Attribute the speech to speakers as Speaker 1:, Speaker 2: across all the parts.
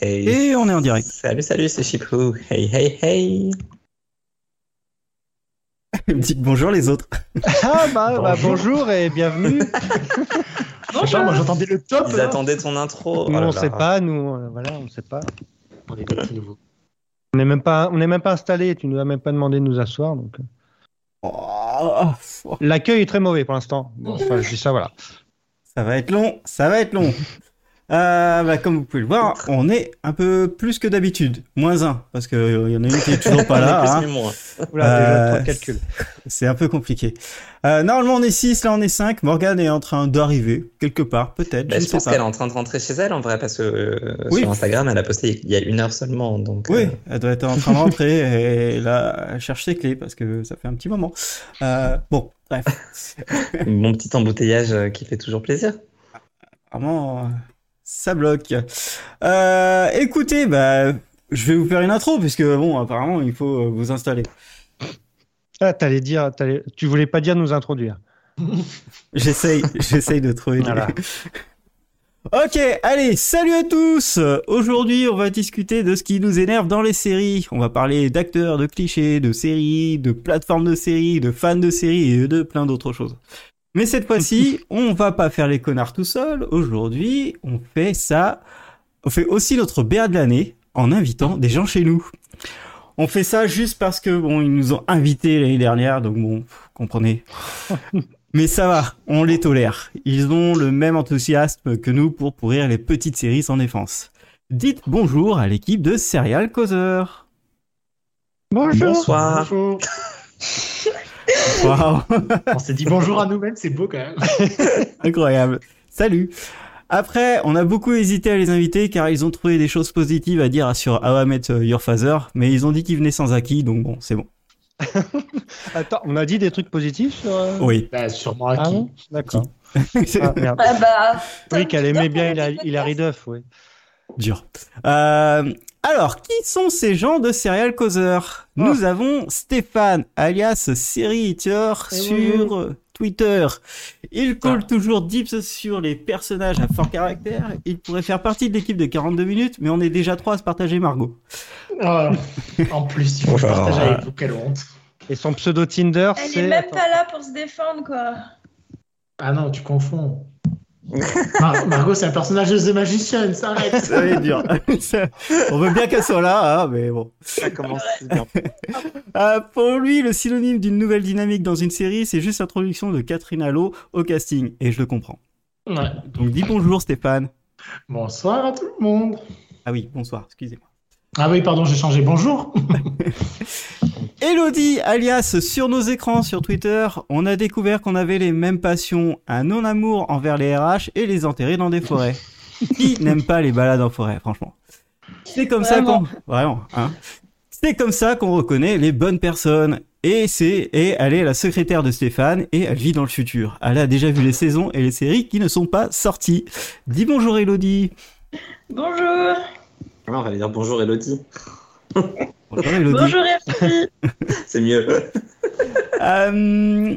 Speaker 1: Hey.
Speaker 2: Et on est en direct.
Speaker 1: Salut, salut, c'est Chipou. Hey, hey, hey.
Speaker 2: Il me dit que bonjour les autres.
Speaker 3: Ah bah bah, bonjour et bienvenue.
Speaker 4: Je sais pas, moi j'entendais le top.
Speaker 1: Ils
Speaker 4: là.
Speaker 1: attendaient ton intro.
Speaker 3: nous
Speaker 1: Oh là
Speaker 3: on
Speaker 1: là.
Speaker 3: sait pas, nous euh, voilà, on sait pas.
Speaker 4: On est des petits nouveaux.
Speaker 3: On n'est même pas on n'est même pas installé, tu nous as même pas demandé de nous asseoir donc euh.
Speaker 2: Oh, oh,
Speaker 3: l'accueil est très mauvais pour l'instant. Bon, enfin, je dis ça voilà.
Speaker 2: ça va être long, ça va être long. Euh, bah, comme vous pouvez le voir, on est un peu plus que d'habitude. Moins un, parce qu'il y en a une qui est toujours pas
Speaker 1: On est
Speaker 2: là.
Speaker 1: plus
Speaker 2: hein.
Speaker 1: ni moins.
Speaker 3: Oula, déjà
Speaker 2: Euh,
Speaker 3: trop de calculs.
Speaker 2: C'est un peu compliqué. Euh, normalement, on est 6, là on est 5. Morgane est en train d'arriver, quelque part, peut-être.
Speaker 1: Bah,
Speaker 2: je
Speaker 1: je
Speaker 2: ne sais
Speaker 1: pense qu'elle est
Speaker 2: pas.
Speaker 1: en train de rentrer chez elle en vrai, parce que euh,
Speaker 2: Oui.
Speaker 1: sur Instagram, elle a posté il y a une heure seulement. Donc,
Speaker 2: Oui,
Speaker 1: euh,
Speaker 2: elle doit être en train de rentrer et là, elle cherche ses clés parce que ça fait un petit moment. Euh, bon, bref.
Speaker 1: euh, mon petit embouteillage euh, qui fait toujours plaisir.
Speaker 2: Vraiment, euh, ça bloque. Euh, écoutez, bah, je vais vous faire une intro puisque bon, apparemment, il faut euh, vous installer.
Speaker 3: Ah, t'allais dire t'allais- tu voulais pas dire nous introduire.
Speaker 2: J'essaye, j'essaye de trouver. des-
Speaker 3: Voilà.
Speaker 2: Ok, allez, salut à tous. Euh, Aujourd'hui, on va discuter de ce qui nous énerve dans les séries. On va parler d'acteurs, de clichés, de séries, de plateformes de séries, de fans de séries et de plein d'autres choses. Mais cette fois-ci, on va pas faire les connards tout seul. Aujourd'hui, on fait ça. On fait aussi notre BA de l'année en invitant des gens chez nous. On fait ça juste parce que bon, ils nous ont invités l'année dernière, donc bon, pff, comprenez. Mais ça va, on les tolère. Ils ont le même enthousiasme que nous pour pourrir les petites séries sans défense. Dites bonjour à l'équipe de Serial Causeur.
Speaker 3: Bonjour.
Speaker 1: Bonsoir.
Speaker 4: Bonjour.
Speaker 2: Waouh,
Speaker 4: On s'est dit bonjour à nous-mêmes, c'est beau quand même.
Speaker 2: incroyable. Salut. Après, on a beaucoup hésité à les inviter car ils ont trouvé des choses positives à dire sur How I Met Your Father, mais ils ont dit qu'ils venaient sans acquis, donc bon, c'est bon.
Speaker 3: Attends, on a dit des trucs positifs sur euh,
Speaker 2: Oui.
Speaker 4: Bah, sûrement
Speaker 3: Ah
Speaker 4: acquis.
Speaker 3: bon D'accord.
Speaker 2: C'est
Speaker 3: Ah, merde.
Speaker 5: Ah bah,
Speaker 3: Oui, qu'elle aimait bien Hilary Hilary Duff, oui.
Speaker 2: dur. Euh, alors, qui sont ces gens de Serial
Speaker 3: Ah.
Speaker 2: Causeur Nous avons Stéphane, alias Série Eater,
Speaker 3: Eh oui,
Speaker 2: sur euh, Twitter. Il colle
Speaker 4: Ah.
Speaker 2: toujours dips sur les personnages à fort caractère. Il pourrait faire partie de l'équipe de 42 minutes, mais on est déjà trois à se partager Margot.
Speaker 4: Ah, en plus, il faut que je partage avec vous, quelle honte.
Speaker 3: Et son pseudo Tinder,
Speaker 5: elle
Speaker 3: c'est
Speaker 5: est même
Speaker 3: attends.
Speaker 5: pas là pour se défendre, quoi.
Speaker 4: Ah non, tu confonds. Mar- Margot, c'est un personnage de The Magician, ça arrête.
Speaker 2: Ça va être dur. Ça- on veut bien qu'elle soit là, hein, mais bon.
Speaker 1: Ça commence bien.
Speaker 2: Euh, pour lui, le synonyme d'une nouvelle dynamique dans une série, c'est juste l'introduction de Catherine Allo au casting, et je le comprends.
Speaker 4: Ouais.
Speaker 2: Donc dis bonjour Stéphane.
Speaker 4: Bonsoir à tout le monde.
Speaker 2: Ah oui, bonsoir, excusez-moi.
Speaker 4: Ah oui, pardon, j'ai changé. Bonjour.
Speaker 2: Elodie, alias sur nos écrans sur Twitter, on a découvert qu'on avait les mêmes passions, un non-amour envers les RH et les enterrer dans des forêts. Qui n'aime pas les balades en forêt, franchement C'est comme
Speaker 5: Vraiment.
Speaker 2: ça qu'on vraiment, hein C'est comme ça qu'on reconnaît les bonnes personnes. Et c'est et elle est la secrétaire de Stéphane et elle vit dans le futur. Elle a déjà vu les saisons et les séries qui ne sont pas sorties. Dis bonjour Elodie.
Speaker 5: Bonjour.
Speaker 1: Alors, on va lui dire bonjour Elodie.
Speaker 2: Bonjour Elodie.
Speaker 5: Bonjour, Evie.
Speaker 1: C'est mieux.
Speaker 2: Euh,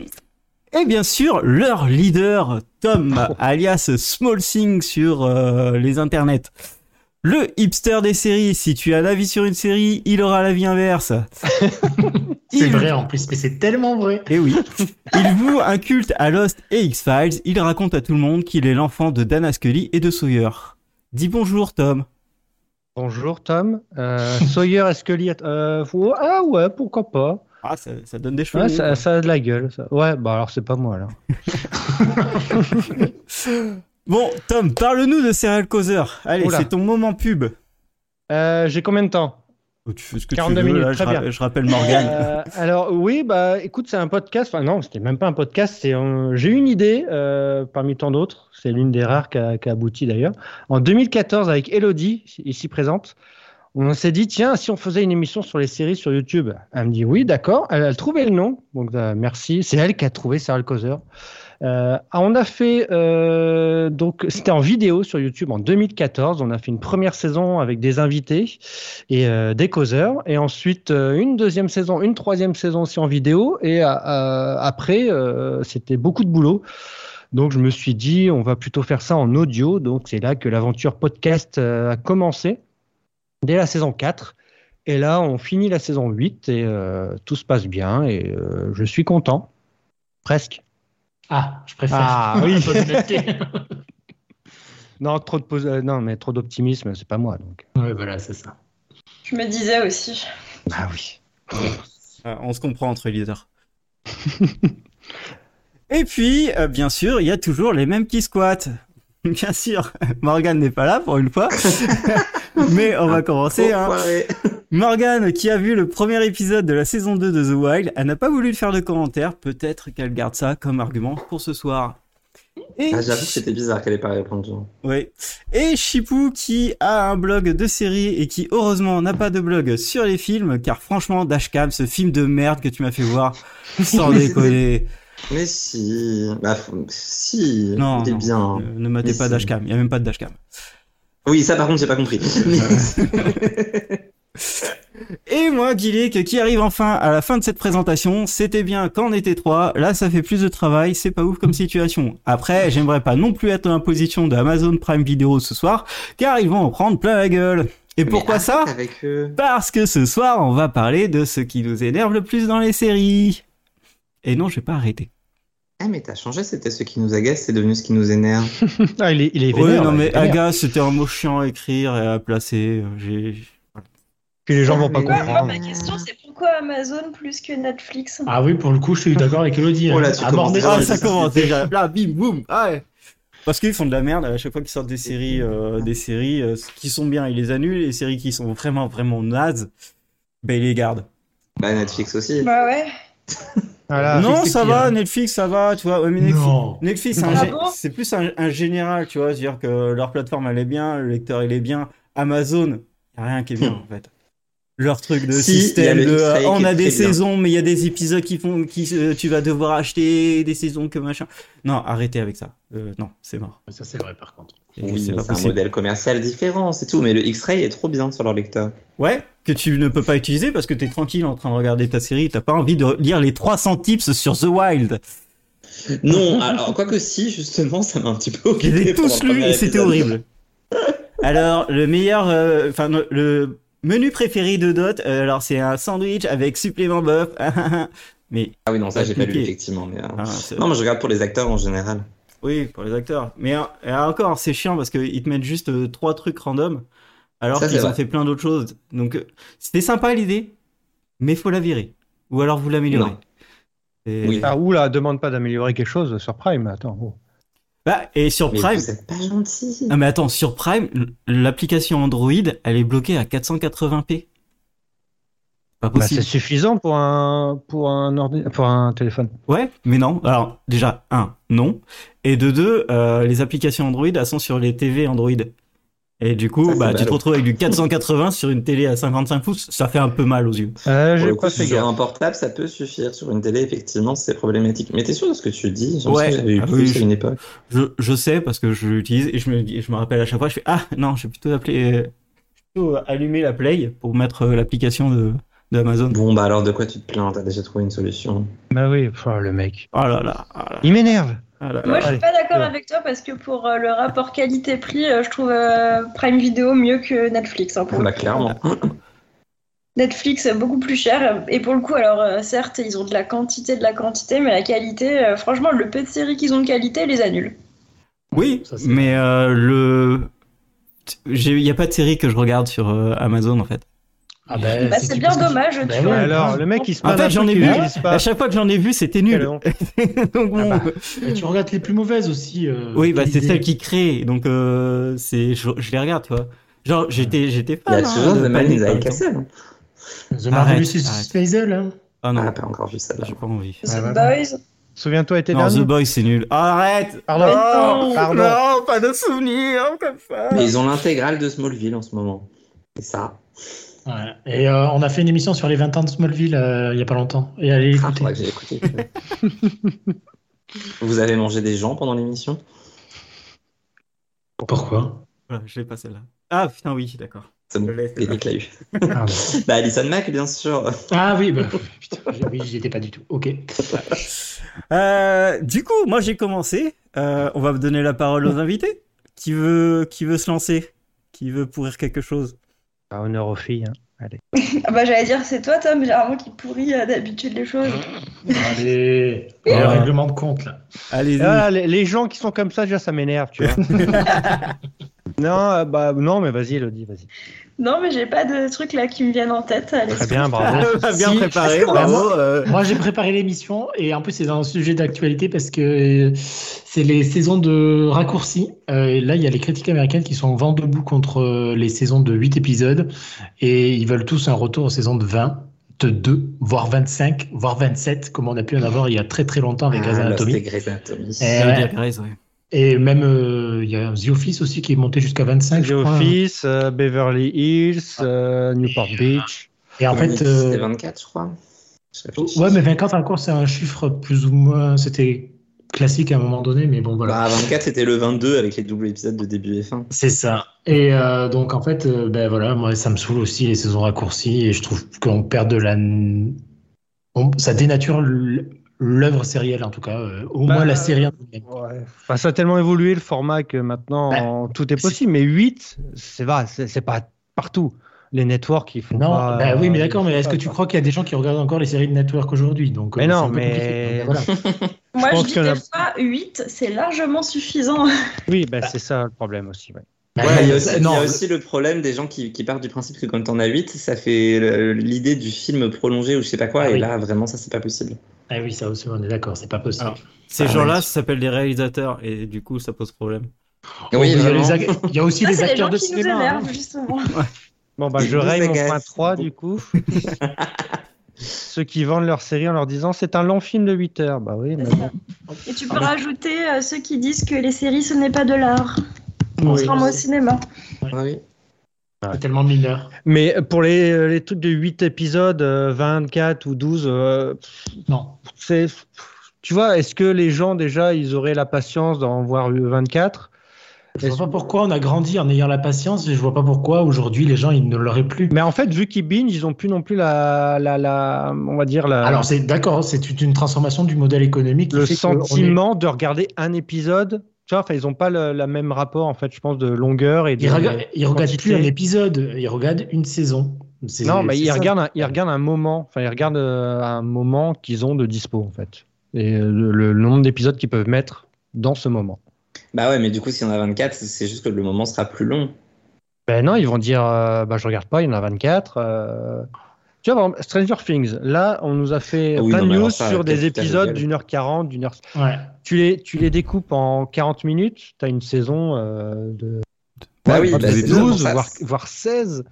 Speaker 2: et bien sûr, leur leader, Tom, alias Small Thing sur euh, les internets. Le hipster des séries, si tu as l'avis sur une série, il aura l'avis inverse.
Speaker 4: C'est
Speaker 2: Il-
Speaker 4: vrai en plus, mais c'est tellement vrai.
Speaker 2: Eh oui. Il voue un culte à Lost et X-Files. Il raconte à tout le monde qu'il est l'enfant de Dana Scully et de Sawyer. Dis bonjour, Tom.
Speaker 3: Bonjour Tom. Euh, Sawyer et Scully. euh, vous- ah ouais, pourquoi pas.
Speaker 2: Ah, ça, ça donne des
Speaker 3: Ouais,
Speaker 2: cheveux. hein.
Speaker 3: ça, ça a de la gueule. ça. Ouais, bah alors c'est pas moi alors.
Speaker 2: Bon, Tom, parle-nous de Serial Causeur. Allez,
Speaker 3: Oula.
Speaker 2: c'est ton moment pub. Oh,
Speaker 3: Euh, J'ai combien de temps
Speaker 2: Tu fais ce que tu
Speaker 3: 42
Speaker 2: veux,
Speaker 3: minutes,
Speaker 2: là, je,
Speaker 3: très
Speaker 2: ra-
Speaker 3: bien.
Speaker 2: je rappelle Morgane.
Speaker 3: Euh, alors oui, bah écoute, c'est un podcast. Enfin non, c'était même pas un podcast. C'est un- j'ai eu une idée euh, parmi tant d'autres. C'est l'une des rares qui a, qui a abouti d'ailleurs. En 2014, avec Elodie ici présente, on s'est dit tiens, si on faisait une émission sur les séries sur YouTube. Elle me dit oui, d'accord. Elle a trouvé le nom. Donc euh, merci. C'est elle qui a trouvé Serial Causeur. Euh, ah, on a fait euh, donc c'était en vidéo sur YouTube en 2014. On a fait une première saison avec des invités et euh, des causeurs, et ensuite euh, une deuxième saison, une troisième saison aussi en vidéo. Et euh, euh, après, euh, c'était beaucoup de boulot. Donc je me suis dit, on va plutôt faire ça en audio. Donc c'est là que l'aventure podcast euh, a commencé. dès la saison 4. Et là, on finit la saison 8 et euh, tout se passe bien et euh, je suis content. Presque.
Speaker 4: Ah, je préfère.
Speaker 3: Ah, oui.
Speaker 4: Un peu d'honnêteté.
Speaker 3: Non, trop de pos- euh, non, mais trop d'optimisme, c'est pas moi donc.
Speaker 4: ouais, voilà, c'est ça.
Speaker 5: Je me disais aussi.
Speaker 2: Bah
Speaker 3: Ah oui.
Speaker 2: Ah, on se comprend entre leaders. Et puis, euh, bien sûr, il y a toujours les mêmes qui squattent. Bien sûr, Morgane n'est pas là pour une fois. Mais on va commencer. hein.
Speaker 1: Enfoiré.
Speaker 2: Morgane, qui a vu le premier épisode de la saison 2 de The Wild, elle n'a pas voulu le faire de commentaire. Peut-être qu'elle garde ça comme argument pour ce soir. Et
Speaker 1: Ah, J'avoue que c'était bizarre qu'elle ait pas répondu.
Speaker 2: oui. Et Chipou qui a un blog de séries et qui heureusement n'a pas de blog sur les films car franchement Dashcam, ce film de merde que tu m'as fait voir, sans déconner.
Speaker 1: Mais si. Bah, f- si.
Speaker 2: Non,
Speaker 1: il est
Speaker 2: non.
Speaker 1: bien.
Speaker 2: Euh, Ne matez
Speaker 1: Mais
Speaker 2: pas
Speaker 1: si.
Speaker 2: Dashcam, il n'y a même pas de Dashcam.
Speaker 1: Oui, ça par contre, j'ai pas compris.
Speaker 2: Et moi, Gillick, qui arrive enfin à la fin de cette présentation, c'était bien qu'en était 3, là ça fait plus de travail, c'est pas ouf comme situation. Après, j'aimerais pas non plus être dans la position de Amazon Prime Video ce soir, car ils vont en prendre plein la gueule. Et pourquoi
Speaker 1: Mais
Speaker 2: ça
Speaker 1: arrête Avec eux.
Speaker 2: Parce que ce soir, on va parler de ce qui nous énerve le plus dans les séries. Et non, je vais pas arrêter.
Speaker 1: Ah, mais t'as changé, c'était ce qui nous agace, c'est devenu ce qui nous énerve.
Speaker 3: Ah, il est, il est
Speaker 2: Oui,
Speaker 3: vénère,
Speaker 2: non,
Speaker 3: là, il
Speaker 2: mais
Speaker 3: est vénère.
Speaker 2: Aga, c'était un mot chiant à écrire et à placer. euh, j'ai-
Speaker 3: Puis les gens vont pas
Speaker 1: Ouais,
Speaker 5: Moi, moi,
Speaker 3: comprendre.
Speaker 5: ma question, c'est pourquoi Amazon plus que Netflix
Speaker 4: Ah oui, pour le coup, je suis d'accord avec Elodie.
Speaker 1: Oh là,
Speaker 4: hein.
Speaker 1: tu
Speaker 4: Ah,
Speaker 1: commences
Speaker 4: bordel,
Speaker 1: déjà.
Speaker 2: Ah,
Speaker 1: Ouais,
Speaker 2: ça
Speaker 1: c'est-
Speaker 2: commence déjà. Là, bim, boum. Ah, ouais. Parce qu'ils font de la merde à chaque fois qu'ils sortent des séries, euh, des séries euh, qui sont bien, ils les annulent. Les séries qui sont vraiment, vraiment nazes, ben ils les gardent.
Speaker 1: Bah, Netflix aussi.
Speaker 5: Bah ouais.
Speaker 3: Voilà.
Speaker 2: non,
Speaker 4: c'est
Speaker 2: ça
Speaker 4: pire.
Speaker 2: va, Netflix, ça va, tu vois. Ouais, mais Netflix,
Speaker 4: Non.
Speaker 2: Netflix, c'est un
Speaker 5: Ah
Speaker 2: gé-
Speaker 5: bon
Speaker 2: c'est plus un, un général, tu vois. C'est-à-dire que leur plateforme, elle est bien, le lecteur, il est bien. Amazon, y a rien qui est bien, en fait. Leur truc de
Speaker 1: Hmm. Si, y a
Speaker 2: système
Speaker 1: le
Speaker 2: de
Speaker 1: X-Ray
Speaker 2: euh,
Speaker 1: qui
Speaker 2: on
Speaker 1: est
Speaker 2: a des
Speaker 1: très bien.
Speaker 2: saisons, mais il y a des épisodes qui font, qui, euh, tu vas devoir acheter des saisons que machin. Non, arrêtez avec ça. Euh, non, c'est mort.
Speaker 4: Ça, c'est vrai, par contre.
Speaker 2: Et
Speaker 1: Oui,
Speaker 2: c'est
Speaker 1: mais
Speaker 2: pas
Speaker 1: c'est un
Speaker 2: possible.
Speaker 1: modèle commercial différent, c'est tout. Mais le X-Ray est trop bien sur leur lecteur.
Speaker 2: Ouais, que tu ne peux pas utiliser parce que t'es tranquille en train de regarder ta série, t'as pas envie de lire les 300 tips sur The Wild.
Speaker 1: Non, alors, quoique si, justement, ça m'a un petit peu
Speaker 2: Je
Speaker 1: occupé.
Speaker 2: les ai
Speaker 1: pendant
Speaker 2: tous
Speaker 1: le
Speaker 2: lus
Speaker 1: premier
Speaker 2: et c'était
Speaker 1: épisode.
Speaker 2: horrible. Alors, le meilleur, euh, enfin, le- le menu préféré de Dot, euh, alors c'est un sandwich avec supplément bœuf. mais,
Speaker 1: Ah oui, non, ça, j'ai pas lu,
Speaker 2: Compliqué.
Speaker 1: effectivement. Mais, euh,
Speaker 2: hein, c'est-
Speaker 1: Non, mais je regarde pour les acteurs en général.
Speaker 2: oui, pour les acteurs. Mais hein, et encore, c'est chiant parce qu'ils te mettent juste euh, trois trucs random alors
Speaker 1: Ça, c'est
Speaker 2: qu'ils ont
Speaker 1: vrai.
Speaker 2: fait plein d'autres choses. Donc, euh, c'était sympa l'idée, mais faut la virer. Ou alors vous l'améliorez.
Speaker 1: Non.
Speaker 2: Et-
Speaker 1: Oui.
Speaker 3: Ah, oula, demande pas d'améliorer quelque chose sur Prime. Attends. oh.
Speaker 2: Bah, et sur
Speaker 1: Mais
Speaker 2: Prime,
Speaker 1: vous êtes pas gentil.
Speaker 2: Ah mais attends, sur Prime, l- l'application Android, elle est bloquée à 480p. Pas
Speaker 3: Bah, c'est
Speaker 2: possible.
Speaker 3: suffisant pour un pour un ordi- pour un téléphone.
Speaker 2: ouais, mais non. Alors déjà, un, non. Et de deux, euh, les applications Android, elles sont sur les TV Android. Et du coup,
Speaker 1: Ça, c'est
Speaker 2: bah, tu te
Speaker 1: ballot.
Speaker 2: retrouves avec du 480 sur une télé à 55 pouces, ça fait un peu mal aux yeux.
Speaker 3: Euh,
Speaker 1: Pour
Speaker 3: j'ai
Speaker 1: le coup,
Speaker 3: pas fait
Speaker 1: sur
Speaker 3: gaffe.
Speaker 1: un portable, ça peut suffir. Sur une télé, effectivement, c'est problématique. Mais t'es sûr de ce que tu dis J'ai l'impression
Speaker 2: Ouais.
Speaker 1: que J'avais eu
Speaker 2: Ah
Speaker 1: plus
Speaker 2: oui,
Speaker 1: à une époque.
Speaker 2: Je, je sais parce que je l'utilise et je me, dis- je me rappelle à chaque fois, je fais Ah non, j'ai plutôt appelé, plutôt allumé la Play pour mettre euh, l'application de, de Amazon.
Speaker 1: Bon, bah alors, de quoi tu te plains T'as déjà trouvé une solution.
Speaker 3: Bah oui, pff, le mec.
Speaker 2: Oh là là, oh là,
Speaker 3: Il m'énerve.
Speaker 2: oh là là.
Speaker 5: Moi, je
Speaker 3: allez.
Speaker 5: suis pas d'accord
Speaker 3: Ouais.
Speaker 5: avec toi parce que pour euh, le rapport qualité-prix, euh, je trouve euh, Prime Video mieux que Netflix. hein, pour le
Speaker 1: Bah,
Speaker 5: coup.
Speaker 1: clairement.
Speaker 2: Ah,
Speaker 5: Netflix, euh, beaucoup plus cher. Et pour le coup, alors euh, certes, ils ont de la quantité, de la quantité, mais la qualité, euh, franchement, le peu de séries qu'ils ont de qualité, ils les annulent.
Speaker 2: Oui,
Speaker 4: Ça, c'est-
Speaker 2: mais euh, le. Il n'y a pas de série que je regarde sur euh, Amazon en fait.
Speaker 4: Ah ben,
Speaker 5: Bah,
Speaker 4: si
Speaker 5: c'est
Speaker 4: tu
Speaker 5: bien
Speaker 4: penses que-
Speaker 5: dommage,
Speaker 4: Bah
Speaker 5: tu
Speaker 4: ouais,
Speaker 5: vois.
Speaker 3: Alors, le mec, il se
Speaker 2: En
Speaker 3: plaint
Speaker 2: fait,
Speaker 3: d'un
Speaker 2: j'en
Speaker 3: truc
Speaker 2: ai
Speaker 3: qui
Speaker 2: vu.
Speaker 3: n'existe pas.
Speaker 2: À chaque fois que j'en ai vu, c'était nul.
Speaker 3: Quel
Speaker 2: Donc bon,
Speaker 4: Ah bah, Mais tu regardes les plus mauvaises aussi. euh,
Speaker 2: oui, bah
Speaker 4: quelle
Speaker 2: c'est
Speaker 4: idée.
Speaker 2: celle qui crée, donc euh, c'est je, je les regarde, tu vois. Genre j'étais j'étais
Speaker 1: Il y
Speaker 2: fan.
Speaker 1: a toujours
Speaker 2: hein,
Speaker 1: de Man
Speaker 2: Panic,
Speaker 1: in
Speaker 2: par
Speaker 1: the
Speaker 2: exemple.
Speaker 1: Castle.
Speaker 4: The Marvelous
Speaker 2: Arrête,
Speaker 4: Mrs.
Speaker 2: arrête.
Speaker 4: Maisel, hein.
Speaker 2: Ah
Speaker 1: Ah,
Speaker 2: non,
Speaker 1: pas encore vu ça. là.
Speaker 2: j'ai pas envie.
Speaker 5: The
Speaker 3: Ah, voilà.
Speaker 5: Boys.
Speaker 3: Souviens-toi, été
Speaker 2: Non, The
Speaker 3: dernier.
Speaker 2: Boys c'est nul. Arrête. Oh,
Speaker 3: Pardon.
Speaker 2: ah,
Speaker 5: Non,
Speaker 3: Pardon.
Speaker 2: Non, pas de souvenirs comme ça.
Speaker 1: Mais ils ont l'intégrale de Smallville en ce moment. C'est ça.
Speaker 4: Ouais. Et euh, on a fait une émission sur les 20 ans de Smallville euh, il y a pas longtemps. Et allez
Speaker 1: Ah,
Speaker 4: l'écouter.
Speaker 1: faudrait que j'ai écouté. Vous avez mangé des gens pendant l'émission
Speaker 4: Pourquoi
Speaker 2: Voilà, je l'ai pas celle-là. Ah putain oui, d'accord.
Speaker 1: C'est bon,
Speaker 2: Je l'ai, celle-là.
Speaker 1: Yannick l'a eu.
Speaker 4: ah,
Speaker 1: Bah, Alison Mack, bien sûr.
Speaker 4: ah oui, bah, putain, j'ai- oui, j'y étais pas du tout. Ok.
Speaker 2: Euh, du coup, moi j'ai commencé. Euh, on va donner Mmh. la parole aux invités. Qui veut, qui veut se lancer Qui veut pourrir quelque chose
Speaker 3: Par honneur aux filles. hein.
Speaker 5: Ah bah j'allais dire c'est toi Tom, généralement qui pourrit euh, d'habitude les choses.
Speaker 4: Allez, il y a
Speaker 2: Ah.
Speaker 4: un règlement de compte là.
Speaker 2: Allez-y.
Speaker 3: Ah, les, les gens qui sont comme ça, déjà, ça m'énerve, tu vois. non, euh, bah, non, mais vas-y, Elodie, vas-y.
Speaker 5: Non mais j'ai pas de trucs là qui me viennent en tête. Allez.
Speaker 3: Très bien, bravo.
Speaker 2: bien
Speaker 4: Si,
Speaker 2: préparé,
Speaker 4: je commence.
Speaker 2: bravo. euh,
Speaker 4: Moi, j'ai préparé l'émission et en plus, c'est un sujet d'actualité parce que euh, c'est les saisons de raccourcis. Euh, et là, il y a les critiques américaines qui sont en vent debout contre euh, les saisons de 8 épisodes et ils veulent tous un retour aux saisons de 20, de 2, voire 25, voire 27, comme on a pu en avoir il y a très très longtemps avec Grey's
Speaker 1: Ah, là, c'était
Speaker 4: Anatomy.
Speaker 1: Grey's Anatomy.
Speaker 4: Eh
Speaker 2: Valérie
Speaker 4: ouais.
Speaker 2: Pérez, ouais.
Speaker 4: Et même, euh, il y a The Office aussi qui est monté jusqu'à 25.
Speaker 3: The
Speaker 4: je crois.
Speaker 3: Office, euh, Beverly Hills, euh, Newport Beach.
Speaker 4: Et en fait.
Speaker 1: C'était
Speaker 4: euh,
Speaker 1: 24, je crois. Je réfléchis.
Speaker 4: Ouais, mais 24 à course, c'est un chiffre plus ou moins. C'était classique à un moment donné, mais bon, voilà.
Speaker 1: Bah, 24, c'était le 22 avec les doubles épisodes de début et fin.
Speaker 4: C'est ça. Et euh, donc, en fait, euh, ben voilà, moi, ça me saoule aussi les saisons raccourcies et je trouve qu'on perd de la. on- Ça dénature l- l'œuvre sérielle, en tout cas. euh, au
Speaker 3: Bah,
Speaker 4: moins la série en elle
Speaker 3: Ouais. Enfin, ça a tellement évolué le format que maintenant
Speaker 4: Bah,
Speaker 3: tout est
Speaker 4: c'est-
Speaker 3: possible. Mais 8, c'est vrai, c'est c'est pas partout. Les networks, ils font
Speaker 4: Non,
Speaker 3: pas-
Speaker 4: bah oui, mais d'accord, mais
Speaker 3: ils font
Speaker 4: est-ce que
Speaker 3: pas
Speaker 4: tu
Speaker 3: ça.
Speaker 4: crois qu'il y a des gens qui regardent encore les séries de network aujourd'hui Donc,
Speaker 3: Mais
Speaker 4: euh,
Speaker 3: non,
Speaker 4: c'est un peu
Speaker 3: mais-
Speaker 4: compliqué. Donc, voilà.
Speaker 5: Moi je,
Speaker 3: pense
Speaker 5: dis
Speaker 3: que
Speaker 5: des
Speaker 3: la-
Speaker 5: fois 8 c'est largement suffisant.
Speaker 3: Oui, bah, c'est ça le problème aussi. ouais.
Speaker 1: Ouais, il y a aussi,
Speaker 4: Euh,
Speaker 1: il y a
Speaker 4: non,
Speaker 1: aussi le problème des gens qui, qui partent du principe que quand on a 8, ça fait le- l'idée du film prolongé ou je sais pas quoi,
Speaker 4: Ah
Speaker 1: et
Speaker 4: oui.
Speaker 1: là vraiment ça c'est pas possible.
Speaker 4: ah oui, ça aussi, on est d'accord, c'est pas possible.
Speaker 2: Alors, Ces
Speaker 1: Ah,
Speaker 2: gens-là ça s'appellent des réalisateurs et du coup ça pose problème.
Speaker 4: Oh,
Speaker 1: Oui,
Speaker 4: il, y a
Speaker 1: vraiment.
Speaker 4: les ac- il y a aussi
Speaker 5: Ça
Speaker 4: les
Speaker 5: Ah, c'est les
Speaker 4: acteurs
Speaker 5: gens
Speaker 4: de
Speaker 5: qui nous
Speaker 4: cinéma. hein.
Speaker 5: énervent justement.
Speaker 3: Bon, bah,
Speaker 1: Ils
Speaker 3: je
Speaker 1: nous
Speaker 3: raye mon point
Speaker 1: agacent.
Speaker 3: 3, du coup. Ceux qui vendent leur série en leur disant c'est un long film de 8 heures. Bah oui, mais
Speaker 5: C'est
Speaker 3: bon.
Speaker 5: ça. Et tu peux rajouter euh, ceux qui disent que les séries ce n'est pas de l'art. On se
Speaker 4: Oui.
Speaker 5: rend au cinéma.
Speaker 1: Ah oui.
Speaker 4: C'est tellement mineur.
Speaker 3: Mais pour les, les trucs de 8 épisodes, euh, 24 ou 12, euh,
Speaker 4: Non.
Speaker 3: c'est tu vois, est-ce que les gens déjà ils auraient la patience d'en voir 24
Speaker 4: Je vois pas pourquoi on a grandi en ayant la patience et je vois pas pourquoi aujourd'hui les gens ils ne l'auraient plus.
Speaker 3: Mais en fait, vu qu'ils binge, ils ont plus non plus la la, la on va dire la
Speaker 4: Alors c'est d'accord, c'est une transformation du modèle économique. qui
Speaker 3: Ah. le
Speaker 4: fait que on est-
Speaker 3: sentiment de regarder un épisode. Tu vois, enfin ils ont pas le, la même rapport en fait, je pense de longueur et de
Speaker 4: Ils regardent, ils regardent
Speaker 3: quantité.
Speaker 4: plus un épisode, ils regardent une saison. C'est-
Speaker 3: Non, mais
Speaker 4: c'est
Speaker 3: ils
Speaker 4: ça.
Speaker 3: regardent un, ils regardent un moment, enfin ils regardent euh, un moment qu'ils ont de dispo en fait. Et euh, le, le nombre d'épisodes qu'ils peuvent mettre dans ce moment.
Speaker 1: Bah ouais, mais du coup si on a 24, c'est juste que le moment sera plus long.
Speaker 3: Ben non, ils vont dire euh, bah, je regarde pas, il y en a 24. euh. Tu vois, par exemple, Stranger Things, là, on nous a fait
Speaker 1: Ah oui,
Speaker 3: plein
Speaker 1: non,
Speaker 3: de
Speaker 1: mais
Speaker 3: news
Speaker 1: alors ça,
Speaker 3: sur
Speaker 1: quelle
Speaker 3: des
Speaker 1: putain de
Speaker 3: épisodes
Speaker 1: gueule.
Speaker 3: d'une heure quarante, d'une heure.
Speaker 4: Ouais.
Speaker 3: Tu les, tu les découpes en 40 minutes, tu as une saison euh, de
Speaker 1: Bah
Speaker 3: ouais,
Speaker 1: oui,
Speaker 3: de
Speaker 1: bah, c'est
Speaker 3: 12,
Speaker 1: ça,
Speaker 3: voire,
Speaker 1: c'est-
Speaker 3: voire 16.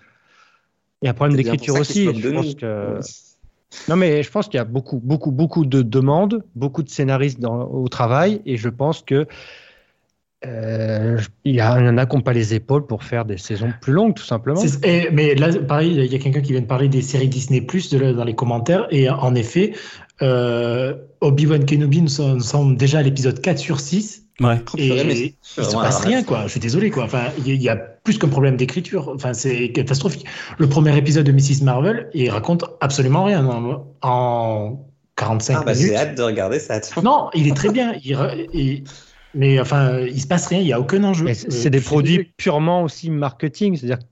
Speaker 3: Il y a un problème
Speaker 1: C'est bien
Speaker 3: d'écriture
Speaker 1: pour ça qu'ils
Speaker 3: aussi.
Speaker 1: se
Speaker 3: Je
Speaker 1: moquent de
Speaker 3: pense
Speaker 1: nous.
Speaker 3: que... Non, mais je pense qu'il y a beaucoup, beaucoup, beaucoup de demandes, beaucoup de scénaristes dans- au travail, et je pense que euh, il y, a- il y en a qui n'ont pas les épaules pour faire des saisons plus longues, tout simplement.
Speaker 4: C'est- et- mais là, pareil, il y a quelqu'un qui vient de parler des séries Disney Plus dans les commentaires. Et en effet, euh, Obi-Wan Kenobi, nous sommes, nous sommes déjà à l'épisode 4 sur 6.
Speaker 2: Ouais.
Speaker 1: Oh,
Speaker 4: Et
Speaker 1: purée, mais c'est-
Speaker 4: il se
Speaker 1: vraiment, hein.
Speaker 4: passe
Speaker 1: alors,
Speaker 4: rien, quoi. Je suis désolé, quoi. Enfin, il y, il y a plus qu'un problème d'écriture. Enfin, c'est catastrophique. Le premier épisode de Mrs. Marvel, il raconte absolument rien en, en 45
Speaker 1: Ah bah
Speaker 4: minutes.
Speaker 1: j'ai hâte de regarder ça. attends.
Speaker 4: Non, il est très bien. Il re- il- mais enfin, il se passe rien. Il y a aucun enjeu.
Speaker 3: Mais
Speaker 4: Euh,
Speaker 3: c'est c'est des
Speaker 4: je suis
Speaker 3: produits
Speaker 4: désolé.
Speaker 3: purement aussi marketing, c'est-à-dire que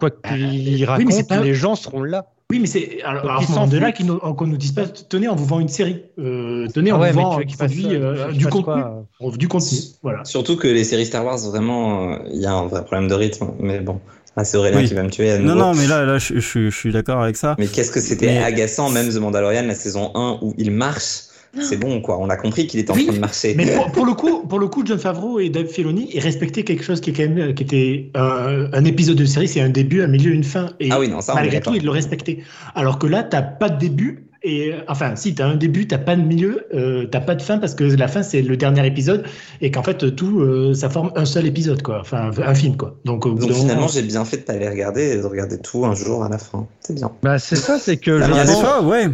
Speaker 3: quoi qu'ils
Speaker 4: Bah, oui, mais
Speaker 3: racontent,
Speaker 4: c'est pas-
Speaker 3: les gens seront là.
Speaker 4: Oui, mais c'est alors,
Speaker 3: Donc,
Speaker 4: alors,
Speaker 3: ils s'en
Speaker 4: alors, de là
Speaker 3: foutent.
Speaker 4: qu'ils nous- euh, qu'on nous dise pas. Tenez, on vous vend une série. Euh, tenez,
Speaker 3: Ah
Speaker 4: on vous vend un produit, euh, du contenu. On- du contenu. Voilà.
Speaker 1: Surtout que les séries Star Wars, vraiment, euh, il y a un vrai problème de rythme. Mais bon, là, c'est Aurélien
Speaker 2: Oui.
Speaker 1: qui va me tuer à nouveau.
Speaker 2: Non, non, mais là, là je, je- je suis d'accord avec ça.
Speaker 1: Mais qu'est-ce que c'était
Speaker 2: Mais-
Speaker 1: agaçant, même The Mandalorian, la saison 1, où il marche. C'est bon, quoi. On a compris qu'il était en
Speaker 4: Oui,
Speaker 1: train de marcher.
Speaker 4: Mais pour, pour le coup, pour le coup, John Favreau et Dave Filoni respectaient quelque chose qui est quand même euh, qui était euh, un épisode de série, c'est un début, un milieu, une fin. Et
Speaker 1: Ah oui, non, ça, on est
Speaker 4: malgré
Speaker 1: d'accord.
Speaker 4: tout, ils le respectaient. Alors que là, t'as pas de début. Et euh, enfin, si t'as un début, t'as pas de milieu, euh, t'as pas de fin parce que la fin c'est le dernier épisode et qu'en fait tout euh, ça forme un seul épisode quoi, enfin un film quoi. Donc, au bout
Speaker 1: Donc
Speaker 4: d'un
Speaker 1: finalement,
Speaker 4: moment-
Speaker 1: j'ai bien fait de pas aller regarder et de regarder tout un jour à la fin. C'est bien.
Speaker 3: Bah, c'est ça, c'est que
Speaker 1: Ah,
Speaker 3: je
Speaker 1: mais il y a des
Speaker 3: pense-
Speaker 1: fois-
Speaker 2: ouais.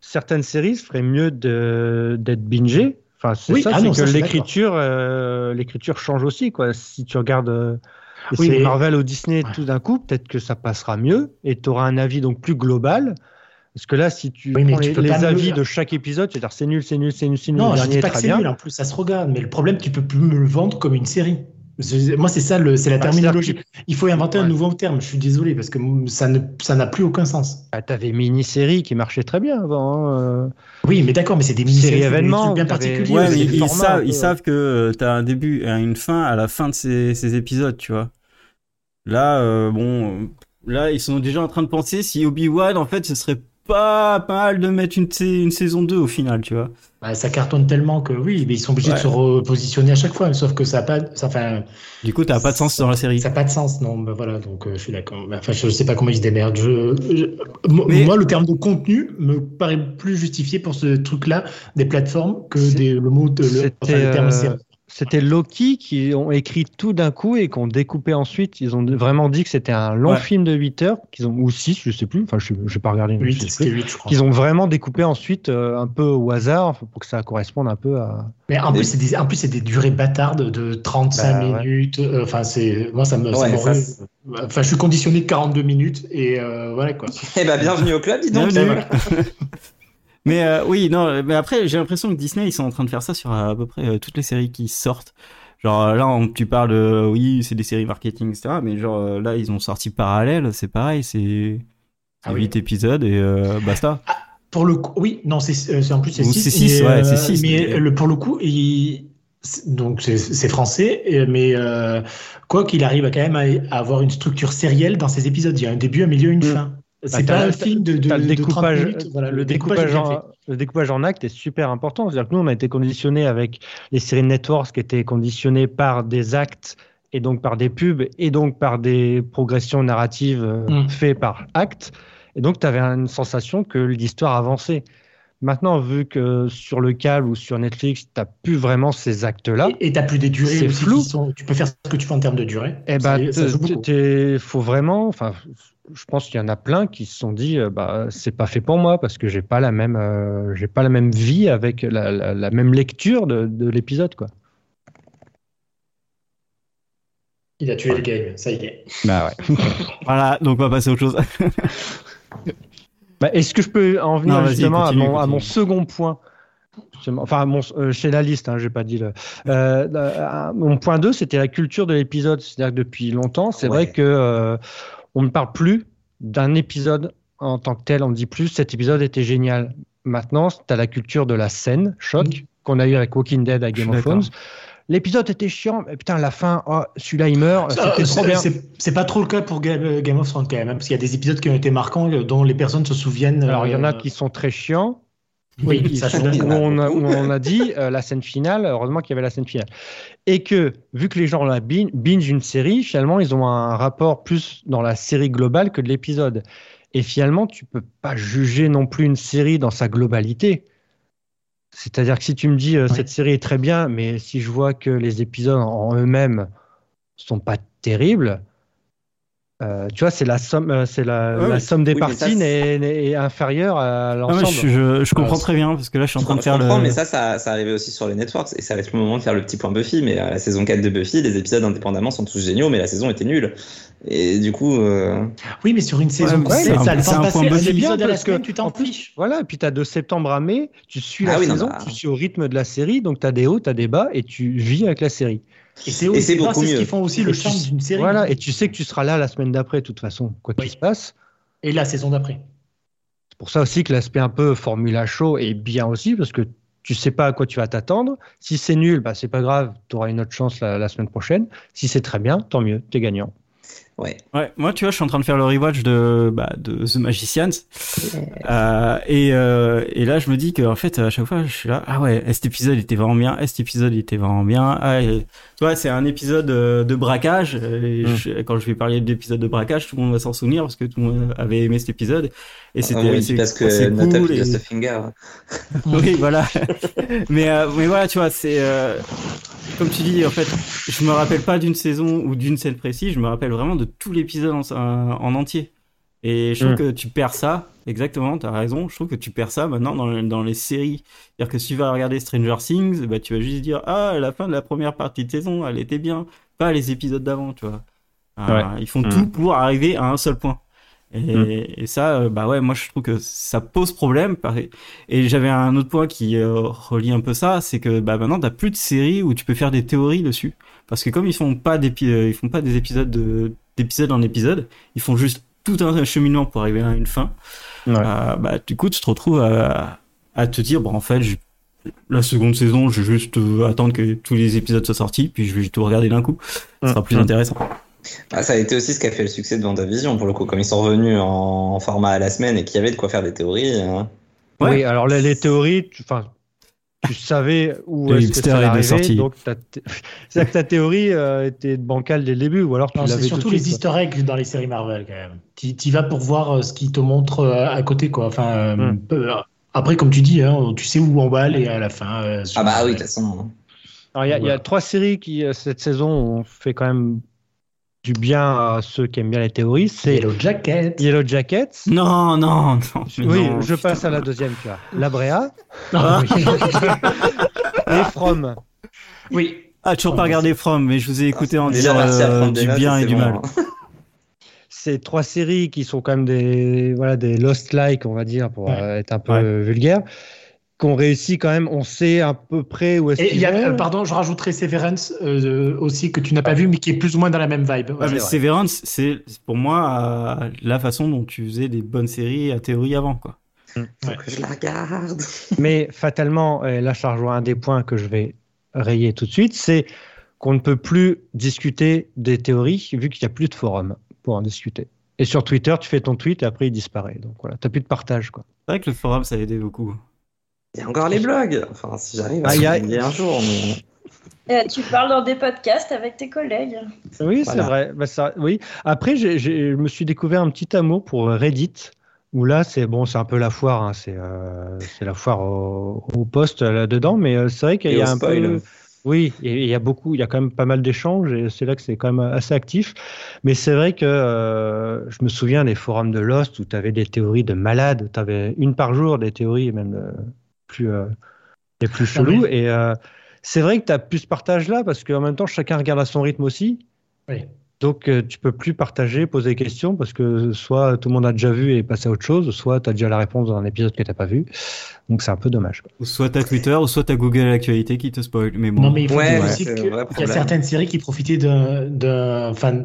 Speaker 3: certaines séries feraient mieux de- d'être bingées. Enfin, c'est
Speaker 4: Oui,
Speaker 3: ça,
Speaker 4: ah
Speaker 3: c'est
Speaker 4: non, ça,
Speaker 3: que
Speaker 4: je suis
Speaker 3: l'écriture, euh, l'écriture change aussi, quoi. Si tu regardes euh, les
Speaker 4: Oui,
Speaker 3: séries
Speaker 4: mais-
Speaker 3: Marvel ou Disney
Speaker 4: Ouais.
Speaker 3: tout d'un coup, peut-être que ça passera mieux et tu auras un avis donc plus global. Parce que là, si tu
Speaker 4: Oui, mais
Speaker 3: prends
Speaker 4: tu
Speaker 3: les,
Speaker 4: peux
Speaker 3: les
Speaker 4: pas
Speaker 3: avis
Speaker 4: mieux-
Speaker 3: de chaque épisode, tu vas dire c'est nul, c'est nul, c'est nul, c'est nul,
Speaker 4: non,
Speaker 3: le
Speaker 4: je
Speaker 3: dernier
Speaker 4: dis
Speaker 3: est
Speaker 4: pas que
Speaker 3: très
Speaker 4: c'est hein.
Speaker 3: bien.
Speaker 4: nul. En plus, ça se regarde. Mais le problème, tu peux plus me le vendre comme une série. C'est- Moi, c'est ça, le- c'est la
Speaker 3: Bah,
Speaker 4: terminologie. Il faut inventer un
Speaker 3: Ouais.
Speaker 4: nouveau terme. Je suis désolé parce que ça ne- ça n'a plus aucun sens.
Speaker 3: Ah, t'avais mini-série qui marchait très bien avant. hein, euh.
Speaker 4: Oui, mais d'accord, mais c'est des
Speaker 3: Série
Speaker 4: mini-séries, c'est des
Speaker 3: événement,
Speaker 4: trucs bien
Speaker 3: vous avez-
Speaker 4: particuliers.
Speaker 3: Ouais,
Speaker 2: Ouais,
Speaker 4: c'est
Speaker 2: mais
Speaker 4: des
Speaker 3: le
Speaker 2: ils,
Speaker 3: format, un
Speaker 2: savent,
Speaker 3: peu,
Speaker 2: ils
Speaker 3: ouais.
Speaker 2: savent que tu t'as un début et une fin à la fin de ces, ces épisodes, tu vois. Là, euh, bon, euh, là, ils sont déjà en train de penser si Obi-Wan, en fait, ce serait pas mal de mettre une, sa- une saison 2 au final, tu vois.
Speaker 4: Bah, ça cartonne tellement que oui, mais ils sont obligés
Speaker 2: Ouais.
Speaker 4: de se repositionner à chaque fois, sauf que ça n'a pas, ça, enfin,
Speaker 2: Du coup, t'as pas de sens dans la série.
Speaker 4: ça a pas de sens. Non, bah voilà, donc euh, je suis d'accord. Bah, Enfin, je ne sais pas comment ils se démerdent. Je, je- moi,
Speaker 2: Mais-
Speaker 4: moi, le terme de contenu me paraît plus justifié pour ce truc-là des plateformes que
Speaker 3: C'est-
Speaker 4: des, le mot de, le, enfin,
Speaker 3: C'était,
Speaker 4: le terme
Speaker 3: euh,
Speaker 4: série.
Speaker 3: C'était Loki qui ont écrit tout d'un coup et qu'on découpé ensuite. Ils ont vraiment dit que c'était un long
Speaker 2: Ouais.
Speaker 3: film de 8 heures, qu'ils ont, ou 6, je sais plus, enfin je n'ai pas regardé. je sais
Speaker 4: 8,
Speaker 3: plus.
Speaker 4: c'était 8, je crois.
Speaker 3: Qu'ils ont vraiment découpé ensuite euh, un peu au hasard pour que ça corresponde un peu à.
Speaker 4: Mais en
Speaker 1: Mais-
Speaker 4: plus, c'est des, en plus, c'est des durées bâtardes de 35
Speaker 3: Bah, ouais.
Speaker 4: minutes. euh, Enfin, c'est, moi, ça me, ça
Speaker 1: Ouais,
Speaker 4: m'aurait-
Speaker 1: ça, c'est-
Speaker 4: enfin, je suis conditionné de 42 minutes et euh, voilà, quoi. Euh,
Speaker 1: Eh bah, bienvenue au club, dis donc.
Speaker 2: Bienvenue. mais euh, oui, non, mais après, j'ai l'impression que Disney, ils sont en train de faire ça sur euh, à peu près euh, toutes les séries qui sortent. Genre euh, là, on, tu parles de oui, c'est des séries marketing, etc. Mais genre euh, là, ils ont sorti parallèle, c'est pareil, c'est
Speaker 4: Ah oui.
Speaker 2: 8 épisodes et euh, basta.
Speaker 4: Pour le coup, oui, non, c'est euh, c'est- en plus c'est
Speaker 2: Ou
Speaker 4: 6.
Speaker 2: c'est six, ouais, c'est six,
Speaker 4: Mais
Speaker 2: mais-
Speaker 4: le, pour le coup, il- c'est- donc c'est- c'est français, et- mais euh, quoi qu'il arrive à quand même à, à avoir une structure sérielle dans ses épisodes. Il y a un début, un milieu, une
Speaker 3: Mm.
Speaker 4: fin. C'est
Speaker 3: t'as
Speaker 4: pas
Speaker 3: le-
Speaker 4: un film de, de,
Speaker 3: T'as le
Speaker 4: de 30
Speaker 3: découpage, euh,
Speaker 4: minutes. Voilà,
Speaker 3: le, découpage
Speaker 4: est bien
Speaker 3: en, le découpage en actes est super important. C'est-à-dire que nous, on a été conditionnés avec les séries Networks qui étaient conditionnées par des actes et donc par des pubs et donc par des progressions narratives euh,
Speaker 4: Mm.
Speaker 3: faites par actes. Et donc, tu avais une sensation que l'histoire avançait. Maintenant, vu que sur le câble ou sur Netflix, tu plus vraiment ces actes-là,
Speaker 4: fait. Et et t'as plus des durées
Speaker 3: Ah. C'est
Speaker 4: aussi
Speaker 3: flou.
Speaker 4: qui sont. Tu peux faire ce que tu veux en termes de durée.
Speaker 3: eh
Speaker 4: Ça-
Speaker 3: ben,
Speaker 4: ça
Speaker 3: te-
Speaker 4: joue beaucoup.
Speaker 3: te- t'es- faut vraiment. Enfin, je pense qu'il y en a plein qui se sont dit, euh, bah, c'est pas fait pour moi parce que j'ai pas la même, euh, j'ai pas la même vie avec la, la- la même lecture de, de l'épisode, quoi.
Speaker 4: Il a tué le game, ça y est.
Speaker 3: Bah ouais.
Speaker 2: Voilà, donc on va passer à autre chose.
Speaker 3: Bah, Est-ce que je peux en venir
Speaker 2: Non, vas-y,
Speaker 3: justement
Speaker 2: continue,
Speaker 3: à, mon, à
Speaker 2: continue.
Speaker 3: mon second point Justement, Enfin, à mon, euh, chez la liste, hein, j'ai pas dit le. euh, euh, mon point 2, c'était la culture de l'épisode. C'est-à-dire que depuis longtemps, c'est
Speaker 1: Ouais.
Speaker 3: vrai que euh, on ne parle plus d'un épisode en tant que tel. On ne dit plus cet épisode était génial. Maintenant, tu as la culture de la scène, choc, qu'on a eu avec Walking Dead à
Speaker 2: Je suis
Speaker 3: Game of
Speaker 2: d'accord.
Speaker 3: Thrones. L'épisode était chiant, mais putain, la fin, oh, celui-là il meurt,
Speaker 4: Ça,
Speaker 3: c'était trop
Speaker 4: Ah, c'est-
Speaker 3: bien.
Speaker 4: c'est- C'est pas trop le cas pour Ga- Game of Thrones quand même, hein, parce qu'il y a des épisodes qui ont été marquants euh, dont les personnes se souviennent.
Speaker 3: Alors, il y en a
Speaker 4: euh,
Speaker 3: qui sont très chiants,
Speaker 4: Oui,
Speaker 3: qui
Speaker 4: ça
Speaker 3: sont-
Speaker 4: joue.
Speaker 1: il y
Speaker 3: où
Speaker 1: en a
Speaker 3: on, a,
Speaker 1: beaucoup.
Speaker 3: où on a dit euh, la scène finale, heureusement qu'il y avait la scène finale. Et que, vu que les gens la bin- binge une série, finalement, ils ont un rapport plus dans la série globale que de l'épisode. Et finalement, tu peux pas juger non plus une série dans sa globalité. C'est-à-dire que si tu me dis euh,
Speaker 4: Ouais.
Speaker 3: cette série est très bien, mais si je vois que les épisodes en eux-mêmes sont pas terribles, euh, tu vois, c'est la somme, euh, c'est la,
Speaker 2: Ouais,
Speaker 3: la
Speaker 2: mais-
Speaker 3: somme des
Speaker 1: oui, mais ça,
Speaker 3: parties n'est n'est inférieure à
Speaker 2: Ah, mais
Speaker 3: l'ensemble.
Speaker 2: je, je- je comprends
Speaker 4: Alors,
Speaker 2: très bien parce que là, je suis en
Speaker 1: Je
Speaker 2: train de
Speaker 1: comprends,
Speaker 2: faire le.
Speaker 1: mais ça, ça, ça arrivait aussi sur les networks et ça va être le moment de faire le petit point Buffy. Mais euh, la saison 4 de Buffy, les épisodes indépendamment sont tous géniaux, mais la saison était nulle. Et du coup, euh,
Speaker 4: Oui, mais sur une saison,
Speaker 3: ouais,
Speaker 4: c'est
Speaker 2: mais
Speaker 4: ça, le
Speaker 2: c'est un
Speaker 4: temps
Speaker 2: point
Speaker 4: passé, un
Speaker 2: Buffy.
Speaker 4: épisode à la
Speaker 3: Parce que,
Speaker 4: semaine, tu
Speaker 3: en
Speaker 4: t'en
Speaker 3: plus,
Speaker 4: fiches.
Speaker 3: Voilà, et puis tu as de septembre à mai, tu suis
Speaker 1: Ah
Speaker 3: la
Speaker 1: oui, non,
Speaker 3: saison,
Speaker 1: bah.
Speaker 3: tu suis au rythme de la série, donc tu as des hauts, tu as des bas, et tu vis avec la série.
Speaker 4: Et c'est
Speaker 1: Et c'est
Speaker 4: aussi
Speaker 1: beaucoup
Speaker 4: grâce à ce
Speaker 1: mieux.
Speaker 4: qu'ils font aussi le
Speaker 3: Et tu-
Speaker 4: charme d'une série.
Speaker 3: Voilà, et tu sais que tu seras là la semaine d'après, de toute façon, quoi qu'il
Speaker 4: Oui.
Speaker 3: se passe.
Speaker 4: Et la saison d'après.
Speaker 3: C'est pour ça aussi que l'aspect un peu formula show est bien aussi, parce que tu sais pas à quoi tu vas t'attendre. Si c'est nul, bah, c'est pas grave, tu auras une autre chance la, la semaine prochaine. Si c'est très bien, tant mieux, t'es gagnant.
Speaker 1: ouais.
Speaker 2: Ouais, moi, tu vois, je suis en train de faire le rewatch de, bah, de The Magicians. Euh, et, euh, et là, je me dis que en fait, à chaque fois, je suis là. Ah ouais, eh, cet épisode il était vraiment bien. eh, Cet épisode il était vraiment bien. Ah, et- Tu vois, c'est un épisode euh, de braquage. Et
Speaker 3: Mm.
Speaker 2: je- quand je vais parler de l'épisode de braquage, tout le monde va s'en souvenir parce que tout le monde avait aimé cet épisode. Et
Speaker 1: Ah
Speaker 2: c'était
Speaker 1: oui,
Speaker 2: c'est-
Speaker 1: parce que euh,
Speaker 2: c'est
Speaker 1: Not Up
Speaker 2: cool.
Speaker 1: to
Speaker 2: et-
Speaker 1: Just a Finger.
Speaker 2: oui, voilà. mais, euh, mais voilà, tu vois, c'est. euh, comme tu dis, en fait, je me rappelle pas d'une saison ou d'une scène précise, je me rappelle vraiment de tout l'épisode en, en entier. Et je trouve
Speaker 3: Mm.
Speaker 2: que tu perds ça, exactement, t'as raison, je trouve que tu perds ça maintenant dans, dans les séries. C'est-à-dire que si tu vas regarder Stranger Things, bah, tu vas juste dire Ah, la fin de la première partie de saison, elle était bien, pas les épisodes d'avant, tu vois. Ah, Ils font
Speaker 3: Mm.
Speaker 2: tout pour arriver à un seul point. Et, et ça, euh, bah ouais, moi je trouve que ça pose problème. par- Et j'avais un autre point qui euh, relie un peu ça, c'est que bah maintenant t'as plus de séries où tu peux faire des théories dessus. parce que comme ils font pas des ils font pas des épisodes de- d'épisode en épisode, ils font juste tout un cheminement pour arriver à une fin.
Speaker 3: Ouais.
Speaker 2: Euh, bah du coup, tu te retrouves à, à te dire bon en fait, j'ai- la seconde saison, je vais juste euh, attendre que tous les épisodes soient sortis, puis je vais tout regarder d'un coup. Ce sera plus
Speaker 3: Mm.
Speaker 2: intéressant.
Speaker 1: Ah, ça a été aussi ce qui a fait le succès de WandaVision pour le coup. Comme ils sont revenus en, en format à la semaine et qu'il y avait de quoi faire des théories. hein.
Speaker 2: Ouais.
Speaker 3: Oui, alors les, les théories, tu, enfin, tu savais où
Speaker 2: Le
Speaker 3: est-ce que
Speaker 2: hipster
Speaker 3: ça
Speaker 2: est de
Speaker 3: allait arriver,
Speaker 2: sortie.
Speaker 3: donc ta thé- c'est-à-dire que ta théorie euh, était bancale dès le début, ou alors tu
Speaker 4: Non, c'est
Speaker 3: l'avais
Speaker 4: surtout
Speaker 3: tout de
Speaker 4: les
Speaker 3: suite,
Speaker 4: easter eggs dans les séries Marvel quand même. Tu y vas pour voir euh, ce qu'ils te montrent euh, à côté quoi. Enfin, euh,
Speaker 3: Hmm.
Speaker 4: peu- après comme tu dis, hein, tu sais où on va aller à la fin. euh, sur-
Speaker 1: Ah bah oui, de toute façon.
Speaker 3: quoi. Alors, il y a- il y, a
Speaker 4: Voilà.
Speaker 3: trois séries qui euh, cette saison ont fait quand même du bien à ceux qui aiment bien les théories. C'est
Speaker 4: Yellow Jacket.
Speaker 3: Yellow Jackets.
Speaker 2: Non, non, non. mais
Speaker 3: oui,
Speaker 2: non,
Speaker 3: je
Speaker 2: putain.
Speaker 3: passe à la deuxième, tu vois. La Brea
Speaker 4: Ah, oui.
Speaker 3: et From.
Speaker 4: oui.
Speaker 2: Ah, toujours pas regardé From, mais je vous ai écouté en
Speaker 1: Déjà,
Speaker 2: dire
Speaker 1: merci à
Speaker 2: euh,
Speaker 1: prendre des
Speaker 2: du
Speaker 1: notes,
Speaker 2: bien et
Speaker 1: c'est
Speaker 2: du
Speaker 1: bon,
Speaker 2: mal.
Speaker 1: hein.
Speaker 3: ces trois séries qui sont quand même des voilà des lost like on va dire pour
Speaker 4: Ouais.
Speaker 3: euh, être un peu
Speaker 2: Ouais.
Speaker 3: euh, vulgaire qu'on réussit quand même on sait à peu près où est-ce
Speaker 4: Et il
Speaker 3: qu'ils
Speaker 4: y a,
Speaker 3: vont.
Speaker 4: euh, pardon, je rajouterai Severance euh, euh, aussi que tu n'as pas vu, mais qui est plus ou moins dans la même vibe.
Speaker 2: Ouais,
Speaker 4: Voilà.
Speaker 2: Ah. mais
Speaker 3: vrai.
Speaker 2: Severance, c'est pour moi euh, la façon dont tu faisais des bonnes séries à théorie avant, quoi.
Speaker 1: Faut que je la regarde.
Speaker 3: mais fatalement et là je rejoins un des points que je vais rayer tout de suite c'est qu'on ne peut plus discuter des théories vu qu'il n'y a plus de forum pour en discuter et sur Twitter tu fais ton tweet et après il disparaît donc voilà t'as plus de partage quoi
Speaker 2: C'est vrai que le forum, ça a aidé beaucoup.
Speaker 1: Il y a encore les blogs. Enfin, si j'arrive à
Speaker 3: Ah, il y a-
Speaker 1: y un jour. mais-
Speaker 5: Et euh, tu parles dans des podcasts avec tes collègues.
Speaker 3: Oui,
Speaker 1: Voilà.
Speaker 3: c'est vrai. Bah, ça, oui. Après, j'ai- j'ai- je me suis découvert un petit amour pour euh, Reddit, où là, c'est bon, c'est un peu la foire, hein, c'est euh, c'est la foire au, au poste euh, là-dedans, mais euh, c'est vrai qu'il y
Speaker 1: Et au
Speaker 3: a un
Speaker 1: spoil.
Speaker 3: peu. Oui, et- et il y a beaucoup, il y a quand même pas mal d'échanges, et c'est là que c'est quand même assez actif. Mais c'est vrai que euh, je me souviens des forums de Lost où tu avais des théories de malades, tu avais une par jour des théories, même euh, plus, euh, les plus
Speaker 4: Ah oui.
Speaker 3: cheloues. Et euh, c'est vrai que tu as plus ce partage-là, parce qu'en même temps, chacun regarde à son rythme aussi.
Speaker 4: Oui.
Speaker 3: Donc, euh, tu peux plus partager, poser des questions, parce que soit tout le monde a déjà vu et est passé à autre chose, soit tu as déjà la réponse dans un épisode que tu pas vu. Donc, c'est un peu dommage. quoi.
Speaker 2: Ou soit t'as Twitter, ou soit t'as Google Actualité qui te spoil. Mais bon.
Speaker 4: Non, mais il faut
Speaker 1: Ouais,
Speaker 4: dire
Speaker 1: ouais,
Speaker 4: aussi
Speaker 1: c'est un
Speaker 4: que
Speaker 1: vrai
Speaker 4: il y a
Speaker 1: problème.
Speaker 4: certaines séries qui profitaient d'un- d'un enfin,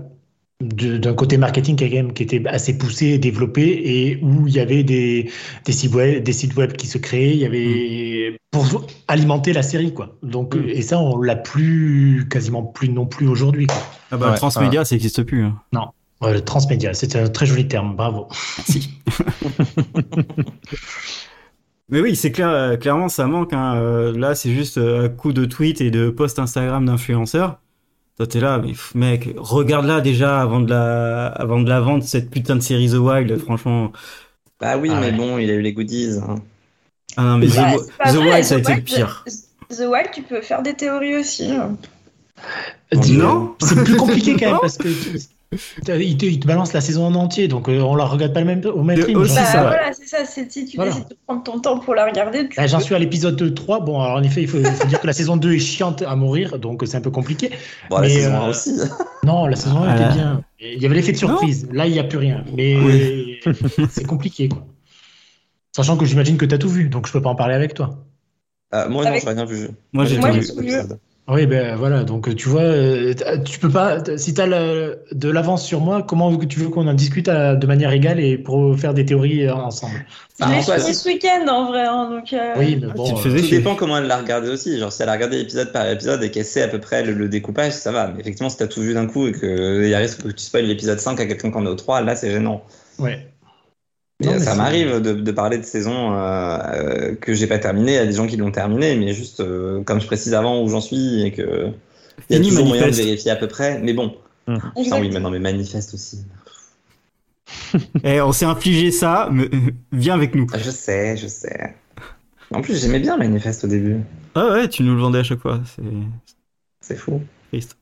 Speaker 4: de- d'un côté marketing qui, est quand même- qui était assez poussé et développé et où il y avait des, des, sites, web, des sites web qui se créaient, il y avait
Speaker 2: Mm.
Speaker 4: pour alimenter la série quoi. Donc
Speaker 3: Mm.
Speaker 4: et ça on l'a plus quasiment plus non plus aujourd'hui. quoi.
Speaker 2: Ah bah,
Speaker 3: Ouais,
Speaker 2: transmédia, ça n'existe plus. hein.
Speaker 4: Ouais, le transmédia, c'est un très joli terme, bravo.
Speaker 2: Mais oui, c'est clair, euh, clairement, ça manque. hein. Euh, Là, c'est juste euh, un coup de tweet et de post Instagram d'influenceurs. Toi, t'es là, mais pff, mec, regarde-la déjà avant de la, avant de la vendre, cette putain de série The Wild, franchement.
Speaker 1: Bah oui,
Speaker 4: Ah
Speaker 1: mais
Speaker 4: ouais.
Speaker 1: bon, il a eu les goodies. hein.
Speaker 2: Ah non, mais The,
Speaker 5: Bah,
Speaker 2: Wi-
Speaker 5: c'est pas
Speaker 2: The
Speaker 5: vrai,
Speaker 2: Wild,
Speaker 5: The
Speaker 2: ça a été le
Speaker 5: Wild,
Speaker 2: pire.
Speaker 5: The Wild, tu peux faire des théories aussi. hein.
Speaker 4: Dis-
Speaker 2: Non.
Speaker 4: C'est plus compliqué quand
Speaker 2: Non.
Speaker 4: même parce que t'as- il te, il te balance la saison en entier donc euh, on la regarde pas le même, au même
Speaker 2: Et
Speaker 4: rythme.
Speaker 2: Euh, aussi,
Speaker 4: genre.
Speaker 5: Bah,
Speaker 2: ça, ouais.
Speaker 5: voilà, c'est ça. c'est- Si tu
Speaker 4: Voilà.
Speaker 5: décides de prendre ton temps pour la regarder, tu
Speaker 4: Là, Ah, j'en suis à l'épisode 2, 3. Bon, alors en effet, il faut, il faut dire que la saison 2 est chiante à mourir, donc c'est un peu compliqué.
Speaker 1: Bon, la
Speaker 4: Mais,
Speaker 1: saison un
Speaker 4: euh,
Speaker 1: aussi.
Speaker 4: Non, la saison 1
Speaker 2: Ah là.
Speaker 4: était bien. Et Il y avait l'effet de surprise. Là, il n'y a plus rien. Mais c'est compliqué, quoi. Sachant que j'imagine que tu as tout vu, donc je peux pas en parler avec toi.
Speaker 1: Euh, moi, non,
Speaker 5: Avec-
Speaker 1: j'ai rien vu.
Speaker 2: Moi, j'ai
Speaker 5: Moi,
Speaker 2: tout
Speaker 5: j'ai
Speaker 2: vu.
Speaker 5: tout vu.
Speaker 4: Oui, ben voilà. Donc tu vois, euh, t'as- tu peux pas. t'as- Si tu as de l'avance sur moi, comment tu veux qu'on en discute à- de manière égale et pour faire des théories euh, ensemble
Speaker 5: Je
Speaker 1: Ah,
Speaker 5: l'ai
Speaker 1: ouais,
Speaker 5: fini ce week-end en vrai. hein, donc, euh,
Speaker 4: Oui, mais
Speaker 2: Ah,
Speaker 4: bon.
Speaker 2: tu te
Speaker 4: euh,
Speaker 2: faisais
Speaker 1: Tout
Speaker 2: chier.
Speaker 1: dépend comment elle l'a regardé aussi. Genre, si elle a regardé épisode par épisode et qu'elle sait à peu près le, le découpage, ça va. Mais effectivement, si t'as tout vu d'un coup et qu'il y a risque que tu spoil l'épisode 5 à quelqu'un qui en est au 3, là, c'est gênant.
Speaker 4: ouais.
Speaker 1: Mais
Speaker 4: Non, mais
Speaker 1: ça
Speaker 4: c'est-
Speaker 1: m'arrive de, de parler de saisons euh, euh, que j'ai pas terminées à des gens qui l'ont terminé, mais juste euh, comme je précise avant où j'en suis et que il y a
Speaker 2: Fini
Speaker 1: toujours moyen de
Speaker 2: manifeste.
Speaker 1: vérifier à peu près. Mais bon, putain, oui,
Speaker 5: exact.
Speaker 1: maintenant, mais manifeste aussi.
Speaker 2: Eh, on s'est infligé ça, mais euh, viens avec nous.
Speaker 1: Ah, Je sais, je sais. En plus, j'aimais bien manifeste au début.
Speaker 2: Ah ouais, tu nous le vendais à chaque fois. C'est
Speaker 1: C'est fou.
Speaker 2: triste.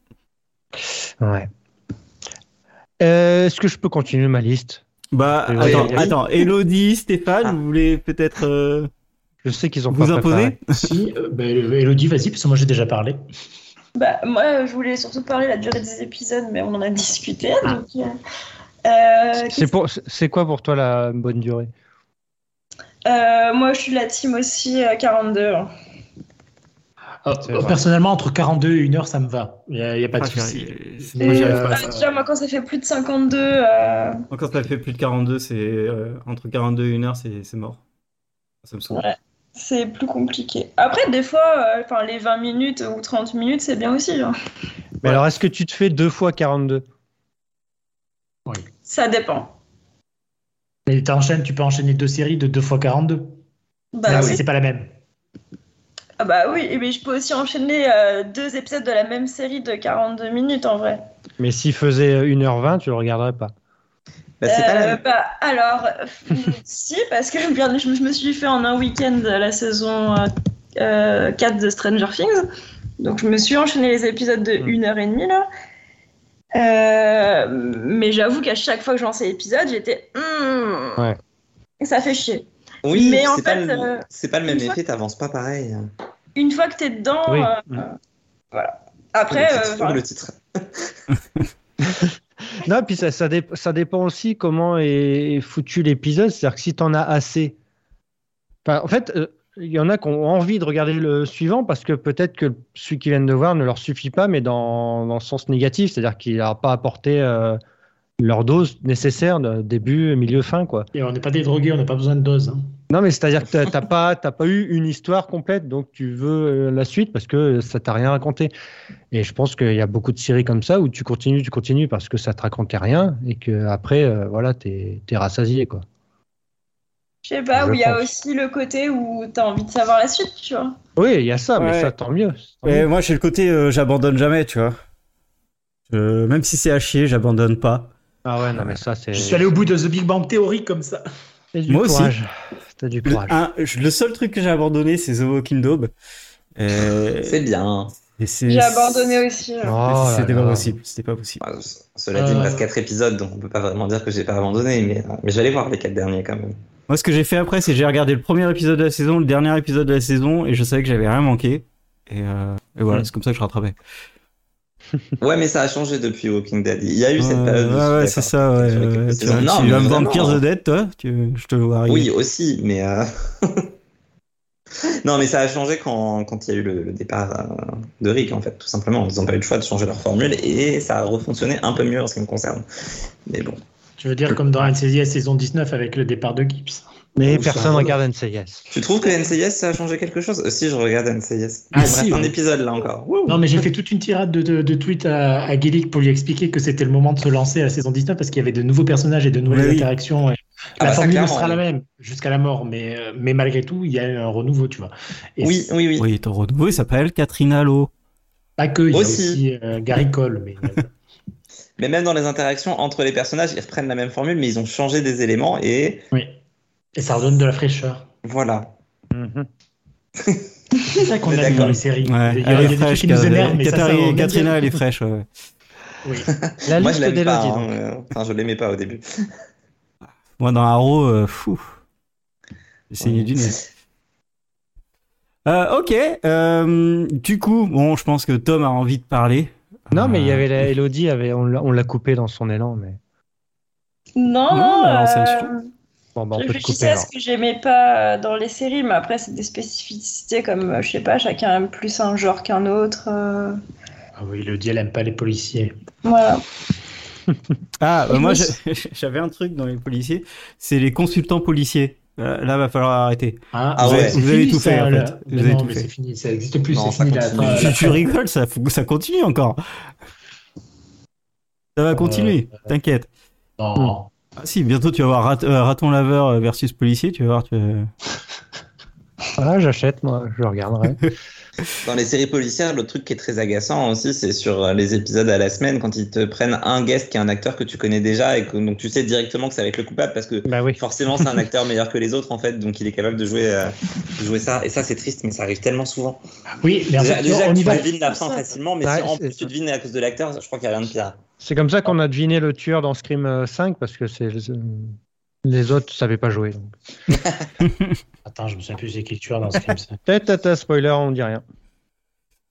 Speaker 3: Ouais. Euh, Est-ce que je peux continuer ma liste
Speaker 2: Bah,
Speaker 3: Oui,
Speaker 2: attends,
Speaker 3: oui.
Speaker 2: attends. Elodie, Stéphane,
Speaker 1: Ah.
Speaker 2: vous voulez peut-être euh,
Speaker 3: Je sais qu'ils ont
Speaker 2: vous
Speaker 3: pas préparé.
Speaker 2: imposer
Speaker 4: si, euh, ben, Elodie, vas-y, parce que moi j'ai déjà parlé.
Speaker 5: Bah, moi, euh, je voulais surtout parler de la durée des épisodes, mais on en a discuté. donc, euh, euh,
Speaker 3: C'est pour- C'est quoi pour toi la bonne durée
Speaker 5: euh, moi, je suis la team aussi euh, 42. hein.
Speaker 1: Ah,
Speaker 4: Euh,
Speaker 3: C'est
Speaker 1: bah,
Speaker 3: vrai.
Speaker 4: personnellement, entre 42 et 1 heure, ça me va. Il n'y a, il y a pas de souci. Mais,
Speaker 2: Moi, Ah, j'y arrive
Speaker 4: euh,
Speaker 2: pas.
Speaker 5: Ah, déjà, moi, quand ça fait plus de 52, euh,
Speaker 2: Moi, Quand ça fait plus de 42, c'est euh, entre 42 et 1 heure, c'est c'est mort. Ça me saoule.
Speaker 5: Ouais. c'est plus compliqué. Après, des fois, euh, enfin, les 20 minutes ou 30 minutes, c'est bien aussi. hein.
Speaker 3: Mais alors, est-ce que tu te fais deux fois 42
Speaker 5: Ça dépend.
Speaker 4: mais t'enchaînes- tu peux enchaîner deux séries de 2 fois 42.
Speaker 5: Bah
Speaker 4: Ah
Speaker 5: oui.
Speaker 4: C'est pas la même.
Speaker 5: Ah bah oui, mais je peux aussi enchaîner euh, deux épisodes de la même série de 42 minutes en vrai.
Speaker 3: Mais s'il faisait 1h20, tu le regarderais pas.
Speaker 1: Bah, c'est pas la
Speaker 5: Euh, bah, alors, euh, si, parce que je viens- je, me- je me suis fait en un week-end la saison euh, euh, 4 de Stranger Things. Donc, je me suis enchaîné les épisodes de
Speaker 1: Hmm.
Speaker 3: Mm.
Speaker 5: 1h30 là. Euh, mais j'avoue qu'à chaque fois que je lançais l'épisode, j'étais. Hmm.
Speaker 3: Ouais.
Speaker 5: Et Ça fait chier.
Speaker 1: Oui,
Speaker 5: Mais en
Speaker 1: c'est pas,
Speaker 5: fait,
Speaker 1: le-
Speaker 5: euh,
Speaker 1: c'est pas le même
Speaker 5: une fois-
Speaker 1: effet, t'avances pas pareil.
Speaker 5: Une fois que t'es dedans,
Speaker 3: Oui.
Speaker 5: euh,
Speaker 3: Mm.
Speaker 5: voilà. Après,
Speaker 1: le
Speaker 5: euh,
Speaker 1: titre, Hmm.
Speaker 5: enfin,
Speaker 1: le titre.
Speaker 3: Non, puis ça, ça, dé- ça dépend aussi comment est foutu l'épisode. C'est-à-dire que si t'en as assez. Enfin, en fait, euh, il y en a qui ont envie de regarder le suivant parce que peut-être que celui qu'ils viennent de voir ne leur suffit pas, mais dans, dans le sens négatif. C'est-à-dire qu'il n'a pas apporté euh, leur dose nécessaire de début, milieu, fin, quoi.
Speaker 4: Et on n'est pas des drogués, on n'a pas besoin de doses. hein.
Speaker 3: Non, mais c'est-à-dire que t'as- t'as pas, t'as pas eu une histoire complète, donc tu veux euh, la suite parce que ça t'a rien raconté. Et je pense qu'il y a beaucoup de séries comme ça où tu continues, tu continues parce que ça te racontait rien et que après, euh, voilà, t'es es rassasié quoi.
Speaker 5: je sais pas,
Speaker 3: Je
Speaker 5: où il y a
Speaker 3: pense.
Speaker 5: aussi le côté où t'as envie de savoir la suite, tu vois.
Speaker 3: Oui, il y a ça, mais
Speaker 2: Ouais.
Speaker 3: ça tant mieux. Tant
Speaker 2: Mais
Speaker 3: mieux.
Speaker 2: moi, j'ai le côté, euh, j'abandonne jamais, tu vois. Je- même si c'est à chier, j'abandonne pas.
Speaker 3: Ah ouais, non mais ça c'est.
Speaker 4: Je suis allé au bout de The Big Bang Theory comme ça.
Speaker 3: T'as du
Speaker 2: Moi aussi.
Speaker 3: courage. T'as du
Speaker 2: Le, Ah,
Speaker 3: courage.
Speaker 2: un- je- le seul truc que j'ai abandonné, c'est The Walking Dead. Euh,
Speaker 1: C'est bien.
Speaker 2: et c'est-
Speaker 5: J'ai abandonné aussi. euh.
Speaker 3: Oh là
Speaker 2: C'était pas
Speaker 3: là.
Speaker 2: possible. C'était pas possible.
Speaker 1: Bah, c- cela dit, il me
Speaker 4: Euh.
Speaker 1: reste 4 épisodes, donc on peut pas vraiment dire que j'ai pas abandonné, mais, euh, mais j'allais voir les 4 derniers quand même.
Speaker 2: Moi, ce que j'ai fait après, c'est j'ai regardé le premier épisode de la saison, le dernier épisode de la saison, et je savais que j'avais rien manqué. Et, euh, et voilà,
Speaker 3: Mm.
Speaker 2: c'est comme ça que je rattrapais.
Speaker 1: Ouais, mais ça a changé depuis Walking Dead. Il y a eu cette
Speaker 2: Euh, Ouais,
Speaker 1: période. où je suis
Speaker 2: ouais, ouais,
Speaker 1: d'accord.
Speaker 2: c'est ça. Ouais,
Speaker 1: Sur les
Speaker 2: ouais.
Speaker 1: quelques
Speaker 2: tu
Speaker 1: saisons.
Speaker 2: vas-
Speaker 1: Non,
Speaker 2: tu
Speaker 1: mais
Speaker 2: vas me
Speaker 1: vraiment.
Speaker 2: vendre Pierre The Dead, toi tu, Je te vois arriver.
Speaker 1: Oui, aussi, mais. euh, non, mais ça a changé quand, quand il y a eu le, le départ euh, de Rick, en fait, tout simplement. Ils ont pas eu le choix de changer leur formule et ça a refonctionné un peu mieux en ce qui me concerne. Mais bon.
Speaker 4: Je veux dire, comme dans NCIS saison 19 avec le départ de Gibbs.
Speaker 3: Mais
Speaker 1: Oh,
Speaker 3: personne
Speaker 1: ça-
Speaker 3: regarde NCIS.
Speaker 1: Tu trouves que NCIS, ça a changé quelque chose Euh, Si, je regarde NCIS.
Speaker 4: Ah,
Speaker 1: il me
Speaker 4: si,
Speaker 1: reste un
Speaker 4: ouais.
Speaker 1: épisode là encore. Wouh.
Speaker 4: Non, mais j'ai fait toute une tirade de, de, de tweets à, à Gillick pour lui expliquer que c'était le moment de se lancer à la saison 19 parce qu'il y avait de nouveaux personnages et de nouvelles
Speaker 2: Oui.
Speaker 4: interactions. et
Speaker 1: Ah,
Speaker 4: la
Speaker 1: bah, ça,
Speaker 4: formule
Speaker 1: clairement,
Speaker 4: sera la
Speaker 1: oui.
Speaker 4: même jusqu'à la mort, mais, euh, mais malgré tout, il y a eu un renouveau, tu vois. Et
Speaker 1: Oui, oui, oui.
Speaker 2: Oui, ton renouveau, il s'appelle Catherine Allo.
Speaker 4: Pas que, il y a
Speaker 1: Aussi.
Speaker 4: aussi euh, Gary Cole. Mais, euh,
Speaker 1: Mais même dans les interactions entre les personnages, ils reprennent la même formule, mais ils ont changé des éléments et
Speaker 4: oui. Et ça redonne de la fraîcheur.
Speaker 1: voilà.
Speaker 3: Mhm.
Speaker 4: C'est ça qu'on
Speaker 1: Mais
Speaker 4: aime
Speaker 1: d'accord.
Speaker 4: dans les séries.
Speaker 2: Ouais,
Speaker 4: il y a, il y a
Speaker 2: elle est
Speaker 4: des trucs
Speaker 2: fraîche.
Speaker 4: qui nous
Speaker 2: Catherine-
Speaker 4: énervent, mais ça, ça, on aime
Speaker 2: Catherine-
Speaker 4: bien.
Speaker 2: Catherine, elle est fraîche. ouais.
Speaker 4: Oui.
Speaker 3: La
Speaker 1: Moi, je
Speaker 3: liste
Speaker 1: l'aime pas.
Speaker 3: d'Elodie.
Speaker 1: hein,
Speaker 3: donc.
Speaker 1: euh, Enfin, je l'aimais pas au début.
Speaker 2: Moi, dans Arrow, euh, fou. J'ai saigné
Speaker 1: Ouais.
Speaker 2: du nez. Euh, ok, euh, du coup, bon, je pense que Tom a envie de parler.
Speaker 3: Non, mais il y
Speaker 2: Euh,
Speaker 3: avait la Elodie, avait... on l'a- on l'a coupé dans son élan, mais
Speaker 5: Non,
Speaker 2: Non,
Speaker 5: non,
Speaker 2: alors, ça me
Speaker 5: euh,
Speaker 2: suffit.
Speaker 3: bon, bah, on peut
Speaker 5: Je
Speaker 3: le
Speaker 5: réfléchissais
Speaker 3: couper.
Speaker 5: à
Speaker 3: alors.
Speaker 5: ce que j'aimais pas euh, dans les séries, mais après, c'est des spécificités comme, euh, je sais pas, chacun aime plus un genre qu'un autre. euh,
Speaker 4: Ah oui, le diel aime pas les policiers.
Speaker 5: Voilà.
Speaker 2: Ah, bah,
Speaker 5: Je
Speaker 2: moi,
Speaker 5: me
Speaker 2: j'ai- j'avais un truc dans les policiers, c'est les consultants policiers. Euh, Là, va falloir arrêter.
Speaker 4: Hein,
Speaker 1: Ah ouais,
Speaker 4: c'est
Speaker 2: vous avez
Speaker 4: fini,
Speaker 2: tout fait,
Speaker 4: ça,
Speaker 2: en
Speaker 4: là.
Speaker 2: fait. Vous
Speaker 4: Mais
Speaker 2: avez
Speaker 4: non,
Speaker 2: tout
Speaker 4: mais
Speaker 2: fait.
Speaker 4: c'est fini, ça existe plus,
Speaker 1: Non,
Speaker 4: c'est
Speaker 1: ça
Speaker 4: fini. la-
Speaker 1: continue.
Speaker 4: la-
Speaker 2: tu, tu rigoles, ça, faut- ça continue encore. Ça va continuer, t'inquiète.
Speaker 4: Non.
Speaker 2: Ah, si, bientôt tu vas voir rat- euh, raton laveur versus policier, tu vas voir. Tu... euh. vas-
Speaker 3: Voilà, Ah, j'achète, moi, je regarderai.
Speaker 1: Dans les séries policières, le truc qui est très agaçant aussi, c'est sur euh, les épisodes à la semaine quand ils te prennent un guest qui est un acteur que tu connais déjà et que donc tu sais directement que ça va être le coupable parce que
Speaker 3: bah oui.
Speaker 1: forcément c'est un acteur meilleur que les autres en fait, donc il est capable de jouer, euh, de jouer ça. Et ça c'est triste, mais ça arrive tellement souvent.
Speaker 4: Oui, mais en
Speaker 1: déjà,
Speaker 4: fait,
Speaker 1: déjà
Speaker 4: on
Speaker 1: que
Speaker 4: y
Speaker 1: tu
Speaker 4: va.
Speaker 1: devines l'absent facilement, mais
Speaker 3: Ouais,
Speaker 1: si en
Speaker 3: c'est
Speaker 1: plus tu
Speaker 3: ça.
Speaker 1: devines à cause de l'acteur, je crois qu'il n'y a rien de pire.
Speaker 3: C'est comme ça qu'on a deviné le tueur dans Scream euh, 5 parce que c'est euh, les autres savaient pas jouer. donc.
Speaker 4: Attends, je me souviens plus c'est qui le tueur dans ce film. ça.
Speaker 3: Ta, ta, ta, spoiler, on dit rien.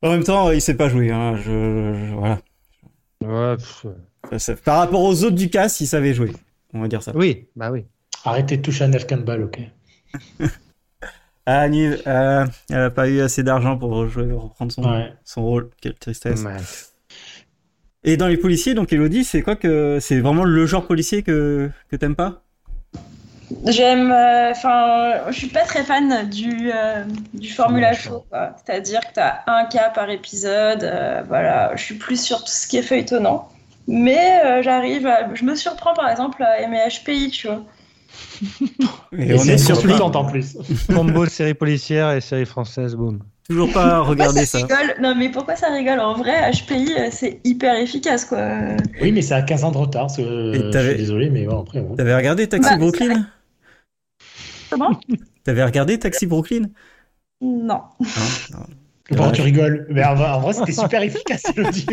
Speaker 2: En même temps, euh, il sait pas jouer. Hein. Je, je- voilà.
Speaker 3: Ouais, pff, euh,
Speaker 2: Ça, ça- Par rapport aux autres du cast, ils savaient jouer. On va dire ça.
Speaker 3: Oui, bah oui.
Speaker 4: Arrêtez de toucher à Neve Campbell, ok
Speaker 2: Ah, Nive, euh, elle a pas eu assez d'argent pour jouer- reprendre son,
Speaker 4: Ouais.
Speaker 2: son rôle. Quelle tristesse.
Speaker 3: Ouais.
Speaker 2: Et dans les policiers, donc Elodie, c'est quoi que. C'est vraiment le genre policier que, que t'aimes pas
Speaker 5: J'aime. euh, Enfin, je suis pas très fan du, euh, du Formula Show. quoi. C'est-à-dire que t'as un cas par épisode. euh, voilà, je suis plus sur tout ce qui est feuilletonnant. Mais euh, j'arrive à- Je me surprends par exemple à aimer HPI, tu vois.
Speaker 2: Et,
Speaker 4: Et
Speaker 2: on est surpris.
Speaker 4: consultante en plus.
Speaker 3: Combo série policière et série française, boum.
Speaker 2: Toujours pas regarder
Speaker 5: pourquoi ça,
Speaker 2: ça.
Speaker 5: rigole Non, mais pourquoi ça rigole En vrai, HPI, euh, c'est hyper efficace, quoi. Euh,
Speaker 4: Oui, mais c'est à 15 ans de retard. ce- Je
Speaker 2: t'avais-
Speaker 4: suis désolé, mais bon, après. bon.
Speaker 2: T'avais regardé Taxi
Speaker 5: Bah,
Speaker 2: Brooklyn
Speaker 5: Comment
Speaker 2: T'avais regardé Taxi Brooklyn Non,
Speaker 5: Non.
Speaker 2: non.
Speaker 4: Bon,
Speaker 2: Ouais.
Speaker 4: tu rigoles. Mais en, en vrai, c'était super efficace, Elodie.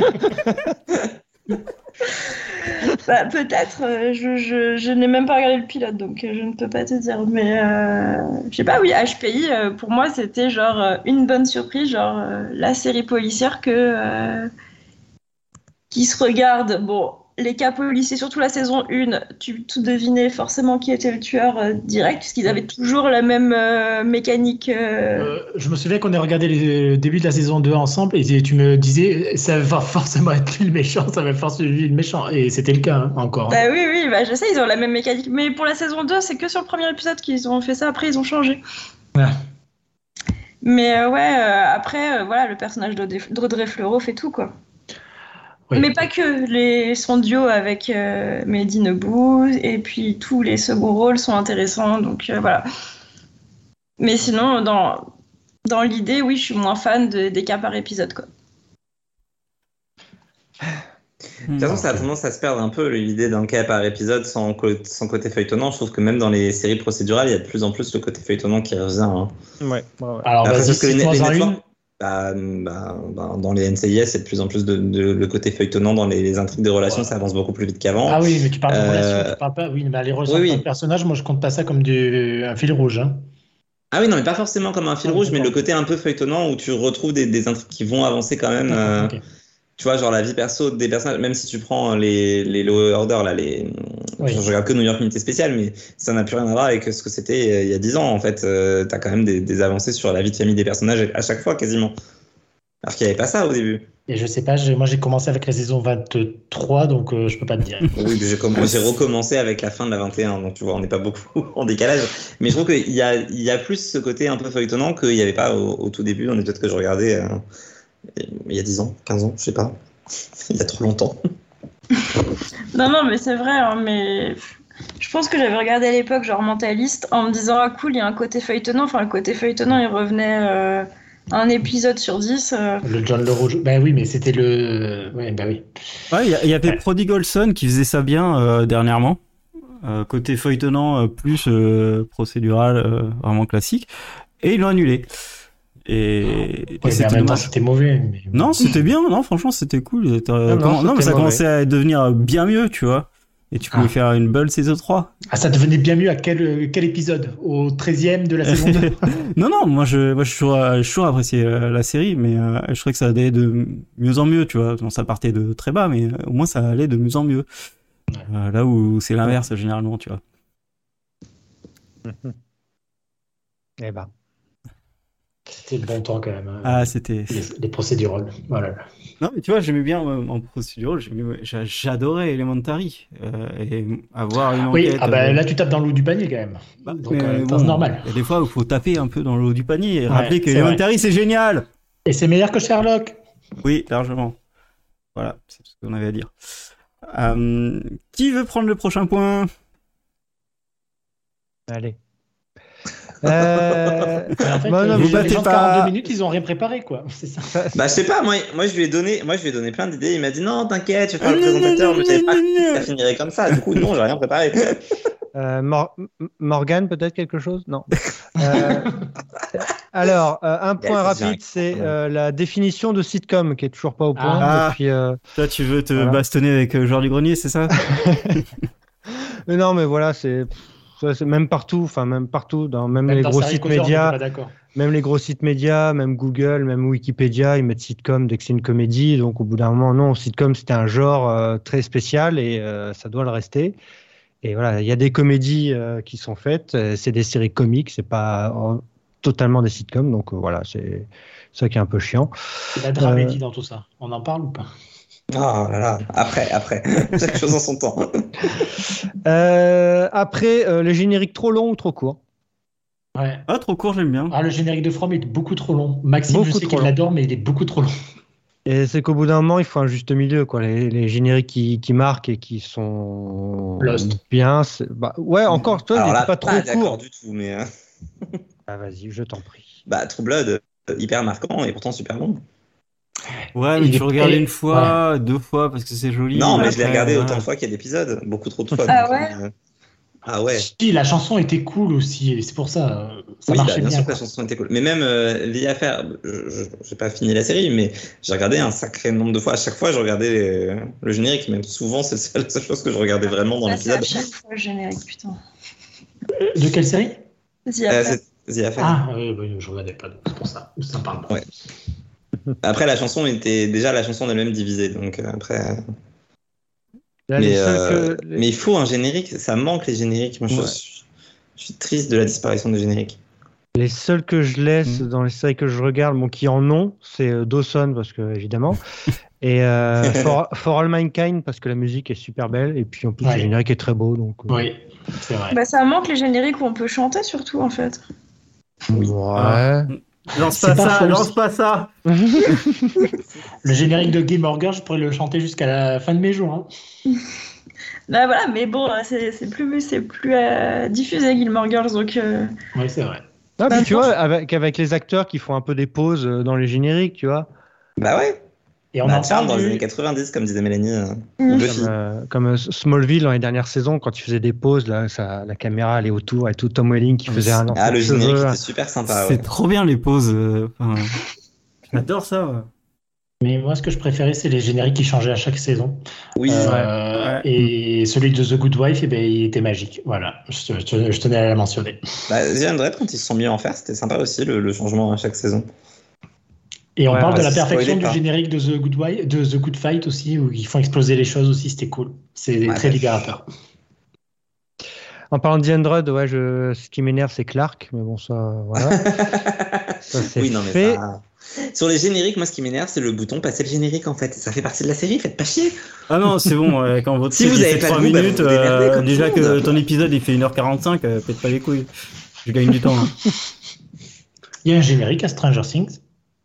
Speaker 5: Bah, peut-être, euh, je, je- je n'ai même pas regardé le pilote, donc euh, je ne peux pas te dire. Mais euh, je sais pas, oui, HPI, euh, pour moi, c'était genre euh, une bonne surprise, genre euh, la série policière que, euh, qui se regarde. Bon, les cas policiers, surtout la saison 1, tu, tu devinais forcément qui était le tueur euh, direct, puisqu'ils avaient toujours la même euh, mécanique. euh,
Speaker 4: Euh, je me souviens qu'on a regardé les- le début de la saison 2 ensemble et tu me disais ça va forcément être lui le méchant, ça va forcément être lui le méchant. Et c'était le cas hein, encore.
Speaker 5: Bah oui, oui, bah je sais, ils ont la même mécanique. Mais pour la saison 2, c'est que sur le premier épisode qu'ils ont fait ça. Après, ils ont changé.
Speaker 4: Ouais.
Speaker 5: Mais euh, ouais, euh, après, euh, voilà, le personnage d'Audrey d'Audrey Fleurot fait tout, quoi.
Speaker 4: Oui.
Speaker 5: Bah, Mais pas que. Les, son duo avec euh, Mehdi Nebou, et puis tous les seconds rôles sont intéressants, donc euh, voilà. Mais sinon, dans, dans l'idée, oui, je suis moins fan de- des cas par épisode, quoi.
Speaker 1: De toute façon, ça a tendance à se perdre un peu l'idée d'un cas par épisode sans, co- sans côté feuilletonnant. Je trouve que même dans les séries procédurales, il y a de plus en plus le côté feuilletonnant qui revient. hein.
Speaker 3: Ouais, ouais, ouais.
Speaker 4: Alors,
Speaker 1: Après,
Speaker 4: vas-y,
Speaker 1: sauf que les,
Speaker 4: cite-moi
Speaker 1: les
Speaker 4: en une.
Speaker 1: Netflix- bah, bah, bah, dans les NCIS, c'est de plus en plus de, de- le côté feuilletonnant dans les, les intrigues des relations,
Speaker 4: Ouais.
Speaker 1: ça avance beaucoup plus vite qu'avant.
Speaker 4: Ah oui, mais tu parles de
Speaker 1: Euh,
Speaker 4: relations, tu parles pas. Oui, mais les relations
Speaker 1: oui, oui.
Speaker 4: entre personnages, moi je compte pas ça comme du, un fil rouge. hein.
Speaker 1: Ah oui, non, mais pas forcément comme un fil
Speaker 4: Ah,
Speaker 1: rouge, mais
Speaker 4: d'accord.
Speaker 1: le côté un peu feuilletonnant où tu retrouves des, des intrigues qui vont avancer quand même. euh,
Speaker 4: Ok.
Speaker 1: Tu vois, genre la vie perso des personnages, même si tu prends les, les lower order, là, les.
Speaker 4: Oui.
Speaker 1: Je regarde que New York Unité Spéciale, mais ça n'a plus rien à voir avec ce que c'était euh, il y a 10 ans, en fait. Euh, T'as quand même des, des avancées sur la vie de famille des personnages à chaque fois, quasiment. Alors qu'il n'y avait pas ça au début.
Speaker 4: Et je sais pas, j'ai- moi j'ai commencé avec la saison 23, donc euh, je peux pas te dire.
Speaker 1: Oui, puis j'ai comm- j'ai recommencé avec la fin de la 21, donc tu vois, on n'est pas beaucoup en décalage. Mais je trouve qu'il y a, il y a plus ce côté un peu feuilletonnant qu'il n'y avait pas au, au tout début, on est peut-être que je regardais euh, il y a 10 ans, 15 ans, je sais pas. Il y a trop longtemps.
Speaker 5: Non, non, mais c'est vrai, hein, mais je pense que j'avais regardé à l'époque, genre mentaliste, en me disant, ah cool, il y a un côté feuilletonnant. Enfin, le côté feuilletonnant, il revenait euh, un épisode sur dix. euh.
Speaker 4: Le John le Rouge. Ben oui, mais c'était le. Ouais, ben oui.
Speaker 2: Ouais, il y a- il y, avait Prodigal Son qui faisait ça bien euh, dernièrement. Euh, côté feuilletonnant euh, plus euh, procédural, euh, vraiment classique. Et ils l'ont annulé. Et, et
Speaker 4: Ouais, mais en
Speaker 2: c'était
Speaker 4: même temps,
Speaker 2: dommage.
Speaker 4: c'était mauvais. mais-
Speaker 2: Non, c'était bien, non, franchement, c'était cool. Euh,
Speaker 3: non,
Speaker 2: comment-
Speaker 3: c'était
Speaker 2: mais ça
Speaker 3: mauvais.
Speaker 2: commençait à devenir bien mieux, tu vois. Et tu pouvais
Speaker 4: Ah.
Speaker 2: faire une belle saison 3.
Speaker 4: Ah, ça devenait bien mieux à quel, quel épisode Au 13e de la saison 2
Speaker 2: non, non, moi, je, moi, je suis toujours, euh, j'ai toujours apprécié euh, la série, mais euh, je trouvais que ça allait de mieux en mieux, tu vois. Bon, ça partait de très bas, mais euh, au moins, ça allait de mieux en mieux.
Speaker 4: Ouais.
Speaker 2: Euh, là où c'est l'inverse, généralement, tu vois.
Speaker 3: Eh ben.
Speaker 4: C'était le bon temps quand même. hein.
Speaker 2: Ah, c'était.
Speaker 4: les, les procédurales. Voilà.
Speaker 2: Non, mais tu vois, j'aimais bien euh, en procédure, j'aimais- j'a- j'adorais Elementary. euh, et avoir une
Speaker 4: Oui,
Speaker 2: enquête.
Speaker 4: ah ben,
Speaker 2: euh,
Speaker 4: là tu tapes dans l'eau du panier quand même.
Speaker 2: bah,
Speaker 4: Donc,
Speaker 2: mais
Speaker 4: euh,
Speaker 2: bon,
Speaker 4: c'est normal.
Speaker 2: Il y a des fois où il faut taper un peu dans l'eau du panier et
Speaker 4: Ouais,
Speaker 2: rappeler que
Speaker 4: c'est vrai.
Speaker 2: Elementary, c'est génial
Speaker 4: Et c'est meilleur que Sherlock.
Speaker 2: Oui, largement. Voilà, c'est tout ce qu'on avait à dire. Euh, qui veut prendre le prochain point
Speaker 3: Allez. Euh,
Speaker 4: En fait,
Speaker 3: bah, non,
Speaker 4: euh,
Speaker 2: vous
Speaker 4: les gens
Speaker 2: battez
Speaker 4: de
Speaker 2: pas.
Speaker 4: 42 minutes, ils ont rien préparé quoi. C'est ça.
Speaker 3: ça-
Speaker 1: Bah, je sais pas, moi, moi, je lui ai donné, moi, je lui ai donné plein d'idées. Il m'a dit non, t'inquiète, je vais
Speaker 2: Ah,
Speaker 1: faire le
Speaker 2: non, non,
Speaker 1: présentateur,
Speaker 2: non,
Speaker 1: mais je savais
Speaker 2: non,
Speaker 1: pas que
Speaker 2: non,
Speaker 1: ça finirait comme ça. Du coup, non, j'ai rien préparé.
Speaker 3: euh, Mor- M- Morgane, peut-être quelque chose Non. Euh, alors, euh, un
Speaker 1: Il y a
Speaker 3: point
Speaker 1: le direct.
Speaker 3: rapide, c'est euh, la définition de sitcom qui est toujours pas au point.
Speaker 2: Ah.
Speaker 3: depuis, euh,
Speaker 2: Toi, tu veux te
Speaker 3: Voilà.
Speaker 2: bastonner avec euh, Jean du Grenier, c'est ça
Speaker 3: mais non, mais voilà, c'est ça, c'est même partout, enfin même partout, dans même, les
Speaker 4: dans
Speaker 3: gros
Speaker 4: Sarah
Speaker 3: sites
Speaker 4: Connor, on
Speaker 3: médias.
Speaker 4: était pas d'accord.
Speaker 3: Même les gros sites médias, même Google, même Wikipédia, ils mettent sitcom dès que c'est une comédie. Donc au bout d'un moment, non, sitcom c'était un genre euh, très spécial et euh, ça doit le rester. Et voilà, il y a des comédies euh, qui sont faites, euh, c'est des séries comiques, c'est pas euh, totalement des sitcoms, donc euh, voilà, c'est ça qui est un peu chiant.
Speaker 4: La
Speaker 3: euh,
Speaker 4: dramédie dans tout ça. On en parle ou pas
Speaker 1: Ah là là, après, après, chaque chose en son temps.
Speaker 3: Euh, après, euh, les génériques trop longs ou trop courts.
Speaker 4: Ouais.
Speaker 2: Ah, trop court, j'aime bien.
Speaker 4: Ah, le générique de From est beaucoup trop long. Maxime,
Speaker 3: Beaucoup
Speaker 4: je sais
Speaker 3: trop
Speaker 4: qu'il
Speaker 3: long.
Speaker 4: l'adore, mais il est beaucoup trop long.
Speaker 3: Et c'est qu'au bout d'un moment, il faut un juste milieu, quoi. Les, les génériques qui, qui marquent et qui sont
Speaker 4: Lost.
Speaker 3: bien. c'est- Bah, ouais, encore, toi, il
Speaker 1: Alors
Speaker 3: est
Speaker 1: là,
Speaker 3: pas trop
Speaker 1: d'accord
Speaker 3: court.
Speaker 1: du tout, mais euh,
Speaker 3: Ah, vas-y, je t'en prie.
Speaker 1: bah, True Blood, euh, hyper marquant et pourtant super long.
Speaker 2: Ouais,
Speaker 4: Il
Speaker 2: mais
Speaker 4: est
Speaker 2: tu regardes
Speaker 4: prêt.
Speaker 2: une fois, deux fois parce que c'est joli.
Speaker 1: non, mais
Speaker 2: après,
Speaker 1: je l'ai regardé
Speaker 2: voilà.
Speaker 1: autant de fois qu'il y a d'épisodes, beaucoup trop de fois.
Speaker 5: Ah
Speaker 1: donc,
Speaker 5: ouais
Speaker 1: euh, Ah ouais.
Speaker 4: Si, la chanson était cool aussi, et c'est pour ça. euh, Ça
Speaker 1: Oui, bah,
Speaker 4: marchait
Speaker 1: bien,
Speaker 4: bien.
Speaker 1: sûr que
Speaker 4: quoi.
Speaker 1: la chanson était cool. Mais même euh, Vieille Affaire, je- je j'ai pas fini la série, mais j'ai regardé un sacré nombre de fois. À chaque fois, je regardais les- le générique, même souvent, c'est la seule- seule chose que je regardais vraiment dans
Speaker 5: Ah, c'est à
Speaker 1: l'épisode.
Speaker 5: chaque fois le générique, putain.
Speaker 4: De quelle série
Speaker 5: Vas-y,
Speaker 1: Euh,
Speaker 5: après.
Speaker 1: c'est Vieille Affaire.
Speaker 4: Ah, euh, bah, je regardais pas, donc c'est pour ça. Ça me parle pas.
Speaker 1: Ouais. Après, la chanson était déjà la chanson elle-même divisée, donc euh, après. euh,
Speaker 3: Là, les
Speaker 1: mais,
Speaker 3: seuls
Speaker 1: euh,
Speaker 3: Bah, que- les-
Speaker 1: mais il faut un générique, ça manque les génériques. Moi, je,
Speaker 3: Ouais.
Speaker 1: suis- je suis triste de la disparition des génériques.
Speaker 3: Les seuls que je laisse
Speaker 1: Hmm.
Speaker 2: Mhm.
Speaker 3: dans les séries que je regarde, bon, qui en ont, c'est euh, Dawson, parce que évidemment, et euh, For, For All Mankind, parce que la musique est super belle, et puis en plus,
Speaker 4: Ouais.
Speaker 3: le générique est très beau. Donc, euh,
Speaker 4: Oui, c'est vrai.
Speaker 5: Bah, ça manque les génériques où on peut chanter surtout en fait.
Speaker 3: ouais.
Speaker 2: Lance
Speaker 4: C'est
Speaker 2: pas,
Speaker 4: pas
Speaker 2: ça,
Speaker 4: faux.
Speaker 2: lance pas ça.
Speaker 4: Le générique de Game Over, je pourrais le chanter jusqu'à la fin de mes jours. hein.
Speaker 5: Bah voilà, mais bon, c'est c'est plus, c'est plus euh, diffusé Gilmore Girls, donc euh,
Speaker 4: Oui, c'est vrai.
Speaker 3: Ah, puis, tu
Speaker 5: Maintenant,
Speaker 3: vois, avec, avec les acteurs qui font un peu des pauses euh, dans les génériques, tu vois,
Speaker 1: Bah ouais,
Speaker 4: Et on
Speaker 1: bah,
Speaker 4: en
Speaker 1: Charles
Speaker 4: parle
Speaker 1: dans les
Speaker 4: du-
Speaker 1: années 90, comme disait Mélanie. euh,
Speaker 5: Mm.
Speaker 1: ou Buffy.
Speaker 3: comme, euh, comme, euh, Smallville dans les dernières saisons, quand ils faisaient des pauses, là, ça, la caméra allait autour et tout. Tom Welling qui faisait un
Speaker 1: Ah,
Speaker 3: enfant
Speaker 1: le
Speaker 3: de cheveux, hein.
Speaker 1: générique
Speaker 3: là.
Speaker 1: était super sympa.
Speaker 2: C'est
Speaker 1: ouais.
Speaker 2: trop bien les pauses. euh, enfin, J'adore ça. ouais.
Speaker 4: Mais moi, ce que je préférais, c'est les génériques qui changeaient à chaque saison.
Speaker 1: Oui,
Speaker 4: Euh, Et celui de The Good Wife, eh ben, il était magique. Voilà, je, je- je tenais à la mentionner.
Speaker 1: Bah, The Android, quand ils se sont mis à en faire, c'était sympa aussi le, le changement à chaque saison.
Speaker 4: Et on
Speaker 3: Ouais,
Speaker 4: parle
Speaker 3: bah,
Speaker 4: de la
Speaker 1: c'est
Speaker 4: perfection
Speaker 1: spoilé,
Speaker 4: du
Speaker 1: pas.
Speaker 4: générique de The Good Wife, de The Good Fight aussi, où ils font exploser les choses aussi, c'était cool. C'est
Speaker 1: Ouais,
Speaker 4: très
Speaker 1: bah,
Speaker 4: libérateur.
Speaker 3: En parlant d'Android, ouais, je... ce qui m'énerve, c'est Clark, mais bon, ça, voilà. ça c'est
Speaker 1: oui, non, mais
Speaker 3: fait.
Speaker 1: ça- Sur les génériques, moi, ce qui m'énerve, c'est le bouton passer le générique en fait. Ça fait partie de la série, faites pas chier.
Speaker 2: Ah non, c'est bon, ouais, quand votre
Speaker 1: Si
Speaker 2: série
Speaker 1: vous avez
Speaker 2: fait
Speaker 1: pas
Speaker 2: 3
Speaker 1: le goût, bah,
Speaker 2: minutes,
Speaker 1: vous vous démerdez
Speaker 2: euh,
Speaker 1: comme tout
Speaker 2: déjà
Speaker 1: le
Speaker 2: que
Speaker 1: monde.
Speaker 2: ton épisode il fait 1h45, euh, pète pas les couilles. Je gagne du temps. hein.
Speaker 4: Il y a un générique à Stranger Things.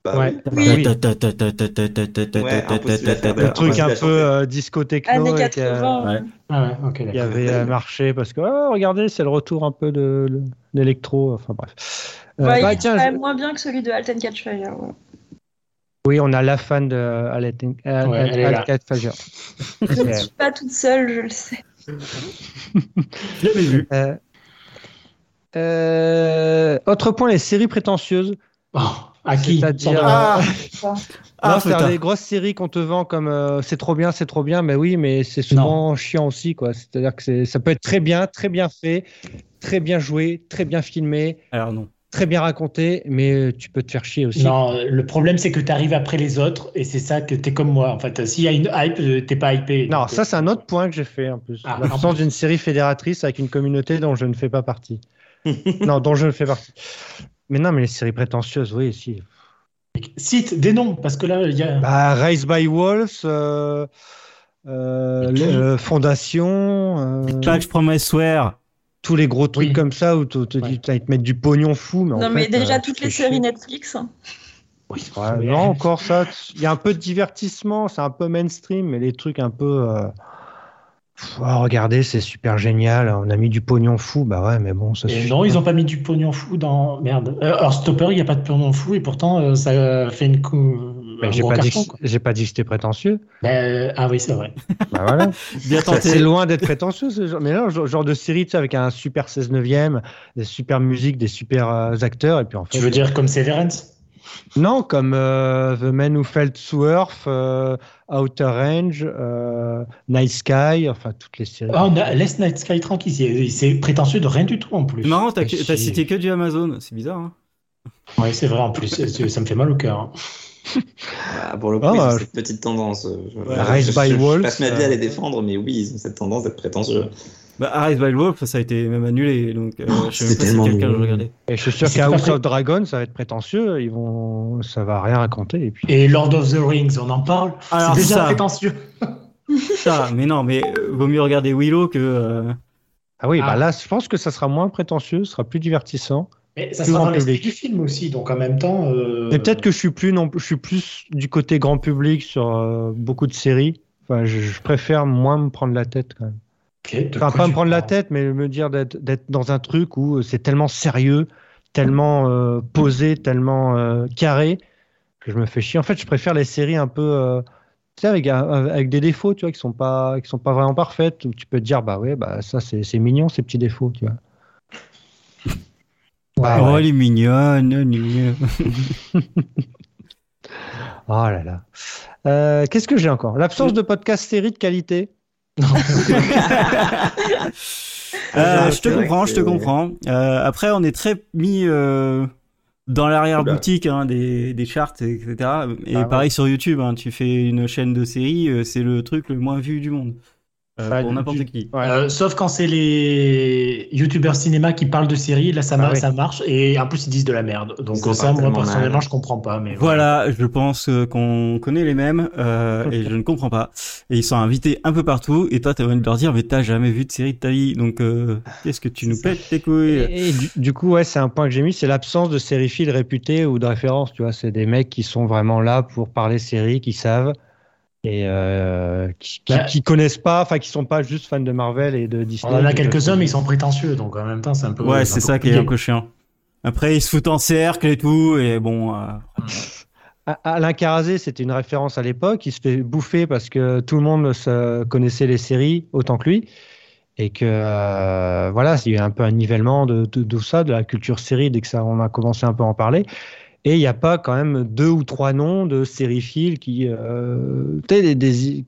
Speaker 1: Bah,
Speaker 3: Ouais.
Speaker 2: Ouais,
Speaker 3: Oui.
Speaker 1: impossible à faire.
Speaker 3: Le
Speaker 1: Ouais,
Speaker 3: truc
Speaker 1: ouais,
Speaker 3: un
Speaker 1: la
Speaker 3: peu
Speaker 1: chanson.
Speaker 3: euh, disco techno.
Speaker 5: années euh,
Speaker 3: et qui a-
Speaker 5: 80.
Speaker 2: ouais.
Speaker 4: Ah ouais, ok,
Speaker 3: Il y
Speaker 4: d'accord.
Speaker 3: avait euh, marché parce que oh, regardez, c'est le retour un peu de de- d'électro. Enfin bref. Euh,
Speaker 5: Ouais,
Speaker 3: bah,
Speaker 5: il est
Speaker 3: tiens,
Speaker 5: quand
Speaker 3: je-
Speaker 5: même moins bien que celui de Halt and Catch Fire. ouais.
Speaker 3: oui, on a la fan de euh, Alette- Al-
Speaker 4: Ouais, elle est
Speaker 3: Al-
Speaker 4: là.
Speaker 3: Al- Fager.
Speaker 5: Je ne suis pas toute seule, je le sais.
Speaker 2: Je l'avais vu.
Speaker 3: Euh, euh, Autre point, les séries prétentieuses.
Speaker 4: Oh, à qui
Speaker 3: C'est-à-dire-
Speaker 4: Sandra
Speaker 2: Ah,
Speaker 3: Non,
Speaker 2: ah
Speaker 3: faire
Speaker 2: putain.
Speaker 3: des grosses séries qu'on te vend comme euh, c'est trop bien, c'est trop bien, mais oui, mais c'est souvent chiant aussi, quoi. C'est-à-dire que c'est- ça peut être très bien, très bien fait, très bien joué, très bien filmé,
Speaker 2: Alors non.
Speaker 3: très bien raconté, mais euh, tu peux te faire chier aussi.
Speaker 4: Non, euh, le problème c'est que tu arrives après les autres et c'est ça que t'es comme moi. En fait, s'il y a une hype, euh, t'es pas hypé.
Speaker 3: Non,
Speaker 4: Donc,
Speaker 3: ça
Speaker 4: euh,
Speaker 3: c'est un autre point que j'ai fait en plus.
Speaker 4: Ah, en
Speaker 3: L'absence
Speaker 4: plus.
Speaker 3: d'une série fédératrice avec une communauté dont je ne fais pas partie. non, dont je ne fais partie. Mais non, mais les séries prétentieuses, oui, si.
Speaker 4: Cite des noms parce que là, il y a.
Speaker 3: Bah, Raised by Wolves, euh, euh,
Speaker 4: Et tout.
Speaker 3: le- Fondation, euh,
Speaker 2: Patch Promise Swear.
Speaker 3: tous les gros trucs
Speaker 4: Oui.
Speaker 3: comme ça où tu te
Speaker 4: Ouais.
Speaker 3: dis, putain, ils te mettent du pognon fou. Mais en
Speaker 5: non, mais
Speaker 3: fait,
Speaker 5: déjà,
Speaker 3: euh,
Speaker 5: toutes
Speaker 3: tu
Speaker 5: les
Speaker 3: fais
Speaker 5: séries euh,
Speaker 3: chier.
Speaker 5: Netflix. hein.
Speaker 4: Oui,
Speaker 3: Ouais,
Speaker 4: mais-
Speaker 3: non, encore ça. Il y a un peu de divertissement, c'est un peu mainstream, mais les trucs un peu. euh, pff, oh, regardez, c'est super génial. On a mis du pognon fou. Bah ouais, mais bon, ça
Speaker 4: Et
Speaker 3: suffit
Speaker 4: non,
Speaker 3: pas.
Speaker 4: ils ont pas mis du pognon fou dans. Merde. Euh, Heartstopper, il n'y a pas de pognon fou et pourtant, euh, ça euh, fait une. cou- un
Speaker 3: Mais j'ai
Speaker 4: gros
Speaker 3: pas, dit
Speaker 4: carton,
Speaker 3: que-
Speaker 4: quoi.
Speaker 3: j'ai pas dit que c'était prétentieux.
Speaker 4: Ben, ah oui, c'est vrai.
Speaker 3: Bah voilà.
Speaker 2: Bien
Speaker 3: Ça, c'est
Speaker 2: tenté.
Speaker 3: loin d'être prétentieux. ce genre. Mais non, genre genre de série, tu sais, avec un super 16 neuvième, des super musiques, des super euh, acteurs, et puis en fait.
Speaker 4: Tu veux dire comme Severance
Speaker 3: Non, comme euh, The Man Who Fell to Earth, euh, Outer Range, euh, Night Sky, enfin toutes les séries.
Speaker 4: Ah, on a- Laisse Night Sky tranquille, c'est- c'est prétentieux de rien du tout en plus.
Speaker 2: C'est marrant, t'as
Speaker 3: Ah,
Speaker 2: que- t'as
Speaker 3: si.
Speaker 2: cité que du Amazon. C'est bizarre. hein.
Speaker 4: Oui, c'est vrai en plus, ça ça me fait mal au cœur. hein.
Speaker 1: Bah, pour le coup,
Speaker 3: Ah,
Speaker 1: ils ont
Speaker 3: euh,
Speaker 1: cette petite tendance. euh, je-
Speaker 2: Ouais.
Speaker 1: je-
Speaker 3: Rise
Speaker 1: je-
Speaker 3: by
Speaker 1: je- je
Speaker 3: Wolves,
Speaker 1: passe ma vie à
Speaker 3: euh,
Speaker 1: les défendre, mais oui, ils ont cette tendance d'être prétentieux.
Speaker 2: Bah, Arise by Wolf, ça a été même annulé, donc euh, je sais même
Speaker 1: Oh, c'est
Speaker 2: pas si
Speaker 1: tellement
Speaker 2: quelqu'un le
Speaker 1: nul.
Speaker 2: regardait.
Speaker 3: Et je suis sûr
Speaker 4: C'est
Speaker 3: qu'à
Speaker 4: pas
Speaker 3: House
Speaker 4: vrai.
Speaker 3: of Dragon, ça va être prétentieux. Ils vont, ça va rien raconter. Et puis,
Speaker 4: Et Lord of the Rings, on en parle.
Speaker 2: Alors
Speaker 4: c'est déjà
Speaker 2: ça,
Speaker 4: prétentieux.
Speaker 2: ça, mais non, mais euh, vaut mieux regarder Willow que. euh,
Speaker 3: ah oui,
Speaker 4: Ah.
Speaker 3: bah là, je pense que ça sera moins prétentieux, ce sera plus divertissant.
Speaker 4: Mais ça
Speaker 3: Plus
Speaker 4: sera
Speaker 3: grand
Speaker 4: dans l'esprit
Speaker 3: public.
Speaker 4: du film aussi, donc en même temps. euh,
Speaker 3: Mais peut-être que je suis plus, non, je suis plus du côté grand public sur euh, beaucoup de séries. Enfin, je, je préfère moins me prendre la tête quand même.
Speaker 4: Ok, de
Speaker 3: Enfin,
Speaker 4: quoi
Speaker 3: pas
Speaker 4: tu
Speaker 3: me prendre la
Speaker 4: parles
Speaker 3: tête, mais me dire d'être d'être dans un truc où c'est tellement sérieux, tellement euh, posé, tellement euh, carré, que je me fais chier. En fait, je préfère les séries un peu, euh, tu sais, avec, un- avec des défauts, tu vois, qui sont pas, qui sont pas vraiment parfaites, où tu peux te dire, bah ouais, bah ça, c'est c'est mignon, ces petits défauts, tu vois. Bah
Speaker 2: oh,
Speaker 3: ouais.
Speaker 2: elle est mignonne, elle est mignonne.
Speaker 3: Oh là là. Euh, Qu'est-ce que j'ai encore L'absence de podcast série de qualité.
Speaker 2: Euh, je te
Speaker 1: c'est vrai
Speaker 2: comprends,
Speaker 1: que-
Speaker 2: je te comprends. Euh, après, on est très mis euh, dans l'arrière-boutique hein, des, des charts, etc. Et
Speaker 3: ouais.
Speaker 2: pareil sur YouTube, hein, tu fais une chaîne de séries, euh, c'est le truc le moins vu du monde. Euh,
Speaker 3: Bah,
Speaker 2: pour
Speaker 3: du-
Speaker 2: n'importe qui.
Speaker 3: Ouais.
Speaker 4: Euh, sauf quand c'est les youtubeurs cinéma qui parlent de séries, là ça,
Speaker 3: Ah
Speaker 4: mar-
Speaker 3: ouais.
Speaker 4: ça marche et en plus ils disent de la merde. Donc
Speaker 1: Ils en
Speaker 4: ça,
Speaker 1: parlent
Speaker 4: moi
Speaker 1: tellement
Speaker 4: personnellement,
Speaker 1: mal.
Speaker 4: je comprends pas. Mais
Speaker 2: Voilà, je pense euh, qu'on connaît les mêmes euh, et je ne comprends pas. Et ils sont invités un peu partout et toi t'as envie de leur dire mais t'as jamais vu de série de ta vie donc euh, qu'est-ce que tu nous pètes tes couilles
Speaker 3: Et du, du coup, ouais, c'est un point que j'ai mis, c'est l'absence de sériphiles réputés ou de références. Tu vois, c'est des mecs qui sont vraiment là pour parler séries, qui savent et euh, qui, qui,
Speaker 4: Bah.
Speaker 3: qui connaissent pas, enfin, qui sont pas juste fans de Marvel et de
Speaker 4: On
Speaker 3: Disney.
Speaker 4: en a
Speaker 3: quelques
Speaker 4: quelques-uns, mais ils sont prétentieux, donc en même temps, c'est un peu.
Speaker 2: Ouais
Speaker 4: un
Speaker 2: c'est
Speaker 4: peu
Speaker 2: ça qui est un
Speaker 4: compliqué.
Speaker 2: peu chiant. Après ils se foutent en cercle et tout et bon euh,
Speaker 3: A- Alain Carazé, c'était une référence à l'époque. Il se fait bouffer parce que tout le monde se- connaissait les séries autant que lui. Et que, euh, voilà, il y a eu un peu un nivellement de de- de tout ça, de la culture série, dès que ça, on a commencé un peu à en parler. Et il n'y a pas quand même deux ou trois noms de sériphiles qui, euh, tu sais, des, des,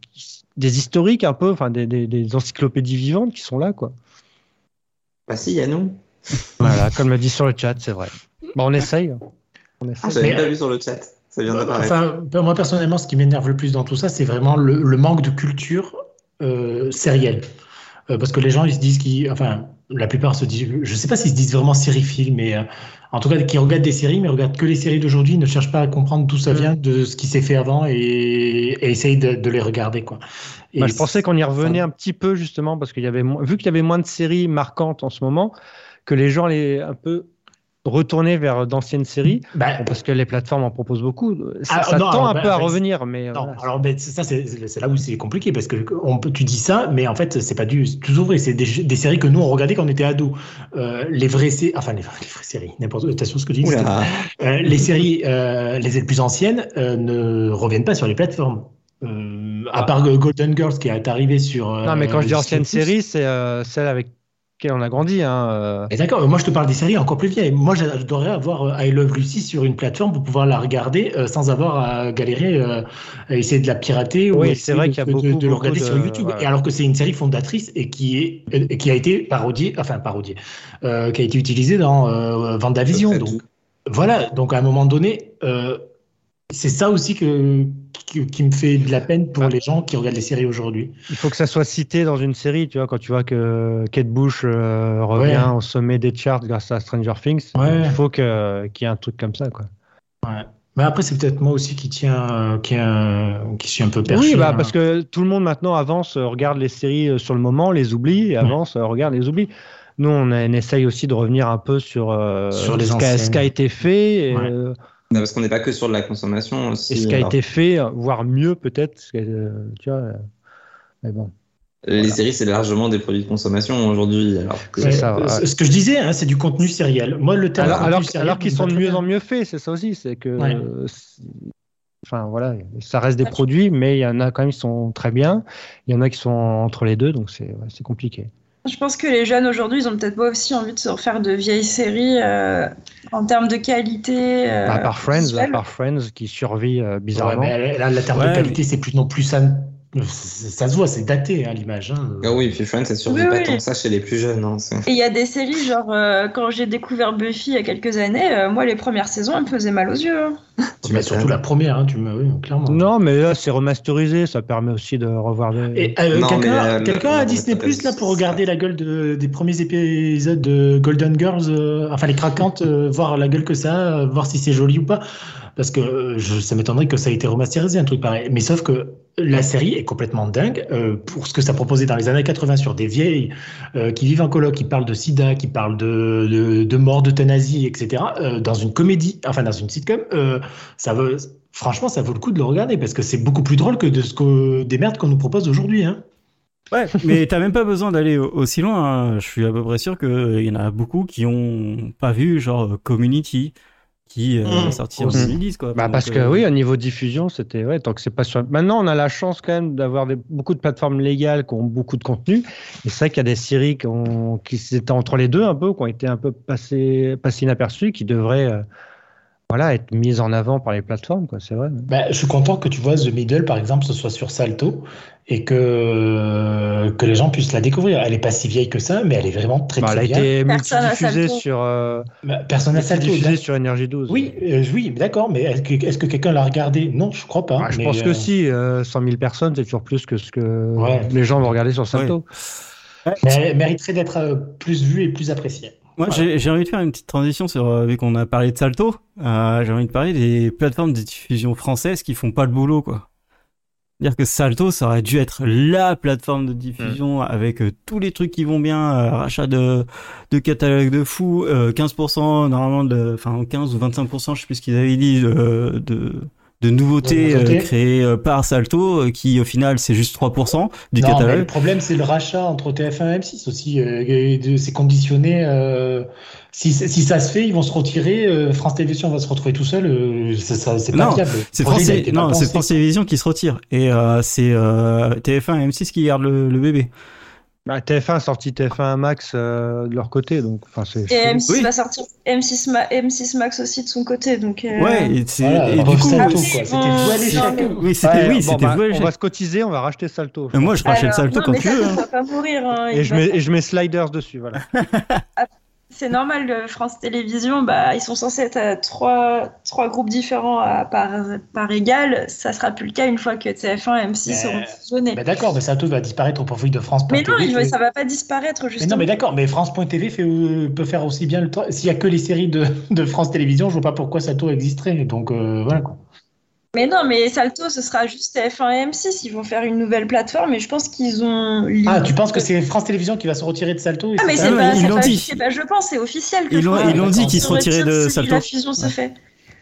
Speaker 3: des historiques un peu, enfin, des, des- des encyclopédies vivantes qui sont là, quoi.
Speaker 1: Bah si, il y a nous.
Speaker 3: Voilà, comme le dit sur le chat, c'est vrai. Bon, on essaye. hein. On
Speaker 1: Ah,
Speaker 3: essaye.
Speaker 1: je l'avais
Speaker 4: Mais-
Speaker 1: pas vu sur le chat. Ça
Speaker 3: Bah,
Speaker 1: vient d'apparaître.
Speaker 4: Enfin, moi personnellement, ce qui m'énerve le plus dans tout ça, c'est vraiment le, le manque de culture euh, sérielle. Euh, parce que les gens, ils se disent qu'ils. Enfin, la plupart se disent. Je sais pas s'ils se disent vraiment sériphiles, mais euh, en tout cas, qui regardent des séries, mais regardent que les séries d'aujourd'hui, ils ne cherchent pas à comprendre d'où ça
Speaker 3: Mm.
Speaker 4: vient, de ce qui s'est fait avant et, et essayent de, de les regarder, quoi. Et
Speaker 3: Bah, je pensais qu'on y revenait
Speaker 4: ça-
Speaker 3: un petit peu justement parce qu'il y avait moins- vu qu'il y avait moins de séries marquantes en ce moment que les gens les un peu retournaient vers d'anciennes séries
Speaker 4: Bah,
Speaker 3: bon, parce que les plateformes en proposent beaucoup. Ça,
Speaker 4: Ah,
Speaker 3: ça
Speaker 4: non,
Speaker 3: tend
Speaker 4: alors,
Speaker 3: un
Speaker 4: bah,
Speaker 3: peu à
Speaker 4: bah,
Speaker 3: revenir, mais
Speaker 4: Non,
Speaker 3: Euh, voilà.
Speaker 4: alors ben, c'est- ça c'est c'est là où c'est compliqué parce que on peut- tu dis ça, mais en fait c'est pas du c'est toujours vrai, c'est des, des séries que nous on regardait quand on était ados. Euh, les vraies séries, enfin les, vraies les vraies séries, n'importe attention à ce que je dis.
Speaker 1: Oula.
Speaker 4: Euh, les séries euh, les plus anciennes euh, ne reviennent pas sur les plateformes. Euh, à part euh, Golden Girls qui est arrivé sur. euh,
Speaker 3: Ah. non, mais quand je dis
Speaker 4: Disney+.
Speaker 3: ancienne série, c'est euh, celle avec laquelle on a grandi. Hein, euh.
Speaker 4: Mais d'accord, moi je te parle des séries encore plus vieilles. Moi j'adorerais avoir euh, I Love Lucy sur une plateforme pour pouvoir la regarder euh, sans avoir à galérer, euh, à essayer de la pirater ou
Speaker 3: Oui,
Speaker 4: essayer
Speaker 3: c'est vrai
Speaker 4: de-
Speaker 3: qu'il y a
Speaker 4: de,
Speaker 3: beaucoup,
Speaker 4: de le
Speaker 3: beaucoup
Speaker 4: regarder
Speaker 3: de-
Speaker 4: sur YouTube.
Speaker 3: ouais.
Speaker 4: Et alors que c'est une série fondatrice et qui, est, et qui a été parodiée, enfin parodiée, euh, qui a été utilisée dans euh,
Speaker 1: Vision,
Speaker 4: Vendavision. Donc voilà, donc à un moment donné, euh, c'est ça aussi que, qui, qui me fait de la peine pour
Speaker 3: Bah.
Speaker 4: les gens qui regardent les séries aujourd'hui.
Speaker 3: Il faut que ça soit cité dans une série, tu vois, quand tu vois que Kate Bush euh, revient au sommet des charts grâce à Stranger Things,
Speaker 4: Ouais.
Speaker 3: il faut que- euh, qu'il y ait un truc comme ça, quoi.
Speaker 4: Ouais. Mais après, c'est peut-être moi aussi qui tiens, euh, qui, euh, qui suis un peu perché.
Speaker 3: Oui, bah,
Speaker 4: hein.
Speaker 3: parce que tout le monde maintenant avance, euh, regarde les séries euh, sur le moment, les oublie, et avance, euh, regarde, les oublie. Nous, on, a- on essaye aussi de revenir un peu sur, euh,
Speaker 4: Sur les
Speaker 3: ce, qu'a, ce
Speaker 4: anciennes.
Speaker 3: qu'a été fait, et,
Speaker 4: Ouais.
Speaker 3: euh,
Speaker 1: Non, parce qu'on n'est pas que sur de la consommation
Speaker 3: et
Speaker 1: aussi.
Speaker 3: ce qui a
Speaker 1: Alors,
Speaker 3: été fait, euh, voire mieux peut-être. ce qu'a- euh, tu vois, euh, mais bon.
Speaker 1: Les séries, c'est largement des produits de consommation aujourd'hui. Alors que...
Speaker 3: C'est ça, ouais.
Speaker 4: Ce que je disais, hein, c'est du contenu sériel. Moi, le terme.
Speaker 3: Alors,
Speaker 4: contenu
Speaker 3: alors,
Speaker 4: sériel
Speaker 3: alors qu'ils
Speaker 4: me
Speaker 3: sont
Speaker 4: va
Speaker 3: de
Speaker 4: très
Speaker 3: mieux
Speaker 4: bien.
Speaker 3: en mieux faits, c'est ça aussi, c'est que.
Speaker 4: Ouais.
Speaker 3: euh, c'est- Enfin voilà, ça reste des produits, mais il y en a quand même qui sont très bien, il y en a qui sont entre les deux, donc c'est, ouais, c'est compliqué.
Speaker 5: Je pense que les jeunes aujourd'hui, ils ont peut-être pas aussi envie de se refaire de vieilles séries euh, en termes de qualité. euh,
Speaker 3: à part Bah, Friends, à
Speaker 5: visuelle.
Speaker 3: part Friends qui survit euh,
Speaker 4: Ouais,
Speaker 3: bizarrement.
Speaker 4: mais là, la terme
Speaker 2: Ouais,
Speaker 4: de qualité, c'est plus non plus ça. Ça ça se voit, c'est daté hein, l'image. hein.
Speaker 1: Ah oui, puis Friends, ça survit
Speaker 5: Oui,
Speaker 1: pas
Speaker 5: oui.
Speaker 1: tant que ça chez les plus jeunes. hein, c'est-
Speaker 5: Et il y a des séries, genre, euh, quand j'ai découvert Buffy il y a quelques années, euh, moi, les premières saisons, elles me faisaient mal aux yeux. hein.
Speaker 4: Tu mets surtout la première, hein, tu mets, oui, clairement.
Speaker 3: Non, mais là, c'est remasterisé. Ça permet aussi de revoir les.
Speaker 4: Et euh,
Speaker 1: Non, mais,
Speaker 4: quelqu'un
Speaker 1: euh,
Speaker 4: quelqu'un
Speaker 1: non,
Speaker 4: a
Speaker 1: mais
Speaker 4: Disney
Speaker 1: ça-
Speaker 4: Plus là pour regarder la gueule de- des premiers épisodes de Golden Girls, euh, enfin les craquantes, euh, voir la gueule que ça, a, euh, voir si c'est joli ou pas, parce que euh, je- ça m'étonnerait que ça ait été remasterisé un truc pareil. Mais sauf que la série est complètement dingue euh, pour ce que ça proposait dans les années 80 sur des vieilles euh, qui vivent en coloc, qui parlent de sida, qui parlent de, de, de mort, d'euthanasie, etc. euh, dans une comédie, enfin dans une sitcom, euh, ça veut. Franchement, ça vaut le coup de le regarder parce que c'est beaucoup plus drôle que de ce que des merdes qu'on nous propose aujourd'hui. Hein.
Speaker 2: Ouais, mais t'as même pas besoin d'aller au- aussi loin. hein. Je suis à peu près sûr qu'il y en a beaucoup qui ont pas vu, genre euh, Community, qui euh,
Speaker 4: Mmh.
Speaker 2: est sorti en
Speaker 4: Mmh.
Speaker 2: 2010, quoi.
Speaker 3: Bah
Speaker 2: Donc,
Speaker 3: parce que
Speaker 2: euh,
Speaker 3: oui, au niveau diffusion, c'était ouais, tant que c'est pas sur. Maintenant, on a la chance quand même d'avoir des- beaucoup de plateformes légales qui ont beaucoup de contenu. Et c'est vrai qu'il y a des séries qui, ont, qui étaient entre les deux un peu, qui ont été un peu passées, passées inaperçues, qui devraient euh, voilà être mises en avant par les plateformes, quoi. C'est vrai.
Speaker 4: Bah, je suis content que tu vois The Middle, par exemple, ce soit sur Salto et que, que les gens puissent la découvrir. Elle est pas si vieille que ça, mais elle est vraiment très
Speaker 3: Bah, elle
Speaker 4: très
Speaker 3: a
Speaker 4: bien.
Speaker 3: été
Speaker 5: Personne à
Speaker 3: multidiffusée
Speaker 5: Salto.
Speaker 3: sur euh,
Speaker 4: Bah, Personne à Salto.
Speaker 3: diffusée sur Energy 12.
Speaker 4: Oui, euh, oui, mais d'accord, mais est-ce que, est-ce que quelqu'un l'a regardé? Non, je crois pas.
Speaker 3: Ah, je
Speaker 4: mais,
Speaker 3: pense que
Speaker 4: euh,
Speaker 3: si, euh, 100 000 personnes, c'est toujours plus que ce que
Speaker 4: Ouais.
Speaker 3: les gens vont regarder sur Salto.
Speaker 4: Mais elle mériterait d'être euh, plus vue et plus appréciée.
Speaker 2: Moi,
Speaker 4: Voilà.
Speaker 2: j'ai- j'ai envie de faire une petite transition sur, euh, vu qu'on a parlé de Salto, euh, j'ai envie de parler des plateformes de diffusion françaises qui font pas le boulot, quoi. Dire que Salto, ça aurait dû être la plateforme de diffusion avec euh, tous les trucs qui vont bien, euh, rachat de, de catalogue de fou, euh, 15% normalement, de- enfin 15 ou 25%, je sais plus ce qu'ils avaient dit, de, de, de nouveautés
Speaker 4: De nouveautés.
Speaker 2: euh, créées euh, par Salto, euh, qui au final c'est juste 3% du
Speaker 4: Non, mais
Speaker 2: catalogue.
Speaker 4: le problème, c'est le rachat entre TF1 et M6 aussi. euh, et de- c'est conditionné. euh, si, si ça se fait, ils vont se retirer. euh, France Télévisions va se retrouver tout seul. euh, ça- ça- c'est pas
Speaker 2: Non,
Speaker 4: viable.
Speaker 2: C'est
Speaker 4: Le projet,
Speaker 2: France,
Speaker 4: il a été
Speaker 2: non,
Speaker 4: mal
Speaker 2: c'est
Speaker 4: pensé.
Speaker 2: France Télévisions qui se retire. Et euh, c'est euh, TF1 et M6 qui gardent le, le bébé.
Speaker 3: Bah, TF1 a sorti TF1 Max euh, de leur côté, donc enfin c'est.
Speaker 5: Et M6
Speaker 2: Oui.
Speaker 5: va sortir M6, Ma- M6 Max aussi de son côté. Donc, euh,
Speaker 2: Ouais, et, c'est-
Speaker 4: Voilà,
Speaker 2: et du
Speaker 4: Rof
Speaker 2: coup. euh,
Speaker 4: Salto, quoi.
Speaker 5: Ah, oui,
Speaker 4: C'était
Speaker 5: bon,
Speaker 4: voué à l'échec.
Speaker 5: non,
Speaker 2: Oui, c'était
Speaker 3: Ouais,
Speaker 2: oui,
Speaker 3: bon,
Speaker 2: c'était
Speaker 3: bah,
Speaker 2: vrai,
Speaker 3: on
Speaker 2: j'ai-
Speaker 3: va se cotiser, on va racheter Salto.
Speaker 2: Euh, Moi, je rachète
Speaker 5: alors,
Speaker 2: Salto
Speaker 5: non,
Speaker 2: quand
Speaker 5: mais
Speaker 2: tu
Speaker 5: ça,
Speaker 2: veux.
Speaker 5: ça
Speaker 2: hein.
Speaker 5: va pas mourir. hein,
Speaker 3: Et
Speaker 5: il
Speaker 3: je
Speaker 5: va
Speaker 3: mets,
Speaker 5: pas-
Speaker 3: et je mets Sliders dessus, voilà.
Speaker 5: C'est normal, le France Télévisions, bah, ils sont censés être à trois, trois groupes différents à- par, par égal. Ça sera plus le cas une fois que TF1 et M6
Speaker 4: Mais-
Speaker 5: auront fusionné.
Speaker 4: Bah d'accord, mais Salto va disparaître au profit de France.
Speaker 5: mais non,
Speaker 4: TV,
Speaker 5: il va-
Speaker 4: mais-
Speaker 5: ça va pas disparaître,
Speaker 4: Mais non,
Speaker 5: justement.
Speaker 4: mais d'accord, mais France.tv fait, euh, peut faire aussi bien le tra- S'il y a que les séries de, de France Télévisions, je vois pas pourquoi Salto existerait. Donc euh, voilà quoi.
Speaker 5: Mais non, mais Salto, ce sera juste TF1 et M6. Ils vont faire une nouvelle plateforme et je pense qu'ils ont.
Speaker 4: Ah, tu penses que c'est France Télévisions qui va se retirer de Salto et
Speaker 5: Ah, mais
Speaker 4: ça-
Speaker 5: c'est
Speaker 2: Ah,
Speaker 5: pas,
Speaker 2: mais ils
Speaker 5: c'est
Speaker 2: l'ont
Speaker 5: pas-
Speaker 2: dit.
Speaker 5: c'est pas- je pense, c'est officiel. que
Speaker 2: Ils
Speaker 5: je
Speaker 2: l'ont
Speaker 5: crois.
Speaker 2: ils l'ont dit qu'ils se
Speaker 5: Ils
Speaker 2: retiraient de
Speaker 5: retirent si
Speaker 2: Salto.
Speaker 5: La fusion se
Speaker 2: Ouais.
Speaker 5: fait.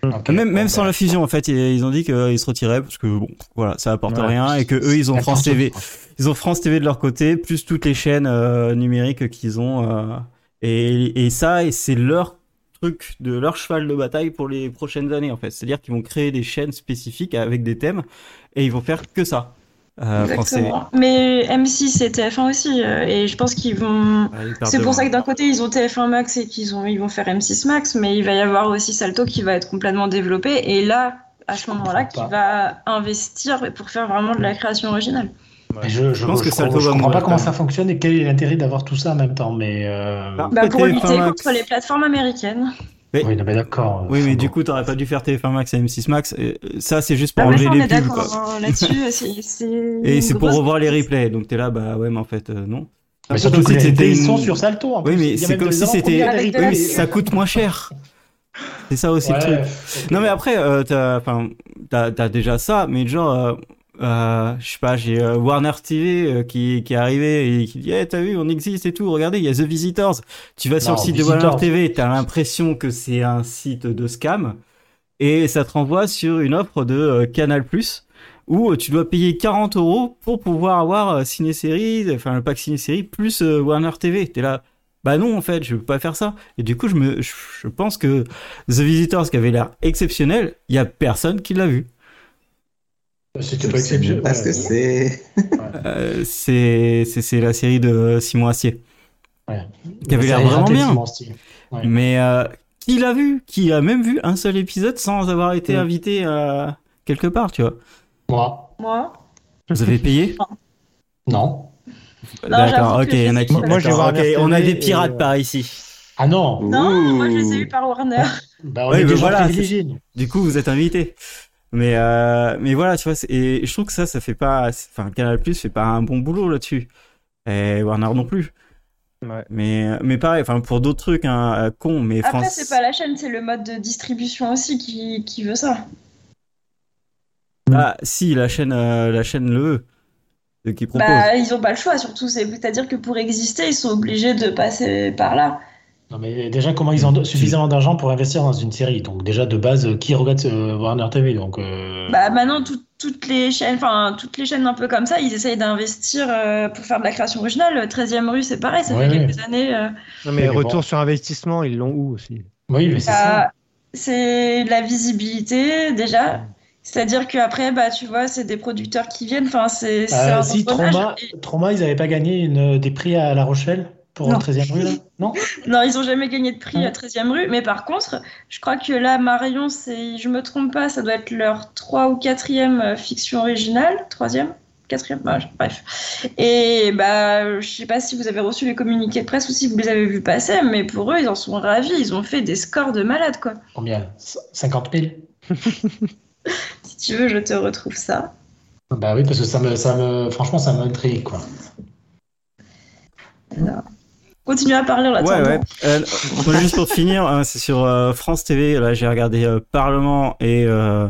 Speaker 4: Ok,
Speaker 2: Même, même
Speaker 4: bon, bah.
Speaker 2: sans la fusion, en fait, ils- ils ont dit qu'ils se retiraient parce que bon, voilà, ça apporte
Speaker 3: Ouais.
Speaker 2: rien et que eux, ils ont
Speaker 4: ben, Attends,
Speaker 2: France TV,
Speaker 4: attends.
Speaker 2: ils ont France TV de leur côté, plus toutes les chaînes euh, numériques qu'ils ont. euh, et, et ça, et c'est leur truc de leur cheval de bataille pour les prochaines années, en fait. C'est-à-dire qu'ils vont créer des chaînes spécifiques avec des thèmes et ils vont faire que ça. Euh, France TV.
Speaker 5: Exactement. Mais M6 et TF1 aussi. euh, Et je pense qu'ils vont.
Speaker 2: Ouais, ils perdent
Speaker 5: C'est pour
Speaker 2: devant.
Speaker 5: ça que d'un côté ils ont TF1 Max et qu'ils ont ils vont faire M6 Max, mais il va y avoir aussi Salto qui va être complètement développé et là à ce moment-là qui
Speaker 4: comprends
Speaker 5: va investir pour faire vraiment de la création originale.
Speaker 4: Mais Je, je
Speaker 2: pense que
Speaker 4: je
Speaker 2: Salto
Speaker 4: comprends- je
Speaker 2: va
Speaker 4: comprends
Speaker 2: mourir,
Speaker 4: pas comment
Speaker 2: quand
Speaker 4: ça
Speaker 2: même.
Speaker 4: fonctionne et quel est l'intérêt d'avoir tout ça en même temps. Mais euh,
Speaker 2: Ah.
Speaker 5: Bah, pour
Speaker 2: TF1
Speaker 5: lutter
Speaker 2: Max.
Speaker 5: contre les plateformes américaines.
Speaker 4: oui, non, mais d'accord.
Speaker 2: Oui, mais
Speaker 4: Enfin,
Speaker 2: du
Speaker 4: bon.
Speaker 2: coup, t'aurais pas dû faire TF1 Max et M6 Max. et, euh, ça, c'est juste pour
Speaker 5: Ah, mais
Speaker 2: enlever
Speaker 5: ça, on
Speaker 2: les
Speaker 5: est
Speaker 2: pubs, quoi.
Speaker 5: d'accord hein, là-dessus. c'est- c'est
Speaker 2: Et
Speaker 5: une
Speaker 2: c'est pour
Speaker 5: grosse-
Speaker 2: revoir les replays. Donc t'es là, bah ouais, mais en fait, euh, non. C'est
Speaker 4: Mais surtout
Speaker 2: comme
Speaker 4: que
Speaker 2: si
Speaker 4: les
Speaker 2: c'était
Speaker 4: ils sont
Speaker 2: une-
Speaker 4: sur Salto. en
Speaker 2: Oui,
Speaker 4: plus.
Speaker 2: mais
Speaker 4: Il y a
Speaker 2: c'est
Speaker 4: même
Speaker 2: comme
Speaker 4: des
Speaker 2: si c'était-
Speaker 4: avant-premières
Speaker 5: Avec de
Speaker 2: Oui,
Speaker 5: la
Speaker 2: mais
Speaker 5: pub.
Speaker 2: ça coûte moins cher. C'est ça aussi
Speaker 4: Ouais,
Speaker 2: le truc.
Speaker 4: ok.
Speaker 2: Non mais après, euh, t'as, enfin, t'as, t'as déjà ça, mais genre, euh, euh, je sais pas, j'ai euh, Warner TV euh, qui, qui est arrivé et qui dit, eh t'as vu, on existe et tout. Regardez, il y a The Visitors. Tu vas sur
Speaker 4: Non,
Speaker 2: le site de
Speaker 4: Visitors.
Speaker 2: Warner TV, t'as l'impression que c'est un site de scam et ça te renvoie sur une offre de euh, Canal Plus où euh, tu dois payer 40 euros pour pouvoir avoir euh, ciné-série, enfin le pack ciné-série plus euh, Warner TV. T'es là. Bah non en fait, je veux pas faire ça. Et du coup, je me, je- je pense que The Visitors qui avait l'air exceptionnel, il y a personne qui l'a vu.
Speaker 4: C'était pas
Speaker 1: C'est
Speaker 4: exceptionnel.
Speaker 1: Parce que c'est.
Speaker 2: Euh, c'est c'est- c'est la série de euh, Simon Assier
Speaker 4: Ouais.
Speaker 2: qui avait l'air
Speaker 4: Ça a été
Speaker 2: vraiment bien.
Speaker 4: relativement stylé. Ouais.
Speaker 2: Mais euh, qui l'a vu Qui a même vu un seul épisode sans avoir été
Speaker 3: Mm.
Speaker 2: invité euh, quelque part, tu vois
Speaker 4: Moi,
Speaker 5: Moi,
Speaker 2: Vous avez payé
Speaker 4: non.
Speaker 2: D'accord,
Speaker 5: j'avoue
Speaker 2: ok,
Speaker 5: que
Speaker 2: il y en a qui.
Speaker 5: Moi,
Speaker 3: j'ai
Speaker 2: d'accord,
Speaker 3: Warner
Speaker 2: ok, on a
Speaker 3: TV
Speaker 2: des pirates
Speaker 3: et-
Speaker 2: par ici.
Speaker 4: Ah non.
Speaker 5: non, moi je les ai eus par Warner.
Speaker 4: Bah, on
Speaker 2: Oui, mais
Speaker 4: est des gens
Speaker 2: voilà,
Speaker 4: privilégiés. nous.
Speaker 2: Du coup, vous êtes invité. Mais euh, mais voilà, tu vois, c'est- et je trouve que ça, ça fait pas, enfin, Canal Plus fait pas un bon boulot là-dessus, et Warner non plus.
Speaker 3: Ouais.
Speaker 2: Mais mais pareil, enfin pour d'autres trucs, hein, euh, con, mais
Speaker 5: Après,
Speaker 2: France.
Speaker 5: c'est pas la chaîne, c'est le mode de distribution aussi qui, qui veut ça.
Speaker 2: Ah, si la chaîne, euh, la chaîne le veut, euh, qui propose.
Speaker 5: Bah, ils ont pas le choix, surtout. C'est- C'est-à-dire que pour exister, ils sont obligés de passer par là.
Speaker 4: Non, mais déjà, comment ils
Speaker 1: Mmh.
Speaker 4: ont suffisamment d'argent pour investir dans une série Donc, déjà, de base, euh, qui regarde euh, Warner TV donc, euh,
Speaker 5: Bah, maintenant, tout- toutes les chaînes, enfin, toutes les chaînes un peu comme ça, ils essayent d'investir euh, pour faire de la création originale. 13 e rue, c'est pareil, ça
Speaker 4: Ouais,
Speaker 5: fait
Speaker 4: ouais.
Speaker 5: quelques années. euh,
Speaker 3: Non, mais
Speaker 4: Mais bon.
Speaker 3: retour sur investissement, ils l'ont où aussi
Speaker 4: Oui, mais c'est ça.
Speaker 5: Bah, c'est de la visibilité déjà. C'est-à-dire qu'après, bah, tu vois, c'est des producteurs qui viennent. Enfin, c'est c'est
Speaker 4: Euh,
Speaker 5: un
Speaker 4: si,
Speaker 5: engrenage.
Speaker 4: Trauma,
Speaker 5: Et-
Speaker 4: Trauma, ils n'avaient pas gagné une, euh, des prix à La Rochelle pour
Speaker 5: Non.
Speaker 4: 13 e rue, là Non
Speaker 5: Non, ils ont jamais gagné de prix
Speaker 4: Mm.
Speaker 5: à 13e rue. Mais par contre, je crois que là, Marion, c'est, je me trompe pas, ça doit être leur 3 ou 4e euh, fiction originale. 3e 4e bah, je- Bref. Et bah, je sais pas si vous avez reçu les communiqués de presse ou si vous les avez vus passer, mais pour eux, ils en sont ravis. Ils ont fait des scores de malades, quoi.
Speaker 4: Combien 50 000
Speaker 5: Si tu veux, je te retrouve ça.
Speaker 4: Bah oui, parce que ça me, ça me, franchement, ça m'intrigue, quoi.
Speaker 5: Continue à parler là.
Speaker 2: Ouais, ouais. Euh, moi, juste pour finir, hein, c'est sur euh, France TV. Là, j'ai regardé euh, Parlement et euh,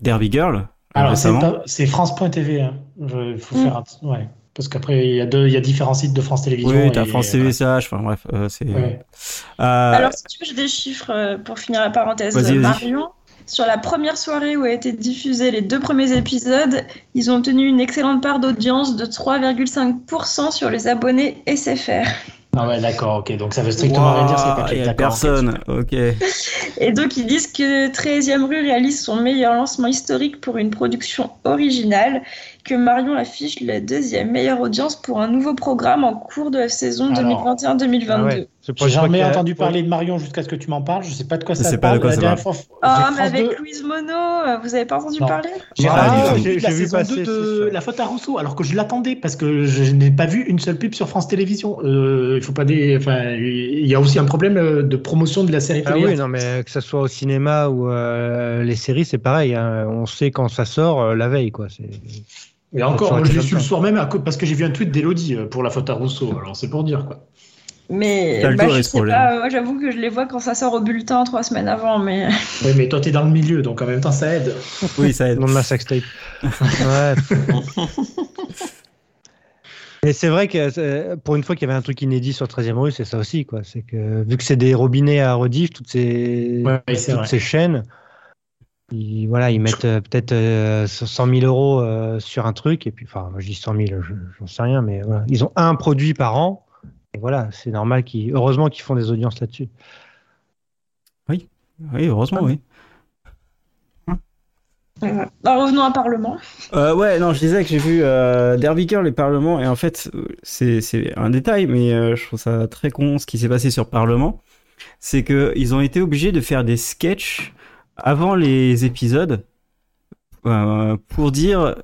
Speaker 2: Derby Girl euh,
Speaker 4: Alors, c'est
Speaker 2: récemment.
Speaker 4: pas- c'est France.tv. hein. Je- faut
Speaker 5: Mm.
Speaker 4: faire att- ouais. Parce qu'après, il y, a deux- il y a différents sites de France Télévisions.
Speaker 2: Oui, t'as
Speaker 4: et-
Speaker 2: France TV, SH. Enfin bref, euh, c'est.
Speaker 4: Ouais.
Speaker 2: Euh,
Speaker 5: Alors, si tu veux, j'ai des chiffres euh, pour finir la parenthèse.
Speaker 2: Vas-y, vas-y.
Speaker 5: Marion, sur la première soirée où a été diffusés les deux premiers épisodes, ils ont obtenu une excellente part d'audience de 3,5% sur les abonnés SFR.
Speaker 4: Ah ouais, d'accord, ok. Donc ça veut strictement rien dire, c'est pas
Speaker 2: Ouah, y a
Speaker 4: d'accord,
Speaker 2: personne. Ok.
Speaker 5: Et donc, ils disent que 13e Rue réalise son meilleur lancement historique pour une production originale, que Marion affiche la deuxième meilleure audience pour un nouveau programme en cours de la saison
Speaker 4: Alors,
Speaker 5: 2021-2022.
Speaker 3: Ah ouais, c'est
Speaker 4: ok. J'ai
Speaker 3: pour ça
Speaker 4: jamais
Speaker 3: qu'il y a-
Speaker 4: entendu
Speaker 3: pour-
Speaker 4: parler de Marion jusqu'à ce que tu m'en parles. Je sais pas de quoi
Speaker 2: Je
Speaker 4: ça
Speaker 2: sais pas
Speaker 4: parle.
Speaker 2: de quoi
Speaker 4: la
Speaker 2: ça
Speaker 4: dernière fois, j'ai
Speaker 5: Ah, mais
Speaker 4: France
Speaker 5: avec
Speaker 4: 2.
Speaker 5: Louise Mono, euh, vous avez pas entendu
Speaker 4: Non.
Speaker 5: parler
Speaker 4: J'ai
Speaker 2: Ah,
Speaker 4: regardé
Speaker 2: j'ai-
Speaker 4: le début de
Speaker 3: j'ai
Speaker 4: la
Speaker 3: vu
Speaker 4: saison
Speaker 3: passer,
Speaker 4: 2
Speaker 3: c'est
Speaker 4: de
Speaker 3: sûr.
Speaker 4: La faute à Rousseau, alors que je l'attendais parce que je n'ai pas vu une seule pub sur France Télévisions. Euh, il faut pas des, enfin, il y a aussi un problème euh, de promotion de la série
Speaker 3: Ah
Speaker 4: télé.
Speaker 3: oui, non, mais que ce soit au cinéma ou euh, les séries, c'est pareil. hein. On sait quand ça sort euh, la veille, quoi. C'est-
Speaker 4: Et encore,
Speaker 3: Ça aurait
Speaker 4: moi, je
Speaker 3: été
Speaker 4: l'ai
Speaker 3: comme
Speaker 4: su le
Speaker 3: ça.
Speaker 4: soir même à cause- parce que j'ai vu un tweet d'Elodie euh, pour la faute à Rousseau. Alors c'est pour dire quoi.
Speaker 5: Mais
Speaker 2: T'as le
Speaker 5: bah,
Speaker 2: droit à hein.
Speaker 5: je
Speaker 2: ce
Speaker 5: sais
Speaker 2: problème.
Speaker 5: pas, moi j'avoue que je les vois quand ça sort au bulletin trois semaines avant, mais
Speaker 4: Oui, mais toi t'es dans le milieu, donc en même temps ça aide.
Speaker 2: Oui, ça aide.
Speaker 3: Non de ma sextape. ouais. Mais c'est vrai que euh, pour une fois qu'il y avait un truc inédit sur 13 e rue, c'est ça aussi, quoi. C'est que vu que c'est des robinets à rediff, toutes ces,
Speaker 4: Ouais, c'est
Speaker 3: toutes
Speaker 4: vrai.
Speaker 3: ces chaînes, ils, voilà, ils mettent euh, peut-être euh, 100 000 euros euh, sur un truc, et puis, enfin, moi, je dis 100 000, je- j'en sais rien, mais voilà. Ils ont un produit par an, et voilà, c'est normal qu'ils, heureusement qu'ils font des audiences là-dessus.
Speaker 2: Oui, heureusement, oui.
Speaker 5: euh, bah, revenons à Parlement.
Speaker 2: Euh, ouais, non, je disais que j'ai vu euh, Derby Girl et Parlement, et en fait, euh, c'est c'est un détail, mais euh, je trouve ça très con ce qui s'est passé sur Parlement. C'est que ils ont été obligés de faire des sketchs avant les épisodes euh, pour dire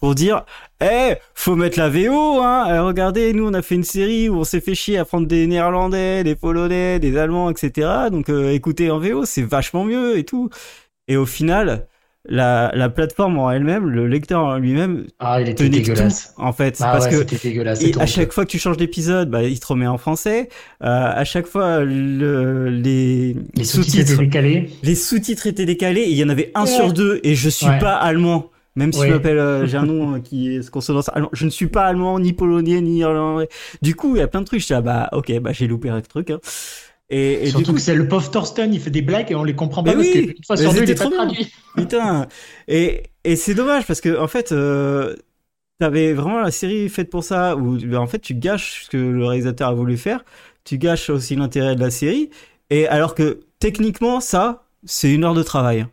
Speaker 2: pour dire eh faut mettre la VO hein Eh, regardez nous on a fait une série où on s'est fait chier à prendre des néerlandais des polonais des allemands etc donc euh, écoutez en VO c'est vachement mieux et tout et au final la, la plateforme en elle-même le lecteur en lui-même
Speaker 4: Ah, il
Speaker 2: te
Speaker 4: était
Speaker 2: nique
Speaker 4: dégueulasse.
Speaker 2: tout en fait
Speaker 4: Ah
Speaker 2: parce
Speaker 4: ouais,
Speaker 2: que
Speaker 4: c'était dégueulasse.
Speaker 2: et
Speaker 4: c'était
Speaker 2: à
Speaker 4: honteux.
Speaker 2: chaque fois que tu changes d'épisode, bah, il te remet en français. Euh, à chaque fois, le- les,
Speaker 4: Les sous-titres
Speaker 2: sous-titres,
Speaker 4: étaient décalés.
Speaker 2: les sous-titres étaient décalés. Et il y en avait un
Speaker 5: Ouais.
Speaker 2: sur deux, et je suis
Speaker 4: Ouais.
Speaker 2: pas allemand. Même si je
Speaker 4: Oui.
Speaker 2: m'appelle, euh, j'ai un nom euh, qui est consonance allemande. Je ne suis pas allemand, ni polonais, ni irlandais. Du coup, il y a plein de trucs. Je suis là, bah, ok, bah, j'ai loupé un truc. hein. Et, et du
Speaker 4: Surtout
Speaker 2: coup,
Speaker 4: que c'est le pauvre Thorsten, il fait des blagues et on les comprend pas
Speaker 2: Mais
Speaker 4: parce
Speaker 2: oui,
Speaker 4: que une
Speaker 2: mais
Speaker 4: fois sur deux, il
Speaker 2: c'était
Speaker 4: est pas
Speaker 2: trop bien.
Speaker 4: traduit.
Speaker 2: Putain. Et, et c'est dommage parce que en fait, euh, t'avais vraiment la série faite pour ça où ben, en fait tu gâches ce que le réalisateur a voulu faire, tu gâches aussi l'intérêt de la série. Et alors que techniquement ça, c'est une heure de travail.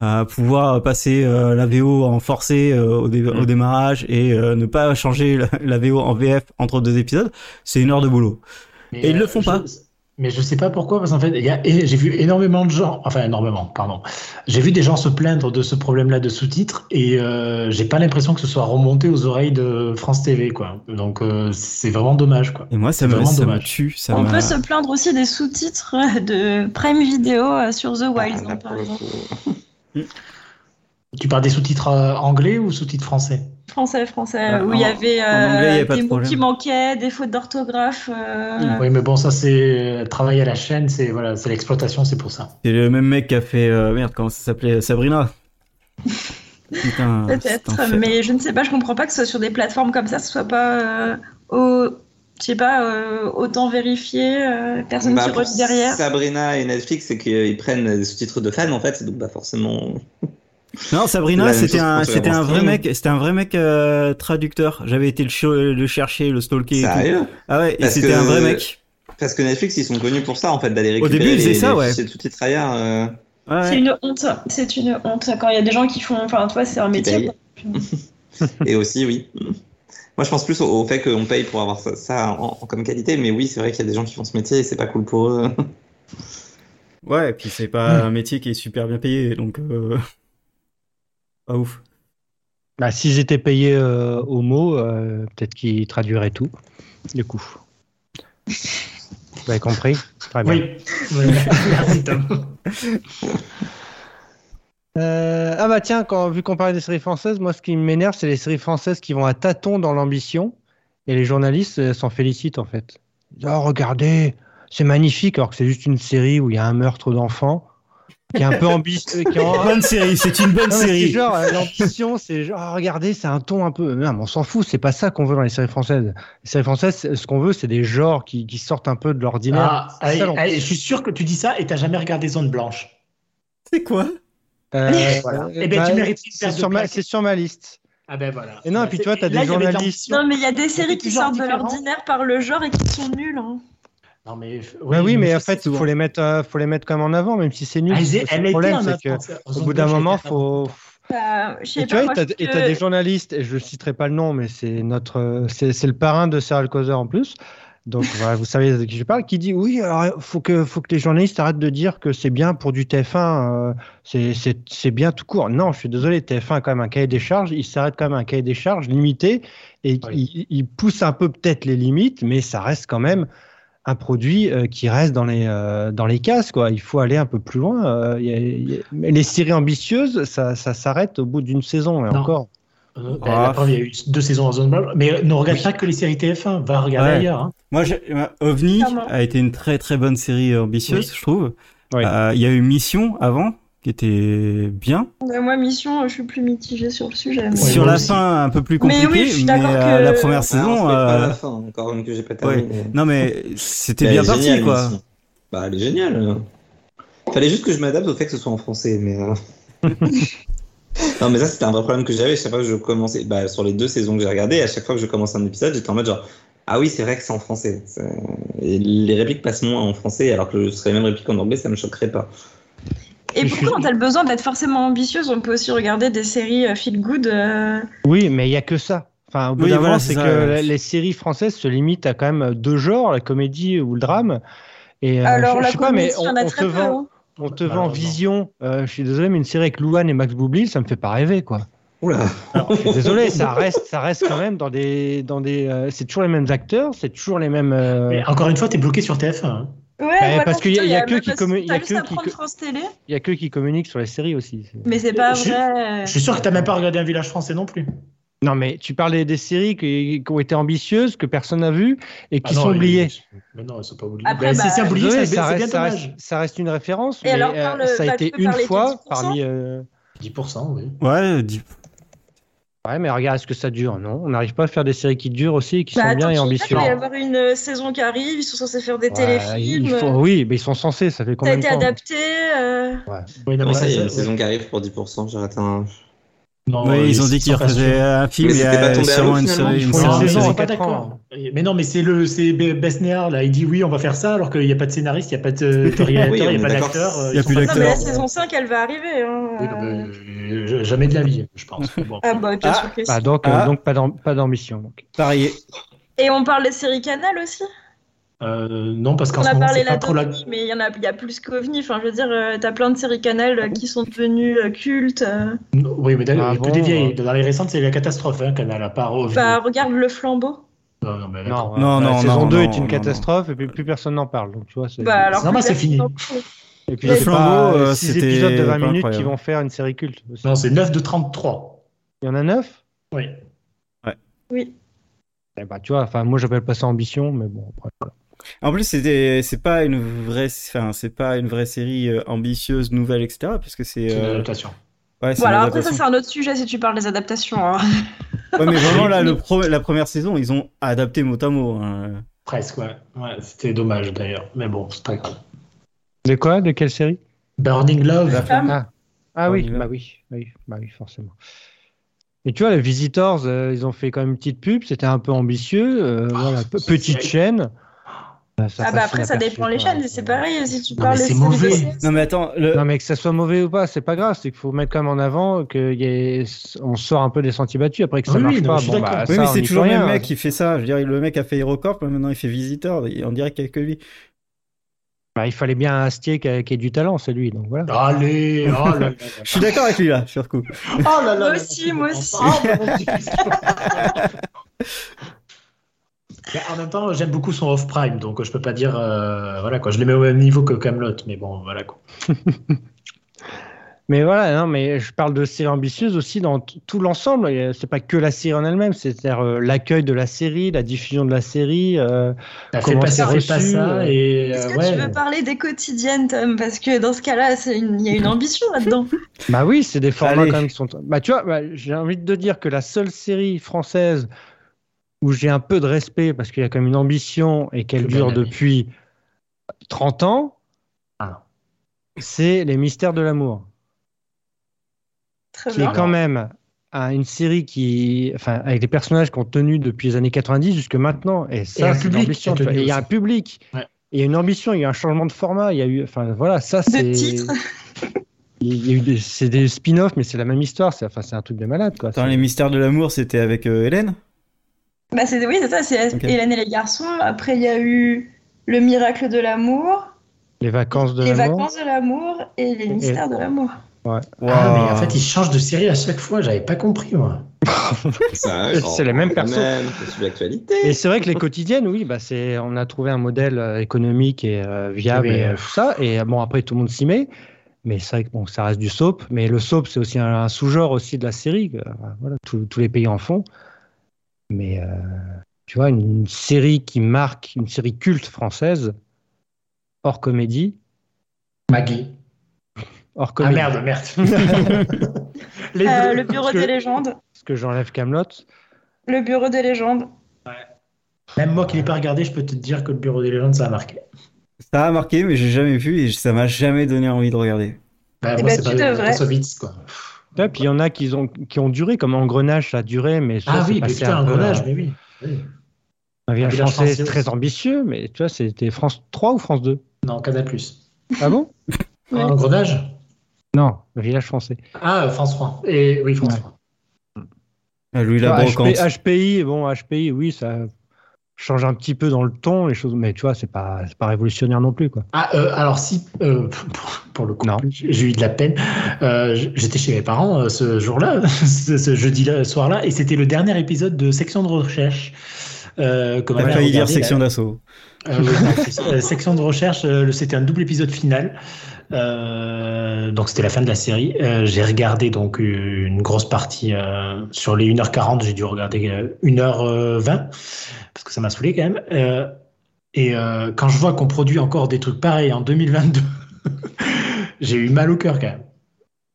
Speaker 2: hein, À pouvoir passer euh, la VO en forcé euh, au, dé- au
Speaker 4: Mm.
Speaker 2: démarrage et euh, ne pas changer la, la VO en VF entre deux épisodes, c'est une heure de boulot.
Speaker 4: Mais,
Speaker 2: Et ils le
Speaker 4: euh,
Speaker 2: font
Speaker 4: je-
Speaker 2: pas.
Speaker 4: Mais je sais pas pourquoi, parce qu'en fait, il y a- et j'ai vu énormément de gens, enfin énormément, pardon, j'ai vu des gens se plaindre de ce problème-là de sous-titres, et euh, j'ai pas l'impression que ce soit remonté aux oreilles de France TV, quoi. Donc euh, c'est vraiment dommage, quoi.
Speaker 2: Et moi, ça
Speaker 4: C'est
Speaker 2: me,
Speaker 4: vraiment
Speaker 2: ça me
Speaker 4: dommage.
Speaker 2: tue. Ça
Speaker 5: On
Speaker 2: m'a-
Speaker 5: peut se plaindre aussi des sous-titres de Prime Video euh, sur The Wild,
Speaker 1: Ah, là, pour
Speaker 5: par
Speaker 1: le
Speaker 5: exemple.
Speaker 1: coup.
Speaker 4: Tu parles des sous-titres euh, anglais ou sous-titres français
Speaker 5: Français, français,
Speaker 2: Ah,
Speaker 5: où
Speaker 2: en-
Speaker 5: il y avait euh,
Speaker 2: en anglais, il y a pas de
Speaker 5: des mots qui
Speaker 2: problème.
Speaker 5: manquaient, des fautes d'orthographe. euh,
Speaker 4: Oui, mais bon, ça c'est euh, travail à la chaîne, c'est voilà, c'est l'exploitation, c'est pour ça.
Speaker 2: C'est le même mec qui a fait. euh, merde, comment ça s'appelait Sabrina. Putain. c'est
Speaker 5: Peut-être,
Speaker 2: enfer.
Speaker 5: mais je ne sais pas, je comprends pas que ce soit sur des plateformes comme ça, ce soit pas euh, au, je sais pas, euh, autant vérifié, euh, personne
Speaker 1: Bah,
Speaker 5: qui
Speaker 1: pour
Speaker 5: rush derrière.
Speaker 1: Sabrina et Netflix, c'est qu'ils prennent des sous-titres de fans en fait, donc bah forcément.
Speaker 2: Non,
Speaker 1: La
Speaker 2: Sabrina,
Speaker 1: même
Speaker 2: c'était
Speaker 1: chose
Speaker 2: un,
Speaker 1: qu'on fait
Speaker 2: c'était un
Speaker 1: avant
Speaker 2: vrai
Speaker 1: Scream.
Speaker 2: mec, c'était un vrai mec euh, traducteur. J'avais été le, cho- le chercher, le stalker. et tout.
Speaker 1: Sérieux
Speaker 2: Ah ouais, et
Speaker 1: Parce
Speaker 2: c'était
Speaker 1: que-
Speaker 2: un vrai mec.
Speaker 1: Parce que Netflix, ils sont connus pour ça en fait, d'aller
Speaker 2: Au
Speaker 1: récupérer
Speaker 2: début, ils faisaient
Speaker 1: les,
Speaker 2: ça,
Speaker 1: les
Speaker 2: ouais.
Speaker 1: fichiers de sous-titres ailleurs. euh,
Speaker 2: Ouais, ouais.
Speaker 5: C'est une honte, c'est une honte. Quand il y a des gens qui font, enfin, toi, c'est un métier.
Speaker 1: payent. Et aussi, oui. Moi, je pense plus au, au fait qu'on paye pour avoir ça, ça en- en- comme qualité, mais oui, c'est vrai qu'il y a des gens qui font ce métier et c'est pas cool pour eux.
Speaker 2: Ouais, et puis c'est pas un métier qui est super bien payé, donc euh... pas ouf.
Speaker 3: Bah, S'ils étaient payés euh, au mot, euh, peut-être qu'ils traduiraient tout, du coup. Vous avez compris Très Ah, bien.
Speaker 4: Oui. Oui. Ah, Merci Tom.
Speaker 3: Euh, ah bah tiens, quand, vu qu'on parlait des séries françaises, moi ce qui m'énerve, c'est les séries françaises qui vont à tâtons dans l'ambition et les journalistes euh, s'en félicitent en fait. Ils disent, Oh regardez, c'est magnifique alors que c'est juste une série où il y a un meurtre d'enfant qui est un peu ambitieux. qui est en-
Speaker 2: Bonne série, c'est une bonne
Speaker 3: Non, mais c'est
Speaker 2: série.
Speaker 3: genre euh, l'ambition, c'est genre Ah, regardez, c'est un ton un peu. Non, mais on s'en fout, c'est pas ça qu'on veut dans les séries françaises. Les séries françaises, c'est- ce qu'on veut, c'est des genres qui, qui sortent un peu de l'ordinaire.
Speaker 4: Ah,
Speaker 3: C'est ça,
Speaker 4: allez,
Speaker 3: l'ambition.
Speaker 4: allez, je suis sûr que tu dis ça et t'as jamais regardé Zone Blanche.
Speaker 2: C'est quoi
Speaker 3: Euh,
Speaker 4: Voilà.
Speaker 3: euh,
Speaker 4: Eh ben, tu mérites une
Speaker 3: c'est
Speaker 4: paire de
Speaker 3: sur, ma,
Speaker 4: plaques.
Speaker 3: c'est sur ma liste.
Speaker 4: Ah ben voilà.
Speaker 3: Et non, et puis, tu vois, t'as
Speaker 4: Là,
Speaker 3: des
Speaker 4: il y avait de
Speaker 3: journalistes.
Speaker 4: l'ambition.
Speaker 5: Non, mais il y a des
Speaker 4: Il y a
Speaker 5: séries
Speaker 4: des
Speaker 5: qui
Speaker 4: genres
Speaker 5: sortent de
Speaker 4: différents.
Speaker 5: l'ordinaire par le genre et qui sont nulles. hein.
Speaker 4: Non, mais oui,
Speaker 3: Ouais, Bah oui, mais en
Speaker 4: ça,
Speaker 3: fait,
Speaker 4: c'est
Speaker 3: faut les mettre, euh, faut les mettre quand même en avant, même si c'est nul.
Speaker 4: Elle,
Speaker 3: C'est-
Speaker 4: elle
Speaker 3: c'est le
Speaker 4: était
Speaker 3: problème,
Speaker 4: en
Speaker 3: c'est que
Speaker 4: attente.
Speaker 3: au
Speaker 4: Heureusement
Speaker 3: bout
Speaker 4: que
Speaker 3: d'un
Speaker 4: je l'ai
Speaker 3: moment,
Speaker 4: fait.
Speaker 3: faut.
Speaker 5: Bah, je sais
Speaker 3: Et tu
Speaker 5: pas,
Speaker 3: vois,
Speaker 5: moi,
Speaker 3: et t'as
Speaker 5: je trouve
Speaker 3: et t'as
Speaker 5: que-
Speaker 3: des journalistes, et je citerai pas le nom, mais c'est notre, euh, c'est c'est le parrain de Serial Causer en plus. Donc voilà, vous savez de qui je parle, qui dit oui, alors faut que, faut que les journalistes arrêtent de dire que c'est bien pour du TF1, euh, c'est- c'est c'est bien tout court. Non, je suis désolé, TF1 a quand même un cahier des charges, il s'arrête quand même à un cahier des charges limité, et
Speaker 4: Oui.
Speaker 3: il, il pousse un peu peut-être les limites, mais ça reste quand même un produit euh, qui reste dans les, euh, dans les cases. Quoi. Il faut aller un peu plus loin. euh, il y a- il y a- mais les séries ambitieuses, ça, ça s'arrête au bout d'une saison, et
Speaker 4: Non.
Speaker 3: encore.
Speaker 4: Euh, ben, la
Speaker 2: Ah.
Speaker 4: preuve, il y a eu deux saisons en Zone Blanche. Mais ne regarde pas que les séries TF1, va regarder
Speaker 2: Ouais.
Speaker 4: ailleurs. hein.
Speaker 2: Moi, j'ai- euh, OVNI
Speaker 5: Clairement.
Speaker 2: a été une très très bonne série ambitieuse, je trouve.
Speaker 3: Oui.
Speaker 2: Euh, Il y a eu Mission avant, qui était bien.
Speaker 5: Euh, Moi, mission, euh, je suis plus mitigée sur le sujet. mais-
Speaker 4: Ouais,
Speaker 2: Sur
Speaker 4: moi
Speaker 2: la
Speaker 4: aussi.
Speaker 2: fin, un peu plus
Speaker 5: Mais oui,
Speaker 2: compliqué,
Speaker 5: je suis
Speaker 2: mais,
Speaker 5: d'accord
Speaker 2: euh,
Speaker 5: que-
Speaker 2: la
Speaker 1: Ah,
Speaker 2: première
Speaker 1: on
Speaker 2: saison,
Speaker 1: se fait pas
Speaker 2: euh,
Speaker 1: la fin, encore une que j'ai pas terminée.
Speaker 2: non mais c'était
Speaker 1: Mais
Speaker 2: bien
Speaker 1: Bah, elle est
Speaker 2: parti
Speaker 1: géniale,
Speaker 2: quoi.
Speaker 1: l'émission. Bah, elle est géniale. Fallait juste que je m'adapte au fait que ce soit en français, mais. euh, non, mais ça, c'était un vrai problème que j'avais. Chaque fois que je commençais, bah, sur les deux saisons que j'ai regardées, à chaque fois que je commençais un épisode, j'étais en mode genre, ah oui, c'est vrai que c'est en français. C'est- Et les répliques passent moins en français, alors que ce serait les mêmes répliques en anglais, ça me choquerait pas.
Speaker 5: Et
Speaker 3: Je
Speaker 5: pourquoi,
Speaker 3: suis-
Speaker 5: quand t'as le besoin d'être forcément ambitieuse, on peut aussi regarder des séries euh, feel good. euh,
Speaker 3: Oui, mais il n'y a que ça. Enfin, au bout
Speaker 2: Oui,
Speaker 3: d'un
Speaker 2: voilà,
Speaker 3: moment,
Speaker 2: c'est
Speaker 3: c'est que
Speaker 2: ça, ouais.
Speaker 3: la- les séries françaises se limitent à quand même deux genres, la comédie ou le drame. Et, euh,
Speaker 5: Alors,
Speaker 3: je- je
Speaker 5: la
Speaker 3: sais pas, mais
Speaker 5: comédie, il y en
Speaker 3: on-
Speaker 5: a
Speaker 3: on
Speaker 5: très
Speaker 3: te
Speaker 5: peu.
Speaker 3: vend-
Speaker 5: hein.
Speaker 3: On te
Speaker 4: Bah,
Speaker 3: vend
Speaker 4: non.
Speaker 3: Vision. euh, je suis désolé, mais une série avec Louane et Max Boublil, ça me fait pas rêver, quoi.
Speaker 1: Oula!
Speaker 3: Alors, je suis désolé, ça reste, ça reste quand même dans des, dans des. euh, c'est toujours les mêmes acteurs, c'est toujours les mêmes. euh,
Speaker 4: Mais encore une fois, t'es bloqué sur TF1. hein.
Speaker 5: Ouais,
Speaker 3: parce qu'il y a-
Speaker 5: putain,
Speaker 3: il y a que
Speaker 5: même
Speaker 3: qui
Speaker 5: pas-
Speaker 3: commu- il y a
Speaker 5: t'as juste
Speaker 3: que
Speaker 5: à
Speaker 3: qui
Speaker 5: prendre
Speaker 3: co-
Speaker 5: France Télé,
Speaker 3: Il y a que qui communiquent sur les séries aussi.
Speaker 5: mais c'est pas
Speaker 4: Je-
Speaker 5: vrai.
Speaker 4: Je suis sûr que t'as même pas regardé un village français non plus.
Speaker 3: Non, mais tu parlais des séries qui, qui ont été ambitieuses, que personne n'a vues et qui
Speaker 4: Ah non,
Speaker 3: sont
Speaker 4: mais-
Speaker 3: oubliées. Ah,
Speaker 4: Mais non, ils sont pas oubliés.
Speaker 5: Après,
Speaker 4: Ben, c'est
Speaker 5: bah,
Speaker 4: c'est oublié,
Speaker 3: Désolé,
Speaker 4: c'est
Speaker 3: ça,
Speaker 4: c'est bien
Speaker 3: reste, ça,
Speaker 4: dommage.
Speaker 3: reste, ça reste une référence,
Speaker 5: Et
Speaker 3: mais
Speaker 5: alors,
Speaker 3: euh,
Speaker 5: parle-
Speaker 3: ça a
Speaker 5: bah,
Speaker 3: été
Speaker 5: tu peux
Speaker 3: une
Speaker 5: parler
Speaker 3: fois
Speaker 5: 10%?
Speaker 3: parmi. euh,
Speaker 4: 10%, oui.
Speaker 2: Ouais, dis-
Speaker 3: Ouais, mais regarde, est-ce que ça dure Non, on n'arrive pas à faire des séries qui durent aussi, et qui
Speaker 5: Bah,
Speaker 3: sont bien
Speaker 5: attends,
Speaker 3: et
Speaker 5: je sais pas, Il
Speaker 3: ambitieuses.
Speaker 5: va y avoir une euh, saison qui arrive, ils sont censés faire des
Speaker 3: Ouais,
Speaker 5: téléfilms.
Speaker 3: il faut- Oui, mais ils sont censés, ça fait
Speaker 5: Ça a
Speaker 3: combien de
Speaker 5: été
Speaker 3: temps
Speaker 5: adapté. euh,
Speaker 4: Oui, non,
Speaker 1: Comment
Speaker 4: mais
Speaker 1: ça, il y a une
Speaker 4: ça-
Speaker 1: saison qui arrive pour 10%, j'ai raté un.
Speaker 3: Oh,
Speaker 4: Non,
Speaker 2: Oui,
Speaker 4: euh,
Speaker 2: ils ont dit
Speaker 4: sont
Speaker 2: qu'ils
Speaker 4: pas sûrs.
Speaker 2: refaisaient un film
Speaker 1: Mais
Speaker 2: et
Speaker 1: c'était pas
Speaker 2: euh,
Speaker 1: tombé à
Speaker 2: sûrement
Speaker 1: l'eau,
Speaker 2: une
Speaker 1: finalement,
Speaker 2: série.
Speaker 1: ils
Speaker 2: Une
Speaker 3: font
Speaker 2: série,
Speaker 3: une
Speaker 4: Non, mais
Speaker 2: une
Speaker 3: saison
Speaker 4: je
Speaker 2: série.
Speaker 4: suis
Speaker 3: en
Speaker 4: pas
Speaker 3: quatre
Speaker 4: d'accord.
Speaker 3: ans.
Speaker 4: Mais non, mais c'est le c'est Be- Besner là, il dit oui, on va faire ça, alors qu'il n'y a pas de scénariste, il n'y a pas de de réalisateur,
Speaker 1: Oui,
Speaker 4: il
Speaker 1: on
Speaker 4: n'y
Speaker 1: est
Speaker 4: a pas
Speaker 1: d'accord.
Speaker 4: d'acteur. euh,
Speaker 2: Il y a
Speaker 4: ils sont
Speaker 2: plus
Speaker 4: pas-
Speaker 5: Ah Non, mais la
Speaker 2: Exactement.
Speaker 5: saison 5, elle va arriver. hein,
Speaker 4: Oui,
Speaker 5: euh,
Speaker 4: non, mais, euh, Jamais de la vie, je pense. Mais bon.
Speaker 5: Ah, bah, bien
Speaker 2: Ah,
Speaker 5: sûr que si.
Speaker 3: Bah, donc, euh,
Speaker 2: Ah.
Speaker 3: donc pas d'am- pas d'ambition. donc.
Speaker 2: Parier.
Speaker 5: Et on parle des séries Canal aussi
Speaker 4: Euh, non, parce qu'en
Speaker 5: On
Speaker 4: ce
Speaker 5: a
Speaker 4: moment,
Speaker 5: parlé
Speaker 4: c'est pas
Speaker 5: là
Speaker 4: trop la.
Speaker 5: d'OVNI, mais il y en a, il y a plus qu'OVNI. Enfin, je veux dire, euh, t'as plein de séries Canal euh, qui sont devenues euh, cultes. euh.
Speaker 4: Oui, mais d'ailleurs,
Speaker 3: Ah
Speaker 4: il y a que
Speaker 3: bon,
Speaker 4: des
Speaker 3: ouais.
Speaker 4: vieilles. Dans les récentes, c'est la catastrophe, hein, Canal, à part OVNI. Euh,
Speaker 5: Bah, regarde Le Flambeau.
Speaker 4: Non, non, mais d'accord.
Speaker 3: Non,
Speaker 2: Non,
Speaker 3: la
Speaker 2: non,
Speaker 3: saison
Speaker 2: non,
Speaker 3: 2
Speaker 2: non,
Speaker 3: est une
Speaker 2: non,
Speaker 3: catastrophe et puis plus personne n'en parle. Donc, tu vois, c'est-
Speaker 5: Bah, alors
Speaker 4: Non,
Speaker 5: que
Speaker 4: bah, c'est fini.
Speaker 3: et puis
Speaker 5: Le
Speaker 3: c'est pas
Speaker 2: flambeau, euh,
Speaker 3: six
Speaker 2: c'était
Speaker 3: épisodes de 20
Speaker 2: pas
Speaker 3: minutes qui
Speaker 2: incroyable.
Speaker 3: vont faire une série culte. aussi.
Speaker 4: Non, c'est 9 de 33.
Speaker 3: Il y en a 9
Speaker 4: Oui.
Speaker 5: Oui.
Speaker 3: eh bah, tu vois, enfin, moi j'appelle pas ça ambition, mais bon, après, voilà.
Speaker 2: En plus, c'était, c'est pas une vraie, enfin, c'est pas une vraie série euh, ambitieuse, nouvelle, etc. Parce que c'est,
Speaker 4: C'est une
Speaker 2: euh,
Speaker 4: adaptation.
Speaker 2: ouais, c'est
Speaker 5: Bon,
Speaker 2: une
Speaker 5: alors après, ça,
Speaker 2: adaptation.
Speaker 5: c'est un autre sujet si tu parles des adaptations. hein.
Speaker 2: Ouais, mais vraiment là, le pro- la première saison, ils ont adapté mot à mot. hein.
Speaker 4: Presque, ouais. ouais C'était dommage d'ailleurs. Mais bon, c'est pas grave.
Speaker 3: De quoi De quelle série
Speaker 4: Burning Love.
Speaker 2: La
Speaker 5: flamme.
Speaker 3: Ah, Ah oui,
Speaker 2: On y va.
Speaker 3: bah oui, oui, bah oui, forcément. Et tu vois, les Visitors, euh, ils ont fait quand même une petite pub, c'était un peu ambitieux, euh, voilà, pe-
Speaker 4: c'est-
Speaker 3: petite chaîne. Bah, ça
Speaker 5: Ah bah
Speaker 3: passe
Speaker 5: après, ça
Speaker 3: inaperçu,
Speaker 5: dépend les
Speaker 3: quoi.
Speaker 5: chaînes. C'est pareil, si tu
Speaker 4: Non,
Speaker 5: parles
Speaker 4: mais
Speaker 5: des
Speaker 4: c'est
Speaker 5: séries
Speaker 4: mauvais.
Speaker 5: OVNI,
Speaker 2: Non mais attends, le,
Speaker 3: Non, mais que ça soit mauvais ou pas, c'est pas grave. C'est qu'il faut mettre quand même en avant qu'on sort un peu des sentiers battus. Après que ça
Speaker 4: Oui,
Speaker 3: marche
Speaker 4: oui, non,
Speaker 3: pas,
Speaker 4: je suis
Speaker 3: bon,
Speaker 4: d'accord.
Speaker 3: bah,
Speaker 2: oui
Speaker 3: ça,
Speaker 2: mais
Speaker 3: on
Speaker 2: c'est
Speaker 3: y peut
Speaker 2: toujours le
Speaker 3: rien.
Speaker 2: même mec qui fait ça. Je veux dire, le mec a fait Hérocorp, mais maintenant il fait Visiteur. et On dirait qu'il y a que lui.
Speaker 3: Bah, il fallait bien un Astier qui a, qui ait du talent, c'est lui. Donc voilà.
Speaker 4: Allez, oh là là.
Speaker 2: Je suis d'accord avec lui là, sur le coup.
Speaker 4: Oh là là
Speaker 5: Moi
Speaker 4: là là,
Speaker 5: aussi,
Speaker 4: je
Speaker 5: moi
Speaker 4: comprends
Speaker 5: aussi.
Speaker 4: pas. Ah, mon Dieu. Mais en même temps, j'aime beaucoup son off-prime, donc euh, je peux pas dire. euh, voilà quoi, je les mets au même niveau que Camelot, mais bon, voilà quoi.
Speaker 3: Mais voilà, non, mais je parle de série ambitieuse aussi dans t- tout l'ensemble. Et, euh, C'est pas que la série en elle-même, c'est-à-dire euh, l'accueil de la série, la diffusion de la série. euh,
Speaker 4: T'as fait
Speaker 3: Comment
Speaker 4: pas
Speaker 3: c'est
Speaker 4: ça, fait pas
Speaker 3: reçu, euh,
Speaker 4: ça, et.
Speaker 5: Est-ce
Speaker 4: euh,
Speaker 5: que tu
Speaker 4: ouais.
Speaker 5: veux parler des quotidiennes, Tom Parce que dans ce cas-là, c'est une- il y a une ambition là-dedans.
Speaker 3: Bah oui, c'est des formats
Speaker 2: Allez.
Speaker 3: quand même qui sont. Bah tu vois, bah, j'ai envie de te dire que la seule série française où j'ai un peu de respect parce qu'il y a quand même une ambition et qu'elle
Speaker 4: Plus
Speaker 3: dure
Speaker 4: banale.
Speaker 3: depuis 30 ans,
Speaker 4: Ah.
Speaker 3: c'est Les Mystères de l'amour,
Speaker 5: Très
Speaker 3: qui est
Speaker 5: bien.
Speaker 3: quand même un- une série qui, enfin, avec des personnages qui ont tenu depuis les années 90 jusque maintenant, et
Speaker 4: Et
Speaker 3: ça,
Speaker 4: un
Speaker 3: c'est
Speaker 4: public
Speaker 3: l'ambition.
Speaker 4: qui a
Speaker 3: tu vois.
Speaker 4: tenu
Speaker 3: Et Il y a un
Speaker 4: aussi.
Speaker 3: public,
Speaker 4: Ouais.
Speaker 3: il y a une ambition, il y a eu un changement de format, il y a eu, enfin, voilà, ça c'est.
Speaker 5: De titre.
Speaker 3: Il y a eu des- c'est des spin-offs, mais c'est la même histoire. C'est enfin, c'est un truc de malade, quoi.
Speaker 2: Attends,
Speaker 3: C'est-
Speaker 2: les mystères de l'amour, c'était avec euh, Hélène.
Speaker 5: Bah c'est oui, c'est ça, c'est
Speaker 2: Ok.
Speaker 5: Hélène et les garçons. Après, il y a eu Le miracle de l'amour,
Speaker 3: Les vacances de
Speaker 5: Les
Speaker 3: l'amour.
Speaker 5: vacances de l'amour et Les mystères de l'amour.
Speaker 4: Ah, mais en
Speaker 2: Waouh.
Speaker 4: fait, il change de série à chaque fois, j'avais pas compris moi.
Speaker 1: Ça,
Speaker 3: C'est
Speaker 1: genre,
Speaker 3: les mêmes
Speaker 1: quand
Speaker 3: persos.
Speaker 1: même, C'est sur l'actualité.
Speaker 3: Et c'est vrai que les quotidiennes, oui, bah c'est, on a trouvé un modèle euh, économique et euh, viable
Speaker 4: Oui.
Speaker 3: et euh, tout ça. Et euh, bon, après tout le monde s'y met, mais c'est vrai que bon, ça reste du soap. Mais le soap, c'est aussi un, un sous-genre aussi de la série. que, euh, Voilà, tous- tous les pays en font. Mais euh, tu vois, une, une série qui marque, une série culte française, hors comédie,
Speaker 4: Maggie.
Speaker 3: hors
Speaker 4: Ah
Speaker 3: comédie.
Speaker 4: merde, merde. Les
Speaker 5: Euh,
Speaker 4: deux.
Speaker 5: le bureau
Speaker 3: parce que-
Speaker 5: des légendes.
Speaker 3: Parce que j'enlève Camelot.
Speaker 5: Le bureau des légendes.
Speaker 4: Même moi qui l'ai pas regardé, je peux te dire que le bureau des légendes, ça a marqué.
Speaker 2: Ça a marqué, mais j'ai jamais vu et ça m'a jamais donné envie de regarder.
Speaker 4: Bah,
Speaker 5: Eh
Speaker 4: moi,
Speaker 5: ben,
Speaker 4: c'est
Speaker 5: tu
Speaker 4: pas
Speaker 5: devrais.
Speaker 4: Kassovitz, quoi.
Speaker 3: Ouais, puis il y en a qui ont, qui ont duré, comme Engrenage, ça a duré, mais ça,
Speaker 4: Ah
Speaker 3: c'est
Speaker 4: oui, mais
Speaker 3: passé
Speaker 4: putain,
Speaker 3: un peu,
Speaker 4: engrenage,
Speaker 3: euh,
Speaker 4: mais oui. Oui.
Speaker 3: Un village
Speaker 4: village
Speaker 3: français
Speaker 4: français
Speaker 3: très
Speaker 4: aussi.
Speaker 3: ambitieux, mais tu vois, c'était France 3 ou France 2
Speaker 4: Non, Canal Plus.
Speaker 3: Ah bon
Speaker 5: Ouais.
Speaker 4: Engrenage
Speaker 3: Non, le village français.
Speaker 4: Ah, France 3. Et oui, France
Speaker 3: Ouais.
Speaker 4: 3.
Speaker 2: Ah, Louis la
Speaker 3: Ah,
Speaker 2: brocante.
Speaker 3: HP, HPI, bon, HPI, oui, ça change un petit peu dans le ton, les choses, mais tu vois, c'est pas, c'est pas révolutionnaire non plus, quoi.
Speaker 4: Ah, euh, alors si, euh, pour, pour le coup,
Speaker 3: Non.
Speaker 4: j'ai j'ai eu de la peine. Euh, j- J'étais chez mes parents euh, ce jour-là, ce, ce jeudi-là, ce soir-là, et c'était le dernier épisode de Section de recherche. Euh, que ma
Speaker 2: T'as
Speaker 4: mère
Speaker 2: failli dire
Speaker 4: regardait,
Speaker 2: section
Speaker 4: là.
Speaker 2: d'assaut.
Speaker 4: Euh, oui, non, c'est- euh, section de recherche, euh, le- c'était un double épisode final. Euh, donc c'était la fin de la série. Euh, j'ai regardé donc une grosse partie euh, sur les 1h40, j'ai dû regarder euh, 1h20 parce que ça m'a saoulé quand même. Euh, et euh, quand je vois qu'on produit encore des trucs pareils en 2022, j'ai eu mal au cœur quand même.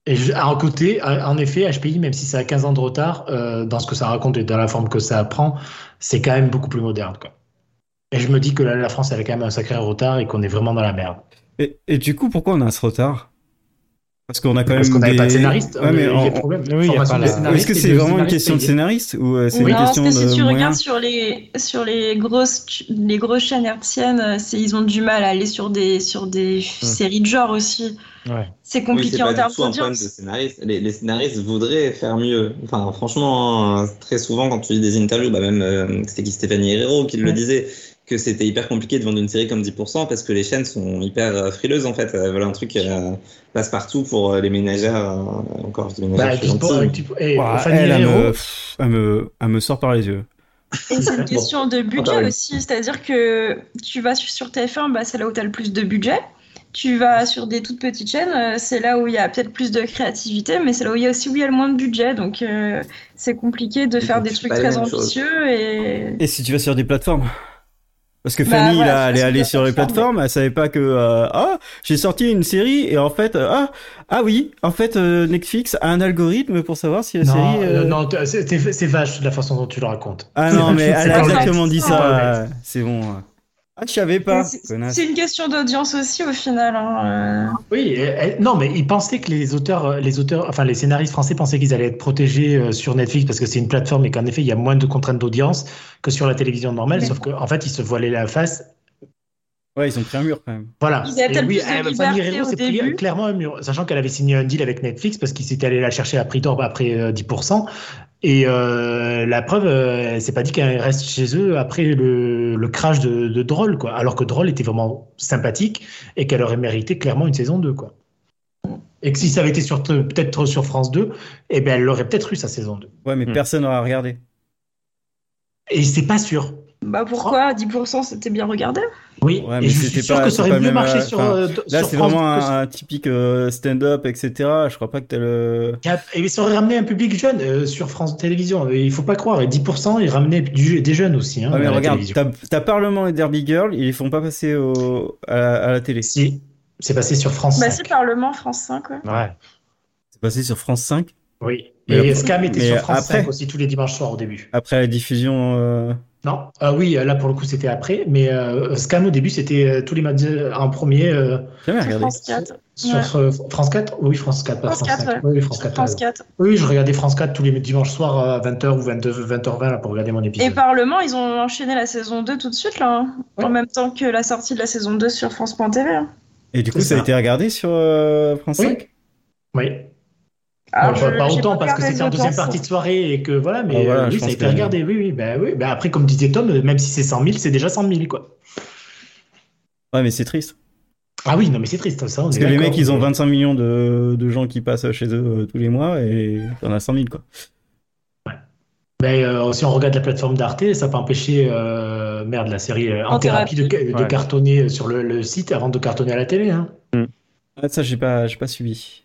Speaker 4: Et je- à un côté, à- en effet, HPI, même si ça a 15 ans de retard, euh, dans ce que ça raconte et dans la forme que ça prend, c'est quand même beaucoup plus moderne. Quoi. Et je me dis que la, la France, elle a quand même un sacré retard et qu'on est vraiment dans la merde.
Speaker 2: Et, et du coup, pourquoi on a ce retard Parce qu'on a quand
Speaker 4: Parce
Speaker 2: même
Speaker 4: qu'on n'avait
Speaker 2: des-
Speaker 4: pas de scénariste.
Speaker 2: Ouais, mais
Speaker 4: il y a
Speaker 2: on-
Speaker 4: des problèmes.
Speaker 3: oui, il y a
Speaker 4: Formation
Speaker 3: pas
Speaker 4: des
Speaker 3: la-
Speaker 4: scénaristes
Speaker 2: Est-ce que
Speaker 4: et
Speaker 2: c'est
Speaker 4: de
Speaker 2: vraiment une
Speaker 4: scénaristes
Speaker 2: question de
Speaker 4: payés.
Speaker 2: scénariste ou euh, c'est
Speaker 5: Non,
Speaker 2: une
Speaker 5: parce
Speaker 2: question
Speaker 5: que si
Speaker 2: de
Speaker 5: tu regardes
Speaker 2: moyens
Speaker 5: sur les, sur les, grosses, tu- les grosses chaînes hertziennes, euh, c'est- ils ont du mal à aller sur des, sur des
Speaker 2: Hum.
Speaker 5: f- séries de genre aussi.
Speaker 3: Ouais.
Speaker 5: C'est
Speaker 1: Oui, c'est
Speaker 5: compliqué
Speaker 1: pas
Speaker 5: en termes
Speaker 1: du tout un problème de
Speaker 5: d'audience.
Speaker 1: scénariste. Les, les scénaristes voudraient faire mieux. Enfin, franchement, hein, très souvent, quand tu lis des interviews, bah même euh, c'était qui Stéphanie Herrero qui le disait, que c'était hyper compliqué de vendre une série comme 10% parce que les chaînes sont hyper euh, frileuses en fait. Elles veulent un truc euh, passe-partout pour euh, les ménagères. euh, encore, je dis ménagères,
Speaker 4: Bah,
Speaker 1: je suis
Speaker 4: tu
Speaker 1: gentil,
Speaker 4: peux-
Speaker 1: mais-
Speaker 4: tu peux- eh,
Speaker 2: Ouah,
Speaker 4: Fanny
Speaker 2: Bah, elle, euh, elle
Speaker 4: Herro,
Speaker 2: me, pff, elle, me, elle me sort par les yeux.
Speaker 5: Et c'est une
Speaker 1: Bon.
Speaker 5: question de
Speaker 1: Ah,
Speaker 5: budget
Speaker 1: oui.
Speaker 5: aussi, c'est-à-dire que tu vas sur- sur TF1, bah, c'est là où tu as le plus de budget. Tu vas sur des toutes petites chaînes, euh, c'est là où il y a peut-être plus de créativité, mais c'est là où il y a aussi où il y a le moins de budget. Donc euh, c'est compliqué de
Speaker 1: Et
Speaker 5: faire
Speaker 1: donc,
Speaker 5: des
Speaker 1: c'est
Speaker 5: trucs
Speaker 1: pas la
Speaker 5: très
Speaker 1: même chose.
Speaker 5: ambitieux. Et...
Speaker 2: Et si tu vas sur des plateformes Parce que
Speaker 5: Bah,
Speaker 2: Fanny, là,
Speaker 5: voilà, je
Speaker 2: elle est
Speaker 5: pense
Speaker 2: allée
Speaker 5: que
Speaker 2: sur les
Speaker 5: plateforme,
Speaker 2: plateformes, elle savait pas que euh, ah j'ai sorti une série et en fait euh, ah ah oui en fait euh, Netflix a un algorithme pour savoir si la
Speaker 4: Non,
Speaker 2: série euh,
Speaker 4: euh, non, t- c'est- c'est c'est vache la façon dont tu le racontes.
Speaker 2: ah non mais
Speaker 4: C'est
Speaker 2: elle a
Speaker 4: pas
Speaker 2: exactement
Speaker 5: honnête.
Speaker 2: dit
Speaker 5: C'est pas
Speaker 2: ça c'est bon ah je savais pas
Speaker 5: C'est-
Speaker 2: connasse.
Speaker 5: C'est une question d'audience aussi au final. hein, euh.
Speaker 4: Oui, euh, euh, non, mais ils pensaient que les auteurs, euh, les auteurs, enfin les scénaristes français pensaient qu'ils allaient être protégés euh, sur Netflix parce que c'est une plateforme et qu'en effet il y a moins de contraintes d'audience que sur la télévision normale.
Speaker 5: Mais-
Speaker 4: Sauf qu'en fait ils se voilaient la face.
Speaker 2: ouais ils ont pris un mur quand même
Speaker 4: Voilà.
Speaker 5: Ils avaient
Speaker 4: Et
Speaker 5: peut-être
Speaker 4: oui,
Speaker 5: plus de
Speaker 4: euh, Fanny
Speaker 5: liberté
Speaker 4: Herro
Speaker 5: au
Speaker 4: s'est pris
Speaker 5: début.
Speaker 4: clairement un mur, sachant qu'elle avait signé un deal avec Netflix parce qu'ils étaient allés la chercher à prix d'or après euh, 10%. Et euh, la preuve, euh, c'est pas dit qu'elle reste chez eux après le, le crash de, de Droll, quoi. Alors que Droll était vraiment sympathique et qu'elle aurait mérité clairement une saison 2, quoi. Et que si ça avait été sur- peut-être sur France 2, eh ben elle l'aurait peut-être eu sa saison 2.
Speaker 2: ouais mais
Speaker 1: Hmm.
Speaker 2: personne n'aura regardé
Speaker 4: Et c'est pas sûr.
Speaker 5: Bah pourquoi 10% c'était bien regardé
Speaker 4: Oui,
Speaker 2: Ouais, mais
Speaker 4: et je suis
Speaker 2: c'était
Speaker 4: sûr
Speaker 2: pas-
Speaker 4: que
Speaker 2: c'est
Speaker 4: ça aurait
Speaker 2: pas le
Speaker 4: mieux
Speaker 2: même,
Speaker 4: marché
Speaker 2: euh,
Speaker 4: sur,
Speaker 2: enfin,
Speaker 4: euh,
Speaker 2: là
Speaker 4: sur
Speaker 2: c'est
Speaker 4: France
Speaker 2: vraiment
Speaker 4: que sur-
Speaker 2: un, un typique euh, stand-up etc je crois pas que t'as le
Speaker 4: Cap- Et ça aurait ramené un public jeune euh, sur France Télévisions. Et Il faut pas croire. Et 10%, ils ramenaient du- des jeunes aussi. Hein,
Speaker 2: Ah mais
Speaker 4: à la
Speaker 2: regarde,
Speaker 4: télévision.
Speaker 2: t'as t'as Parlement et Derby Girl, ils les font pas passer au, à, la, à la télé.
Speaker 4: Si, c'est passé sur France
Speaker 5: Bah
Speaker 4: 5.
Speaker 5: c'est Parlement France 5. Quoi.
Speaker 4: Ouais.
Speaker 2: C'est passé sur France 5
Speaker 4: Oui.
Speaker 2: Mais
Speaker 4: Et
Speaker 2: après-
Speaker 4: Scam était
Speaker 2: mais
Speaker 4: sur France
Speaker 2: après-
Speaker 4: 5 aussi tous les dimanches soirs au début.
Speaker 2: après la diffusion. euh,
Speaker 4: Non, Ah oui, là pour le coup c'était après, mais euh, Scam au début c'était euh, tous les matins euh, en premier euh,
Speaker 2: Jamais
Speaker 1: Ah,
Speaker 5: Sur
Speaker 2: regardé.
Speaker 5: France 4.
Speaker 4: sur
Speaker 5: Ouais.
Speaker 4: euh, France 4. Oui, France 4, pas
Speaker 5: France
Speaker 4: France,
Speaker 5: 4,
Speaker 4: 5. Oui, oui, France 4.
Speaker 5: France
Speaker 4: t'as
Speaker 5: 4.
Speaker 4: raison. Oui, je regardais France 4 tous les dimanches soirs à 20h ou 22, 20h20 là, pour regarder mon
Speaker 5: Et
Speaker 4: épisode.
Speaker 5: Parlement, ils ont enchaîné la saison 2 tout de suite, là, hein,
Speaker 4: Ouais.
Speaker 5: en même temps que la sortie de la saison 2 sur France.tv. hein.
Speaker 2: Et du coup,
Speaker 4: C'est
Speaker 2: ça a
Speaker 4: ça.
Speaker 2: été regardé sur euh, France
Speaker 4: Oui.
Speaker 2: 5
Speaker 4: Oui.
Speaker 5: Alors,
Speaker 4: Bon,
Speaker 5: je-
Speaker 4: Ah, pas
Speaker 5: j'ai
Speaker 4: autant parce que
Speaker 5: regardé
Speaker 4: c'était en
Speaker 5: les
Speaker 4: deuxième
Speaker 5: audiences.
Speaker 4: partie de soirée et que voilà, mais
Speaker 2: Ah, voilà,
Speaker 4: euh,
Speaker 2: je
Speaker 4: oui, ça a
Speaker 2: pense
Speaker 4: été
Speaker 2: que-
Speaker 4: regardé. Oui, oui, bah, oui. Bah, après, comme disait Tom, euh, même si c'est 100 000, c'est déjà 100 000, quoi.
Speaker 2: Ouais, mais c'est triste.
Speaker 4: Ah oui, non, mais c'est triste, ça. On
Speaker 2: Parce
Speaker 4: est
Speaker 2: que les
Speaker 4: d'accord.
Speaker 2: mecs, ils ont 25 millions de, de gens qui passent chez eux euh, tous les mois et t'en as 100 000, quoi.
Speaker 4: Mais euh, si on regarde la plateforme d'Arte, ça n'a pas empêché, euh, merde, la série euh, En
Speaker 5: En
Speaker 4: thérapie de, de
Speaker 2: Ouais.
Speaker 4: cartonner sur le, le site avant de cartonner à la télé. Hein.
Speaker 2: Ah, ça, j'ai pas, j'ai pas suivi.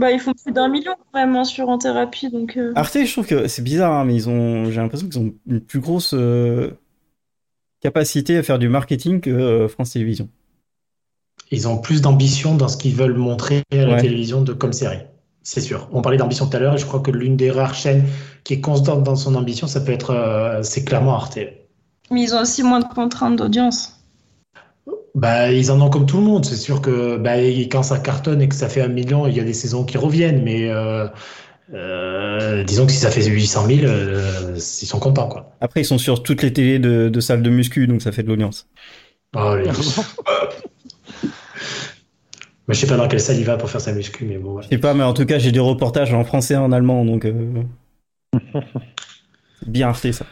Speaker 5: Bah, ils font plus d'un million vraiment sur En Thérapie, donc. euh,
Speaker 4: Ah.
Speaker 2: Arte, je trouve que c'est bizarre, hein, mais ils ont, j'ai l'impression qu'ils ont une plus grosse euh, capacité à faire du marketing que euh, France Télévisions.
Speaker 4: Ils ont plus d'ambition dans ce qu'ils veulent montrer à la
Speaker 2: Ouais.
Speaker 4: télévision de, comme série. C'est sûr. On parlait d'ambition tout à l'heure et je crois que l'une des rares chaînes qui est constante dans son ambition, ça peut être, euh, c'est clairement Arte.
Speaker 5: Mais ils ont aussi moins de contraintes d'audience.
Speaker 4: Bah, ils en ont comme tout le monde. C'est sûr que bah, et quand ça cartonne et que ça fait un million, il y a des saisons qui reviennent. Mais euh, euh, disons que si ça fait 800 000, euh, ils sont contents, quoi.
Speaker 2: Après, ils sont sur toutes les télés de, de salles de muscu, donc ça fait de l'audience.
Speaker 4: Oh, les- mais je sais pas dans quelle salle il va pour faire sa muscu, mais bon. ouais.
Speaker 2: Je sais pas, mais en tout cas, j'ai des reportages en français et en allemand, donc. euh, c'est Bien Arte, ça.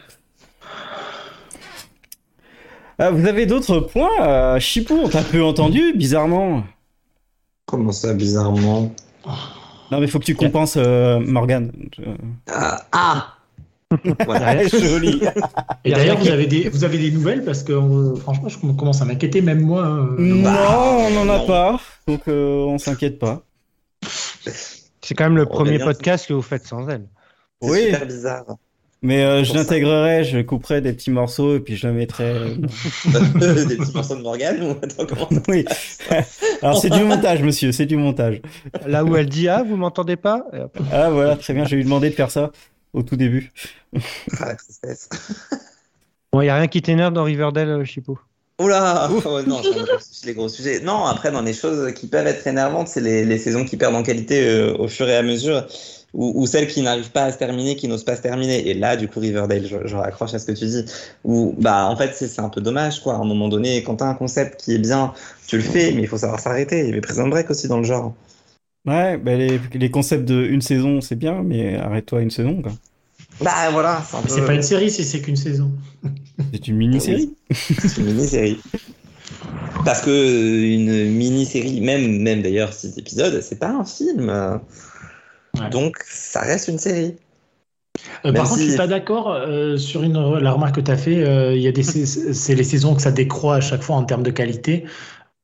Speaker 2: Ah, vous avez d'autres points euh, Chipou, on t'a peu entendu, bizarrement.
Speaker 1: Comment ça, bizarrement
Speaker 2: Non, mais faut que tu compenses euh, Morgane. Euh,
Speaker 1: Ah, ah Voilà.
Speaker 4: Ouais.
Speaker 2: Joli.
Speaker 4: Et d'ailleurs, vous avez des vous avez des nouvelles parce que euh, franchement, je commence à m'inquiéter, même moi. hein.
Speaker 2: Mm. non, on n'en a
Speaker 1: non.
Speaker 2: pas, donc euh, on s'inquiète pas.
Speaker 3: C'est quand même le
Speaker 1: On
Speaker 3: premier
Speaker 1: revient.
Speaker 3: podcast que vous faites sans elle.
Speaker 1: C'est
Speaker 2: Oui.
Speaker 1: super bizarre.
Speaker 2: Mais euh, je
Speaker 1: Pour ça.
Speaker 2: l'intégrerai, je couperai des petits morceaux et puis je le mettrai. euh,
Speaker 1: Des petits morceaux de Morgane ou attends, comment ça
Speaker 2: oui. Alors c'est du montage, monsieur, c'est du montage.
Speaker 3: Là où elle dit Ah, vous m'entendez pas Et hop.
Speaker 2: Ah voilà, très bien, j'ai lui demandé de faire ça au tout début.
Speaker 1: Ah, la tristesse.
Speaker 3: Bon, il n'y a rien qui t'énerve dans Riverdale, euh, Chipo.
Speaker 1: Oh là Oh Non, j'ai pas touché les gros sujets. Non, après, dans les choses qui peuvent être énervantes, c'est les, les saisons qui perdent en qualité euh, au fur et à mesure, ou, ou celles qui n'arrivent pas à se terminer, qui n'osent pas se terminer. Et là, du coup, Riverdale, je, je raccroche à ce que tu dis, où, bah, en fait, c'est c'est un peu dommage, quoi. À un moment donné, quand t'as un concept qui est bien, tu le fais, mais il faut savoir s'arrêter. Il y avait Prison Break aussi dans le genre.
Speaker 2: Ouais, bah les, les concepts de une saison, c'est bien, mais arrête-toi une saison, quoi.
Speaker 1: Bah voilà, c'est un
Speaker 4: Mais C'est
Speaker 1: peu-
Speaker 4: pas une série si c'est qu'une saison.
Speaker 2: C'est une mini-série.
Speaker 1: C'est une mini-série. Parce que euh, une mini-série, même, même d'ailleurs six épisodes, c'est pas un film. euh.
Speaker 4: Ouais.
Speaker 1: Donc ça reste une série.
Speaker 4: Euh,
Speaker 1: Même
Speaker 4: par contre,
Speaker 1: si-
Speaker 4: je suis pas d'accord euh, sur une, re- la remarque que tu as fait. euh, Il y a des, sais- c'est les saisons que ça décroît à chaque fois en termes de qualité.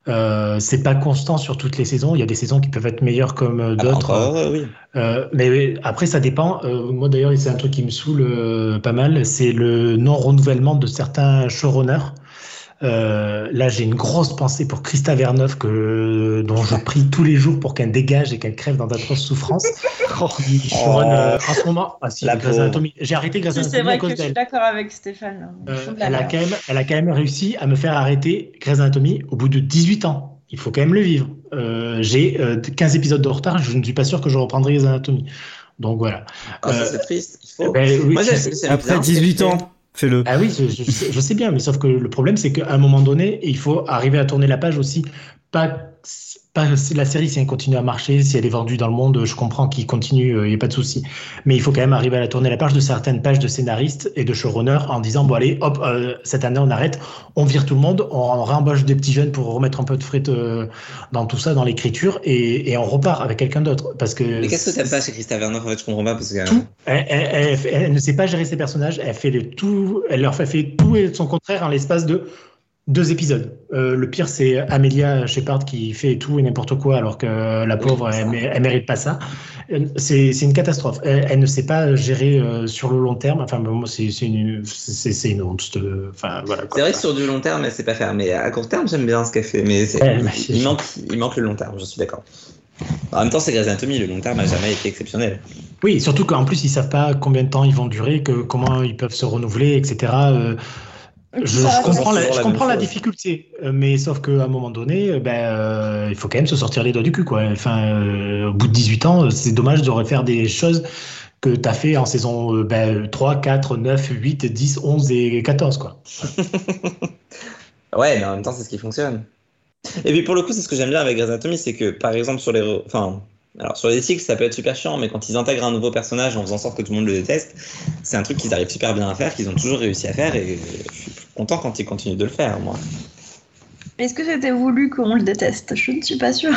Speaker 4: Euh, c'est pas constant sur toutes les saisons. Il y a des saisons qui peuvent être meilleures comme euh,
Speaker 1: Ah bah,
Speaker 4: d'autres.
Speaker 1: encore heureux, oui.
Speaker 4: Euh, mais après, ça dépend. Euh, moi, d'ailleurs, et c'est un truc qui me saoule euh, pas mal, c'est le non-renouvellement de certains showrunners. Euh, là, j'ai une grosse pensée pour Christa Verneuf, que, dont je prie tous les jours pour qu'elle dégage et qu'elle crève dans d'atroces souffrances. Il showrun, euh, en ce moment, ah,
Speaker 1: Oh.
Speaker 4: si,
Speaker 1: La
Speaker 4: Grey's
Speaker 1: pauvre.
Speaker 4: Anatomy. j'ai arrêté Grey's
Speaker 5: Si,
Speaker 4: Anatomy
Speaker 5: c'est
Speaker 4: à
Speaker 5: vrai que
Speaker 4: cause
Speaker 5: je suis
Speaker 4: d'elle.
Speaker 5: d'accord avec Stéphane. là. Ils
Speaker 4: Euh,
Speaker 5: font de la
Speaker 4: elle, a
Speaker 5: merde.
Speaker 4: quand même, elle a quand même réussi à me faire arrêter Grey's Anatomy au bout de 18 ans. Il faut quand même le vivre. Euh, J'ai euh, 15 épisodes de retard, je ne suis pas sûr que je reprendrai Grey's Anatomy. Donc voilà.
Speaker 1: Ah, ça,
Speaker 4: Euh,
Speaker 1: c'est triste. Il faut.
Speaker 4: Ben, oui,
Speaker 1: Moi,
Speaker 4: tu-
Speaker 1: j'aime- j'aime
Speaker 2: Après
Speaker 1: bien,
Speaker 2: 18
Speaker 1: c'est-
Speaker 2: ans, fais-le.
Speaker 4: Ah oui, je, je sais- je sais bien, mais sauf que le problème, c'est qu'à un moment donné, il faut arriver à tourner la page aussi. Pas, pas si la série, si elle continue à marcher, si elle est vendue dans le monde, je comprends qu'il continue, euh, il n'y a pas de souci. Mais il faut quand même arriver à la tourner la page de certaines pages de scénaristes et de showrunners en disant, bon allez, hop, euh, cette année, on arrête, on vire tout le monde, on, réembauche des petits jeunes pour remettre un peu de fret euh, dans tout ça, dans l'écriture, et, et on repart avec quelqu'un d'autre. Parce que
Speaker 1: Mais qu'est-ce que t'aimes pas chez Christa Werner En fait, je comprends pas parce que.
Speaker 4: tout. Elle, elle- elle- elle ne sait pas gérer ses personnages. Elle fait le tout. Elle leur fait, fait tout et son contraire en l'espace de deux épisodes. Euh, le pire, c'est Amelia Shepard qui fait tout et n'importe quoi, alors que la pauvre, elle, mé- elle mérite pas ça. Euh, C'est c'est une catastrophe. Elle, elle ne sait pas gérer euh, sur le long terme. Enfin, bon, moi, c'est c'est une, c'est c'est une honte. cette- Enfin, voilà. quoi.
Speaker 1: C'est vrai que sur du long terme, elle sait pas faire. Mais à court terme, j'aime bien ce qu'elle fait. Mais c'est-
Speaker 4: Ouais, mais c'est-
Speaker 1: il, manque, il manque le long terme, je suis d'accord. En même temps, c'est Grey's Anatomy. Le long terme n'a jamais été exceptionnel.
Speaker 4: Oui, surtout qu'en plus, ils savent pas combien de temps ils vont durer, que, comment ils peuvent se renouveler, etc. Euh, je,
Speaker 5: Ça
Speaker 4: je
Speaker 5: reste
Speaker 4: comprends, la,
Speaker 1: toujours
Speaker 4: je
Speaker 1: la
Speaker 4: comprends
Speaker 1: même
Speaker 4: la
Speaker 1: chose.
Speaker 4: difficulté, euh, mais sauf qu'à un moment donné, euh, ben, euh, il faut quand même se sortir les doigts du cul. Quoi. Enfin, euh, au bout de 18 ans, euh, c'est dommage de refaire des choses que tu as fait en saison euh, ben, 3, 4, 9, 8, 10, 11 et 14. Quoi.
Speaker 1: Ouais, mais en même temps, c'est ce qui fonctionne. Et puis pour le coup, c'est ce que j'aime bien avec Grey's Anatomy, c'est que par exemple sur les, re- enfin, alors sur les cycles, ça peut être super chiant, mais quand ils intègrent un nouveau personnage en faisant en sorte que tout le monde le déteste, c'est un truc qu'ils arrivent super bien à faire, qu'ils ont toujours réussi à faire, et je suis content quand ils continuent de le faire, moi.
Speaker 5: Est-ce que c'était voulu qu'on le déteste Je ne suis pas sûre.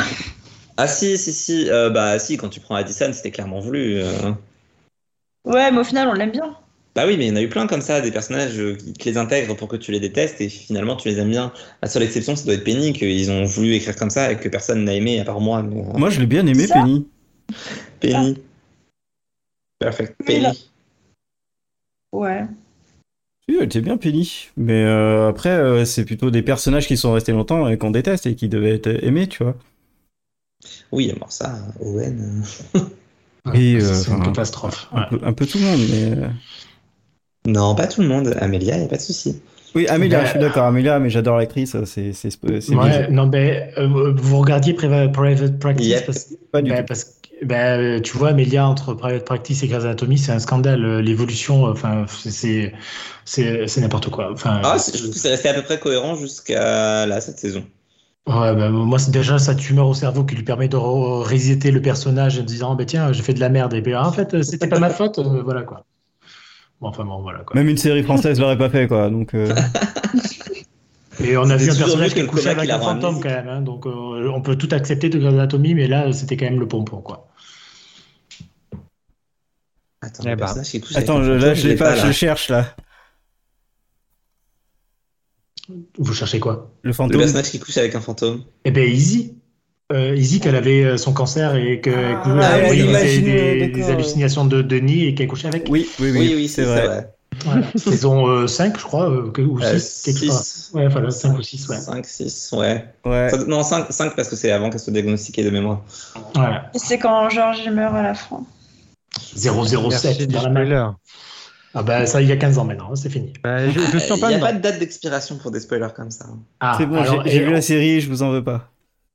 Speaker 1: Ah si, si, si, euh, bah si, quand tu prends Addison, c'était clairement voulu. euh.
Speaker 5: Ouais, mais au final, on l'aime bien.
Speaker 1: Bah oui, mais il y en a eu plein comme ça, des personnages euh, qui te les intègrent pour que tu les détestes et finalement tu les aimes bien. La seule exception, ça doit être Penny, qu'ils ont voulu écrire comme ça et que personne n'a aimé à part moi. mais, euh,
Speaker 2: Moi, je l'ai bien aimé,
Speaker 5: Ça
Speaker 2: Penny.
Speaker 1: Penny. Perfect.
Speaker 5: Ah. Oui, là.
Speaker 1: Penny.
Speaker 5: Ouais.
Speaker 2: Oui, elle était bien Penny. Mais euh, après, euh, c'est plutôt des personnages qui sont restés longtemps et qu'on déteste et qui devaient être aimés, tu vois.
Speaker 1: Oui, alors ça, Owen.
Speaker 2: Oui, euh,
Speaker 4: c'est une
Speaker 2: enfin,
Speaker 4: catastrophe.
Speaker 2: Un, peu, un peu tout le monde, mais... euh,
Speaker 1: euh, Non, pas tout le monde. Amélia, il a pas de souci.
Speaker 2: Oui, Amélia,
Speaker 4: Ben,
Speaker 2: je suis d'accord, Amélia, mais j'adore l'actrice, c'est c'est c'est
Speaker 4: Ouais,
Speaker 2: biaisé.
Speaker 4: non, ben, euh, vous regardiez Priva- Private Practice
Speaker 1: Yep.
Speaker 4: parce-
Speaker 2: pas du
Speaker 4: Ben,
Speaker 2: tout.
Speaker 4: parce que, ben, euh, tu vois, Amelia, entre Private Practice et Grey's Anatomy, c'est un scandale. Euh, L'évolution, euh, enfin, c'est- c'est c'est c'est n'importe quoi. Enfin,
Speaker 1: Ah, c'est- je trouve que c'est resté à peu près cohérent jusqu'à là, cette saison.
Speaker 4: ouais, ben, moi, c'est déjà sa tumeur au cerveau qui lui permet de re- resetter le personnage en disant, Ah, ben tiens, j'ai fait de la merde. Et ben, en fait, euh, c'était pas ma faute. euh, voilà quoi. Bon, enfin bon, voilà quoi.
Speaker 2: Même une série française l'aurait pas fait, quoi. Donc, euh,
Speaker 4: Et on a
Speaker 1: C'était
Speaker 4: vu un
Speaker 1: toujours
Speaker 4: personnage
Speaker 1: mieux que
Speaker 4: qui
Speaker 1: le
Speaker 4: couchait
Speaker 1: coma
Speaker 4: avec
Speaker 1: qu'il a
Speaker 4: un fantôme
Speaker 1: ramené.
Speaker 4: quand même. hein. donc, euh, on peut tout accepter de Grey's Anatomy, mais là, c'était quand même le pompon quoi.
Speaker 1: Attends,
Speaker 3: Eh
Speaker 1: le
Speaker 3: ben.
Speaker 1: personnage qui couche avec
Speaker 2: attends,
Speaker 1: un
Speaker 2: je,
Speaker 1: fantôme,
Speaker 2: là, je l'ai pas, je
Speaker 1: là.
Speaker 2: le cherche là.
Speaker 4: Vous cherchez quoi?
Speaker 2: Le
Speaker 1: Le
Speaker 2: fantôme.
Speaker 1: personnage qui couche avec un fantôme.
Speaker 4: Eh ben Izzy. Euh, Izzy, qu'elle avait euh, son cancer et que
Speaker 5: Ah,
Speaker 4: qu'elle
Speaker 5: ah,
Speaker 4: avait
Speaker 5: oui,
Speaker 4: des,
Speaker 2: imaginez,
Speaker 4: des-
Speaker 2: d'accord.
Speaker 4: des hallucinations de Denis et qu'elle couchait avec.
Speaker 2: Oui, oui, oui,
Speaker 1: Oui, oui,
Speaker 2: c'est vrai.
Speaker 4: Voilà. Saison 5, je crois, euh, que- ou 6, quelque chose.
Speaker 1: 6.
Speaker 4: Ouais, voilà, 5 ou 6, ouais.
Speaker 1: 5, 6, ouais.
Speaker 2: Ouais.
Speaker 1: Ça- Non, 5, 5 parce que c'est avant qu'elle soit diagnostiquée de mémoire.
Speaker 4: Voilà.
Speaker 5: Et C'est quand Georges il meurt à la fin.
Speaker 4: 007
Speaker 3: Merci du
Speaker 4: dans la main.
Speaker 3: spoiler.
Speaker 4: Ah bah ça, il y a 15 ans maintenant, hein, c'est fini.
Speaker 3: Bah, je, je
Speaker 4: Euh,
Speaker 3: suis en
Speaker 1: Il n'y a
Speaker 3: panne.
Speaker 1: pas de date d'expiration pour des spoilers comme ça. hein.
Speaker 4: Ah,
Speaker 2: C'est bon,
Speaker 4: alors,
Speaker 2: j'ai- j'ai
Speaker 4: et
Speaker 2: vu la série, je vous en veux pas.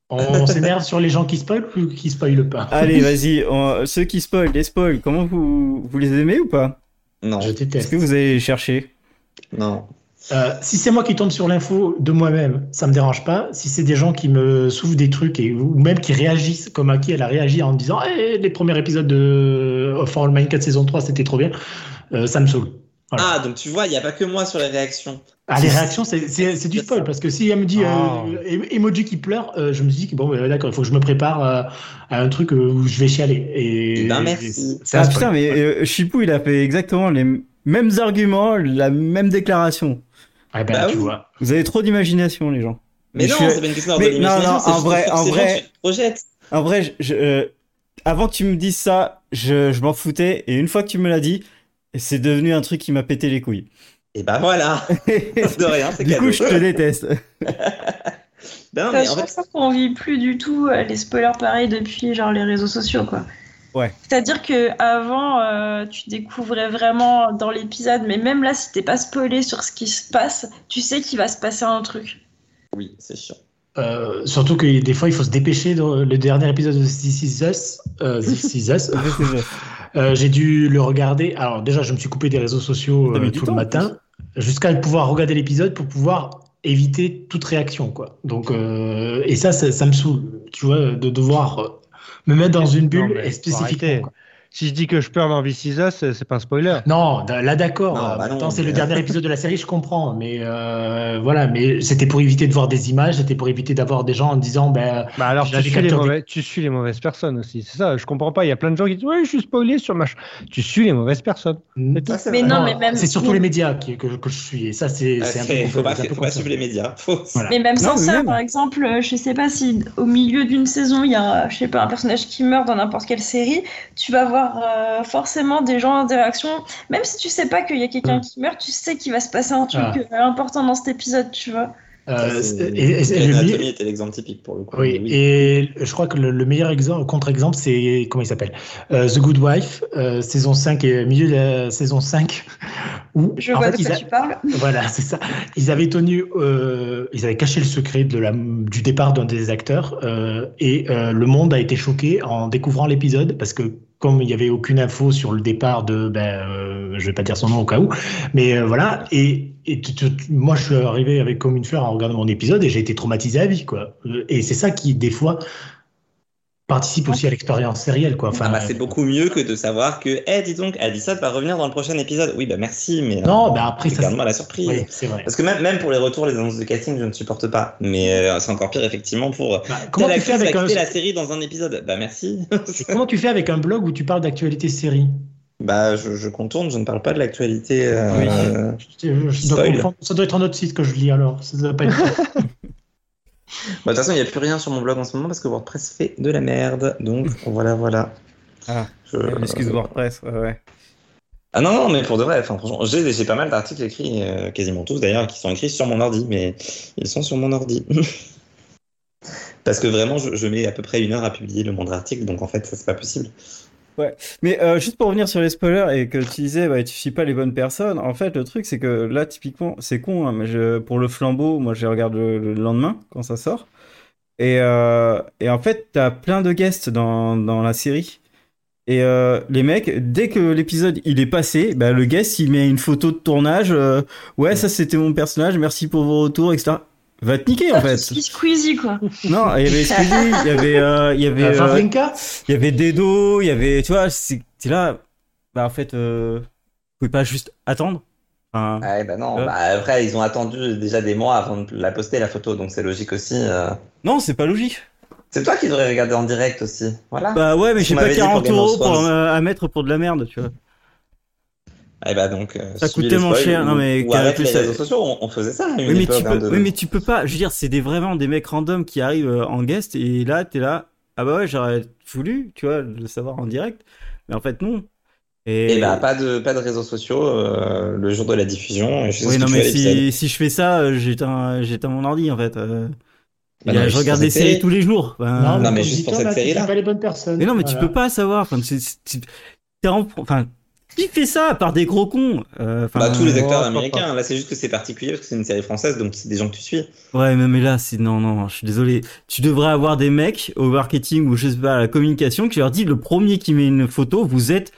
Speaker 4: on, on s'énerve sur les gens qui spoilent ou qui spoilent pas
Speaker 2: Allez, vas-y, on- ceux qui spoilent, les spoils, comment vous, vous les aimez ou pas
Speaker 1: Non,
Speaker 4: Je
Speaker 2: Est-ce que
Speaker 4: déteste.
Speaker 2: vous allez les chercher
Speaker 1: non.
Speaker 4: Euh, si c'est moi qui tombe sur l'info de moi-même, ça me dérange pas. Si c'est des gens qui me souffrent des trucs et ou même qui réagissent comme à qui elle a réagi en disant Eh, les premiers épisodes de Of All Mankind saison 3 c'était trop bien, Euh, ça me saoule. Voilà.
Speaker 1: Ah, donc tu vois, il n'y a pas que moi sur les réactions.
Speaker 4: Ah, les réactions, c'est- c'est c'est du spoil parce que si elle me dit euh,
Speaker 3: Oh.
Speaker 4: euh, emoji qui pleure, euh, je me dis que bon, bah, d'accord, il faut que je me prépare euh, à un truc euh, où je vais chialer. Et,
Speaker 1: Eh ben, merci.
Speaker 4: et c'est- c'est un
Speaker 2: Ah
Speaker 4: spoil.
Speaker 2: putain, mais euh, Chipou, il a fait exactement les m- mêmes arguments, la même déclaration.
Speaker 4: Ah, ben,
Speaker 1: Bah
Speaker 4: tu
Speaker 1: oui.
Speaker 4: vois.
Speaker 2: Vous avez trop d'imagination, les gens.
Speaker 1: Mais
Speaker 2: Je
Speaker 1: non,
Speaker 2: suis-
Speaker 1: c'est pas une question
Speaker 2: Mais
Speaker 1: d'ordre
Speaker 2: non,
Speaker 1: d'imagination,
Speaker 2: non,
Speaker 1: c'est
Speaker 2: en
Speaker 1: juste que
Speaker 2: vrai- en
Speaker 1: forcément,
Speaker 2: vrai-
Speaker 1: tu te projettes.
Speaker 2: En vrai, je, je- euh, avant que tu me dises ça, je, je m'en foutais. Et une fois que tu me l'as dit, c'est devenu un truc qui m'a pété les couilles.
Speaker 1: Et bah voilà,
Speaker 2: du
Speaker 1: de rien, c'est cadeau.
Speaker 2: coup, je te déteste.
Speaker 1: Non,
Speaker 5: De toute
Speaker 1: mais en
Speaker 5: façon,
Speaker 1: fait,
Speaker 5: Euh, je pense qu'on vit plus du tout euh, les spoilers pareils depuis genre les réseaux sociaux quoi.
Speaker 2: Ouais.
Speaker 5: C'est-à-dire que avant euh, tu découvrais vraiment dans l'épisode, mais même là si t'es pas spoilé sur ce qui se passe, tu sais qu'il va se passer un truc.
Speaker 1: oui, c'est chiant.
Speaker 4: Euh, surtout que des fois, il faut se dépêcher. Dans le dernier épisode de This Is Us, euh, This Is Us, euh, j'ai dû le regarder. Alors, déjà, je me suis coupé des réseaux sociaux
Speaker 2: T'as
Speaker 4: euh,
Speaker 2: mis du
Speaker 4: tout
Speaker 2: temps,
Speaker 4: le
Speaker 2: en
Speaker 4: matin jusqu'à pouvoir regarder l'épisode pour pouvoir éviter toute réaction. Quoi. Donc, euh, et ça, ça, ça me saoule, tu vois, de devoir euh, me mettre dans une bulle
Speaker 3: mais
Speaker 4: et
Speaker 3: faut
Speaker 4: spécifiquement.
Speaker 3: arrêter.
Speaker 4: quoi.
Speaker 3: Si je dis que je pleure dans This Is Us, c'est c'est pas un spoiler.
Speaker 4: Non, d- là d'accord.
Speaker 1: Non,
Speaker 4: Euh,
Speaker 1: bah non,
Speaker 4: pourtant, c'est
Speaker 1: mais-
Speaker 4: le dernier épisode de la série, je comprends. Mais euh, voilà, mais c'était pour éviter de voir des images, c'était pour éviter d'avoir des gens en disant, ben,
Speaker 3: Bah alors
Speaker 4: Je
Speaker 3: tu
Speaker 4: l'avais
Speaker 3: suis, les
Speaker 4: capturé.
Speaker 3: mauvais- tu suis les mauvaises personnes aussi, c'est ça, je comprends pas, il y a plein de gens qui disent ouais je suis spoilé sur machin. Tu suis les mauvaises personnes.
Speaker 4: Mais
Speaker 1: Ça, c'est
Speaker 5: Mais
Speaker 1: vrai.
Speaker 5: non, mais même-
Speaker 4: C'est surtout
Speaker 5: mais-
Speaker 4: les médias qui- que, que je suis. Et ça, c'est
Speaker 1: Ah,
Speaker 4: c'est un peu.
Speaker 1: c'est- faut pas,
Speaker 4: c'est un peu
Speaker 1: faut pas
Speaker 4: comme ça.
Speaker 1: suivre les médias. Faut-
Speaker 4: Voilà.
Speaker 5: Mais même
Speaker 2: Non,
Speaker 5: sans
Speaker 2: mais
Speaker 5: ça,
Speaker 2: même.
Speaker 5: par exemple, euh, je sais pas si au milieu d'une saison, il y a, je sais pas, un personnage qui meurt dans n'importe quelle série, tu vas voir euh, forcément des gens en réaction. Même si tu sais pas qu'il y a quelqu'un
Speaker 4: Mm.
Speaker 5: qui meurt, tu sais qu'il va se passer un truc
Speaker 4: Ah.
Speaker 5: euh, important dans cet épisode, tu vois.
Speaker 4: Euh,
Speaker 1: Ça,
Speaker 4: c'est-
Speaker 1: c'est-
Speaker 4: et- et- et le mi-
Speaker 1: Anatomy était l'exemple typique pour le coup.
Speaker 4: Oui,
Speaker 1: Mais
Speaker 4: et je crois que le, le meilleur exemple, contre-exemple, c'est comment il s'appelle Euh, The Good Wife, euh, saison 5 et milieu de la saison 5. Où,
Speaker 5: Je
Speaker 4: en
Speaker 5: vois
Speaker 4: fait,
Speaker 5: de
Speaker 4: ils
Speaker 5: quoi
Speaker 4: a-
Speaker 5: tu parles.
Speaker 4: Voilà, c'est ça. Ils avaient tenu, euh, ils avaient caché le secret de la, du départ d'un des acteurs euh, et euh, le monde a été choqué en découvrant l'épisode parce que comme il n'y avait aucune info sur le départ de, ben, euh, je vais pas dire son nom au cas où, mais euh, voilà. Et, et tu- tu- tu- moi, je suis arrivé avec comme une fleur en regardant mon épisode et j'ai été traumatisé à vie, quoi. Euh, Et c'est ça qui, des fois, participe aussi à l'expérience sérielle, quoi. Enfin,
Speaker 1: Ah bah, c'est beaucoup mieux que de savoir que, eh, dis donc, elle dit ça, va revenir dans le prochain épisode. Oui, bah merci, mais.
Speaker 4: non, mais après ça.
Speaker 1: Regarde-moi la surprise.
Speaker 4: Oui, euh, c'est vrai.
Speaker 1: Parce que même, même pour les retours, les annonces de casting, je ne supporte pas. Mais euh, c'est encore pire, effectivement, pour.
Speaker 4: Bah, comment
Speaker 1: Telle
Speaker 4: tu fais
Speaker 1: actrice
Speaker 4: avec
Speaker 1: va
Speaker 4: un,
Speaker 1: quitter la série dans un épisode Bah merci.
Speaker 4: comment tu fais avec un blog où tu parles d'actualité série
Speaker 1: bah je, je contourne, je ne parle pas de l'actualité. euh,
Speaker 4: Oui.
Speaker 1: euh,
Speaker 4: Je- je- je dois
Speaker 1: Spoil.
Speaker 4: comprendre. ça doit être un autre site que je lis alors. Ça doit pas être-
Speaker 1: Bah, de toute façon, il n'y a plus rien sur mon blog en ce moment parce que WordPress fait de la merde. Donc voilà, voilà.
Speaker 2: Ah,
Speaker 1: Je-
Speaker 2: Excuse WordPress, ouais, ouais.
Speaker 1: Ah non, non, mais pour de vrai, enfin, franchement, j'ai j'ai pas mal d'articles écrits, euh, quasiment tous d'ailleurs, qui sont écrits sur mon ordi, mais ils sont sur mon ordi. Parce que vraiment, je, je mets à peu près une heure à publier le moindre article, donc en fait, ça c'est pas possible.
Speaker 2: Mais euh, juste pour revenir sur les spoilers et que tu disais, bah, tu suis pas les bonnes personnes. En fait, le truc, c'est que là, typiquement, c'est con, hein, mais je, pour le flambeau, moi, je les regarde le, le lendemain quand ça sort. Et, euh, et en fait, t'as plein de guests dans, dans la série. Et euh, les mecs, dès que l'épisode il est passé, bah, le guest il met une photo de tournage. euh, ouais, ça c'était mon personnage, merci pour vos retours, etc. Va te niquer en fait.
Speaker 5: Petit Squeezie, quoi.
Speaker 2: non, il y avait Squeezie, il y avait, euh, il y avait
Speaker 4: Euh,
Speaker 2: euh,
Speaker 4: Favrinka
Speaker 2: il y avait Dedo, il y avait, tu vois, c'est t'es là, bah en fait, euh, vous pouvez pas juste attendre. Enfin,
Speaker 1: Ouais, bah non,
Speaker 2: Ouais.
Speaker 1: bah, après, ils ont attendu déjà des mois avant de la poster, la photo, donc c'est logique aussi. euh.
Speaker 2: non, c'est pas logique.
Speaker 1: C'est toi qui devrais regarder en direct aussi, voilà.
Speaker 2: Bah ouais, mais
Speaker 1: On
Speaker 2: j'ai pas
Speaker 1: m'avait dit pour
Speaker 2: 40
Speaker 1: Game of
Speaker 2: euros pour,
Speaker 1: Thrones.
Speaker 2: euh, à mettre pour de la merde, tu vois.
Speaker 1: Eh bah donc, euh,
Speaker 2: Ça
Speaker 1: suivez
Speaker 2: coûte
Speaker 1: les
Speaker 2: tellement
Speaker 1: spoils
Speaker 2: cher,
Speaker 1: ou-
Speaker 2: non, mais
Speaker 1: ou
Speaker 2: Canal+,
Speaker 1: arrête les
Speaker 2: ça-
Speaker 1: réseaux sociaux, on, on faisait ça. à une
Speaker 2: Oui mais,
Speaker 1: époque,
Speaker 2: tu
Speaker 1: hein,
Speaker 2: peux,
Speaker 1: de-
Speaker 2: oui, mais tu peux pas, je veux dire, c'est des, vraiment des mecs random qui arrivent euh, en guest et là, t'es là, ah bah ouais, j'aurais voulu, tu vois, le savoir en direct, mais en fait, non. Et,
Speaker 1: Eh bah, pas de, pas de réseaux sociaux euh, le jour de la diffusion. Je sais
Speaker 2: oui,
Speaker 1: ce
Speaker 2: non,
Speaker 1: que tu
Speaker 2: mais
Speaker 1: as, l'épisode.
Speaker 2: si, si je fais ça, euh, j'éteins j'éteins mon ordi en fait. euh.
Speaker 1: Bah
Speaker 2: Il y a-
Speaker 1: non, mais
Speaker 2: je
Speaker 1: je
Speaker 2: regarde
Speaker 1: suis
Speaker 2: des
Speaker 1: censé-
Speaker 2: séries tous les jours. Ben,
Speaker 1: non, mais
Speaker 4: comme
Speaker 1: juste
Speaker 4: dit
Speaker 1: pour
Speaker 4: Tom,
Speaker 1: cette
Speaker 4: là, tu
Speaker 1: série-là.
Speaker 4: suis pas les bonnes personnes.
Speaker 2: Mais non, mais tu
Speaker 4: Voilà.
Speaker 2: peux pas savoir. Enfin, c'est- c'est- tu- t'es en- enfin, qui fait ça à part des gros cons Euh, enfin,
Speaker 1: Bah, tous les
Speaker 3: ouais,
Speaker 1: acteurs
Speaker 3: pas-
Speaker 1: américains. Là, c'est juste que c'est particulier parce que c'est une série française, donc c'est des gens que tu suis.
Speaker 2: Ouais, mais, mais là, c'est non, non. Je suis désolé. Tu devrais avoir des mecs au marketing ou je sais pas à la communication qui leur dit le premier qui met une photo, vous êtes,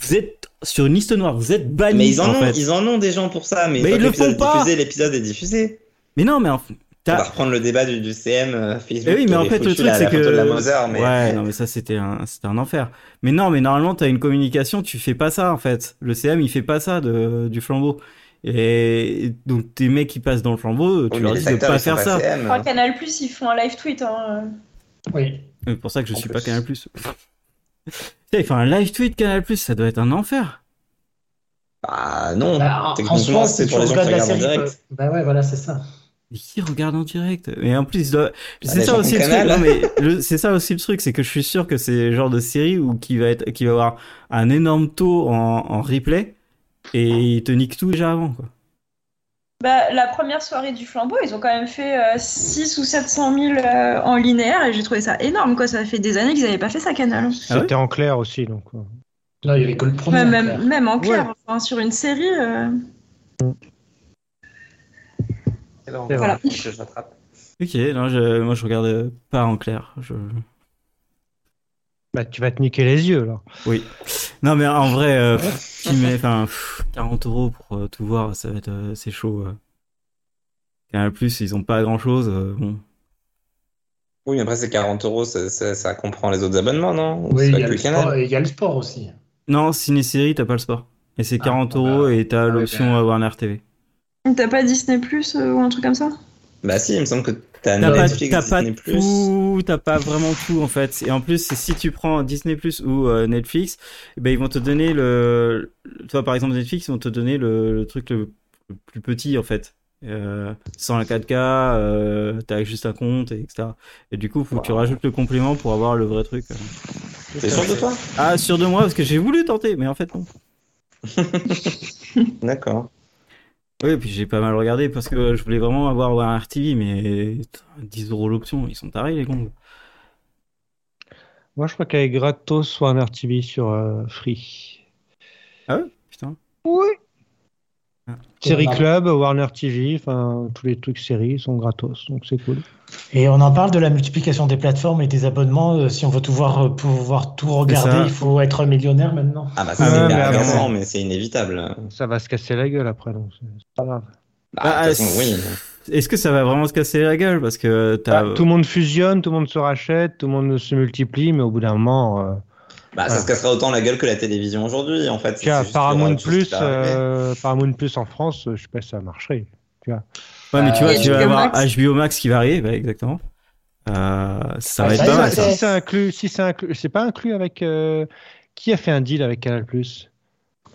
Speaker 2: vous êtes sur une liste noire, vous êtes banni.
Speaker 1: Mais ils en,
Speaker 2: Ah, en
Speaker 1: ont,
Speaker 2: fait.
Speaker 1: ils en ont des gens pour ça. Mais,
Speaker 2: Mais
Speaker 1: une fois
Speaker 2: ils le
Speaker 1: que l'épisode
Speaker 2: font pas.
Speaker 1: est diffusé, l'épisode est diffusé.
Speaker 2: Mais non, mais en-
Speaker 1: On va
Speaker 2: T'as-
Speaker 1: reprendre le débat du, du CM euh, Facebook.
Speaker 2: Eh oui, mais
Speaker 1: qui
Speaker 2: en
Speaker 1: avait
Speaker 2: fait, le
Speaker 1: foutu
Speaker 2: truc,
Speaker 1: la-
Speaker 2: c'est
Speaker 1: la photo
Speaker 2: que-
Speaker 1: de la Mother, mais-
Speaker 2: Ouais, non, mais ça, c'était un, c'était un enfer. Mais non, mais normalement, t'as une communication, tu fais pas ça, en fait. Le CM, il fait pas ça de, du flambeau. Et donc, tes mecs qui passent dans le flambeau,
Speaker 1: Oui,
Speaker 2: tu
Speaker 1: mais
Speaker 2: leur
Speaker 1: les
Speaker 2: dis de
Speaker 1: acteurs,
Speaker 2: pas
Speaker 1: ils sont
Speaker 2: faire ça.
Speaker 1: CM.
Speaker 5: Je crois que Canal Plus, ils font un live tweet. Hein.
Speaker 4: Oui.
Speaker 2: C'est pour ça que je
Speaker 1: En
Speaker 2: suis
Speaker 1: plus.
Speaker 2: pas Canal Plus. Il fait un live tweet Canal Plus, ça doit être un enfer.
Speaker 1: Bah non,
Speaker 4: Bah, en- en
Speaker 1: techniquement
Speaker 4: France,
Speaker 1: c'est pour les gens qui
Speaker 4: regardes la
Speaker 1: regardent en
Speaker 4: série.
Speaker 1: direct.
Speaker 4: quoi. Bah ouais, voilà, c'est ça.
Speaker 2: Mais qui regarde en direct Et en plus, ils doivent- c'est
Speaker 1: Bah, les
Speaker 2: ça
Speaker 1: gens
Speaker 2: aussi
Speaker 1: qui
Speaker 2: le truc.
Speaker 1: canal.
Speaker 2: non, mais le- c'est ça aussi le truc, c'est que je suis sûr que c'est le genre de série où qui va être, qui va avoir un énorme taux en, en replay et ils te niquent tout déjà avant. Quoi.
Speaker 5: Bah, la première soirée du flambeau, ils ont quand même fait 6 ou 700 000 euh, en linéaire et j'ai trouvé ça énorme. Quoi. Ça fait des années qu'ils n'avaient pas fait ça, Canal.
Speaker 2: Ah ouais
Speaker 3: C'était en clair aussi, donc. euh.
Speaker 4: Là, il y avait que le premier.
Speaker 5: Ouais,
Speaker 4: en
Speaker 5: même,
Speaker 4: clair.
Speaker 5: même en clair, enfin, sur une série. euh,
Speaker 3: C'est
Speaker 5: Voilà.
Speaker 1: Je rattrape.
Speaker 2: Ok, non, je, moi je regarde euh, pas en clair. Je...
Speaker 3: Bah, tu vas te niquer les yeux, là.
Speaker 2: Non mais en vrai, euh, pff, qui met- enfin, pff, 40 euros pour euh, tout voir, ça va être, euh, c'est chaud. euh. Canal Plus, ils ont pas grand chose. bon.
Speaker 1: Oui, mais après c'est 40 euros, ça, ça- ça comprend les autres abonnements, non Ou
Speaker 4: Oui,
Speaker 1: C'est
Speaker 4: il
Speaker 1: pas
Speaker 4: y, a
Speaker 1: que
Speaker 4: le
Speaker 1: le canal.
Speaker 4: sport, et il y a le sport aussi.
Speaker 2: Non, ciné-série, t'as pas le sport. Et c'est 40
Speaker 4: bah,
Speaker 2: euros et t'as
Speaker 4: ah oui,
Speaker 2: l'option
Speaker 1: bah.
Speaker 2: euh, Warner TV.
Speaker 5: T'as pas Disney Plus euh, ou un truc comme ça
Speaker 1: Bah si, il me semble que t'as
Speaker 2: T'as pas,
Speaker 1: Netflix,
Speaker 2: t'as pas
Speaker 1: Disney+.
Speaker 2: tout, t'as pas vraiment tout en fait. Et en plus, c'est si tu prends Disney Plus ou euh, Netflix, eh ben ils vont te donner le, toi par exemple Netflix, ils vont te donner le, le truc le, le plus petit en fait, euh, sans la 4K, euh, t'as juste un compte et etc. Et du coup, faut que tu rajoutes le complément pour avoir le vrai truc.
Speaker 1: T'es sûr de toi
Speaker 2: Ah sûr de moi parce que j'ai voulu tenter, mais en fait non.
Speaker 1: D'accord.
Speaker 2: Oui, et puis j'ai pas mal regardé parce que je voulais vraiment avoir un RTV, mais 10 euros l'option, ils sont tarés les cons.
Speaker 3: Moi, je crois qu'il y avait Gratos ou un RTV sur euh, Free.
Speaker 2: Ah ouais, putain.
Speaker 3: Oui. Série
Speaker 4: Marvel.
Speaker 3: Club, Warner TV, enfin, tous les trucs séries sont gratos, donc c'est cool.
Speaker 4: Et on en parle de la multiplication des plateformes et des abonnements. Euh, Si on veut tout voir, euh, pouvoir tout
Speaker 2: ça.
Speaker 4: regarder, il faut être millionnaire maintenant.
Speaker 1: Ah bah ça
Speaker 3: Ouais,
Speaker 1: c'est
Speaker 3: mais
Speaker 1: hyper
Speaker 3: avant-
Speaker 1: agaçant, mais c'est inévitable.
Speaker 3: Ça va se casser la gueule après, donc c'est c'est pas grave.
Speaker 1: Bah,
Speaker 2: Ah,
Speaker 1: de toute façon,
Speaker 2: ah,
Speaker 1: oui.
Speaker 2: Est-ce que ça va vraiment se casser la gueule Parce que t'as.
Speaker 3: Ah, tout le monde fusionne, tout le monde se rachète, tout le monde se multiplie, mais au bout d'un moment, euh,
Speaker 1: Bah, ça
Speaker 3: Voilà.
Speaker 1: se cassera autant la gueule que la télévision aujourd'hui, en fait.
Speaker 3: tiens,
Speaker 1: C'est juste qu'il y aura
Speaker 3: Paramount
Speaker 1: autre chose qui
Speaker 3: Plus,
Speaker 1: va arriver.
Speaker 3: euh, Paramount Plus en France, euh, je sais pas si ça marcherait.
Speaker 2: Ouais, mais tu vois,
Speaker 5: Euh,
Speaker 2: tu vas
Speaker 5: HBO
Speaker 2: avoir
Speaker 5: Max.
Speaker 2: HBO Max qui va arriver, bah, exactement. Euh, ça va
Speaker 4: Ah,
Speaker 2: être
Speaker 4: ça,
Speaker 2: pas
Speaker 4: ça,
Speaker 2: mal,
Speaker 4: ça.
Speaker 2: ça.
Speaker 3: Si c'est inclus, si c'est inclus, c'est pas inclus avec euh, qui a fait un deal avec Canal Plus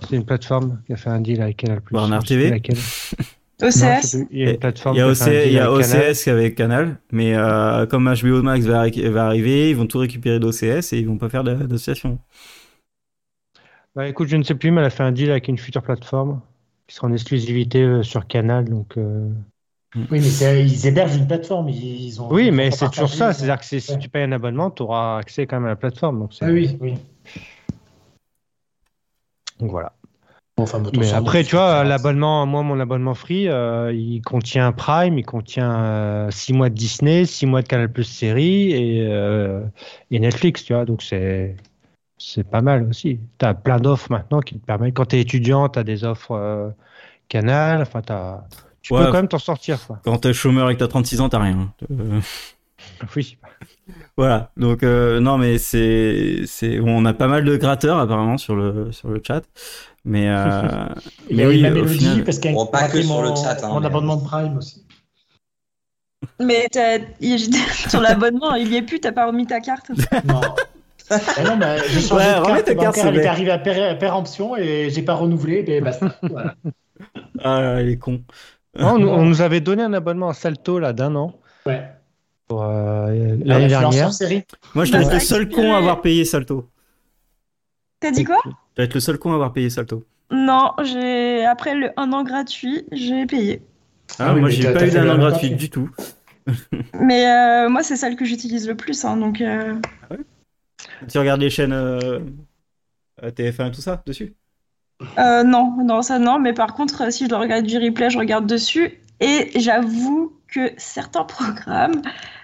Speaker 3: C'est une plateforme qui a fait un deal avec Canal Plus.
Speaker 2: Warner TV?
Speaker 5: OCS
Speaker 3: Il y a
Speaker 2: Et-
Speaker 3: une plateforme.
Speaker 2: Il y a,
Speaker 3: qui fait un
Speaker 2: OC-
Speaker 3: deal
Speaker 2: il y a
Speaker 3: avec Canal.
Speaker 2: OCS avec Canal, mais euh, comme HBO Max va, arri- va arriver, ils vont tout récupérer d'OCS et ils vont pas faire d'a- d'association.
Speaker 3: Bah, écoute, je ne sais plus, mais elle a fait un deal avec une future plateforme qui sera en exclusivité euh, sur Canal, donc. euh,
Speaker 4: Oui, mais c'est- ils hébergent une plateforme. Ils ils ont,
Speaker 3: Oui,
Speaker 4: ils
Speaker 3: mais
Speaker 4: ont
Speaker 3: c'est toujours
Speaker 4: partagé,
Speaker 3: ça.
Speaker 4: ils ont-
Speaker 3: C'est-à-dire que c'est- si
Speaker 4: Ouais.
Speaker 3: tu payes un abonnement, tu auras accès quand même à la plateforme. Donc, c'est-
Speaker 4: Ah oui, oui.
Speaker 3: donc voilà.
Speaker 4: Bon, enfin, bon,
Speaker 3: Mais
Speaker 4: sans
Speaker 3: après,
Speaker 4: doute,
Speaker 3: tu vois,
Speaker 4: c'est-
Speaker 3: l'abonnement, moi, mon abonnement free, euh, il contient Prime, il contient 6 mois de Disney, 6 mois de Canal Plus série et, euh, et Netflix, tu vois. Donc c'est. C'est pas mal aussi. Tu as plein d'offres maintenant qui te permettent. Quand tu es étudiant, tu as des offres euh, Canal. Enfin, t'as- tu
Speaker 2: Ouais.
Speaker 3: peux quand même t'en sortir. Quoi.
Speaker 2: Quand t'es chômeur et que t'as 36 ans, t'as rien. Euh,
Speaker 3: Oui.
Speaker 2: voilà. Donc, euh, non, mais c'est. c'est- On a pas mal de gratteurs apparemment sur le, sur le chat. Mais. euh,
Speaker 4: Il y
Speaker 2: mais
Speaker 4: a eu
Speaker 2: oui,
Speaker 4: la
Speaker 2: au
Speaker 4: mélodie,
Speaker 2: final-
Speaker 4: parce qu'elle
Speaker 1: Bon, pas que sur le chat, hein,
Speaker 4: Mon
Speaker 1: mais-
Speaker 4: abonnement Prime aussi.
Speaker 5: Mais t'as- il- j'étais sur l'abonnement, il y est plus, t'as pas remis ta carte.
Speaker 4: Non. Ah non, bah, j'ai changé
Speaker 2: Ouais,
Speaker 4: de
Speaker 2: remets
Speaker 4: carte
Speaker 2: ta carte,
Speaker 4: bancaire, elle
Speaker 2: s'il
Speaker 4: est
Speaker 2: te
Speaker 4: arrivée à péré- à péremption et j'ai pas renouvelé. Mais bah, ça, voilà.
Speaker 2: Ah, là, il est con.
Speaker 3: Non, on, nous- on nous avait donné un abonnement à Salto là d'un an
Speaker 4: Ouais.
Speaker 3: pour euh, l'année
Speaker 4: Alors,
Speaker 3: dernière.
Speaker 4: sur série.
Speaker 2: Moi, je
Speaker 5: Bah,
Speaker 2: dois être le
Speaker 5: ça
Speaker 2: seul
Speaker 5: récupérait-
Speaker 2: con à avoir payé Salto.
Speaker 5: T'as dit quoi
Speaker 2: Je dois être le seul con à avoir payé Salto.
Speaker 5: Non, j'ai après le un an gratuit, j'ai payé.
Speaker 2: Ah,
Speaker 4: Ah oui,
Speaker 2: moi,
Speaker 4: mais
Speaker 2: j'ai
Speaker 4: t'as-
Speaker 2: pas
Speaker 4: t'as
Speaker 2: eu
Speaker 4: fait
Speaker 2: d'un
Speaker 4: la
Speaker 2: an
Speaker 4: même
Speaker 2: gratuit
Speaker 4: partie.
Speaker 2: du tout.
Speaker 5: Mais euh, moi, c'est celle que j'utilise le plus, hein, donc. euh,
Speaker 2: Tu regardes les chaînes euh, euh, TF1 et tout ça dessus
Speaker 5: euh, non, non, ça non. Mais par contre, euh, si je regarde du replay, je regarde dessus. Et j'avoue que certains programmes,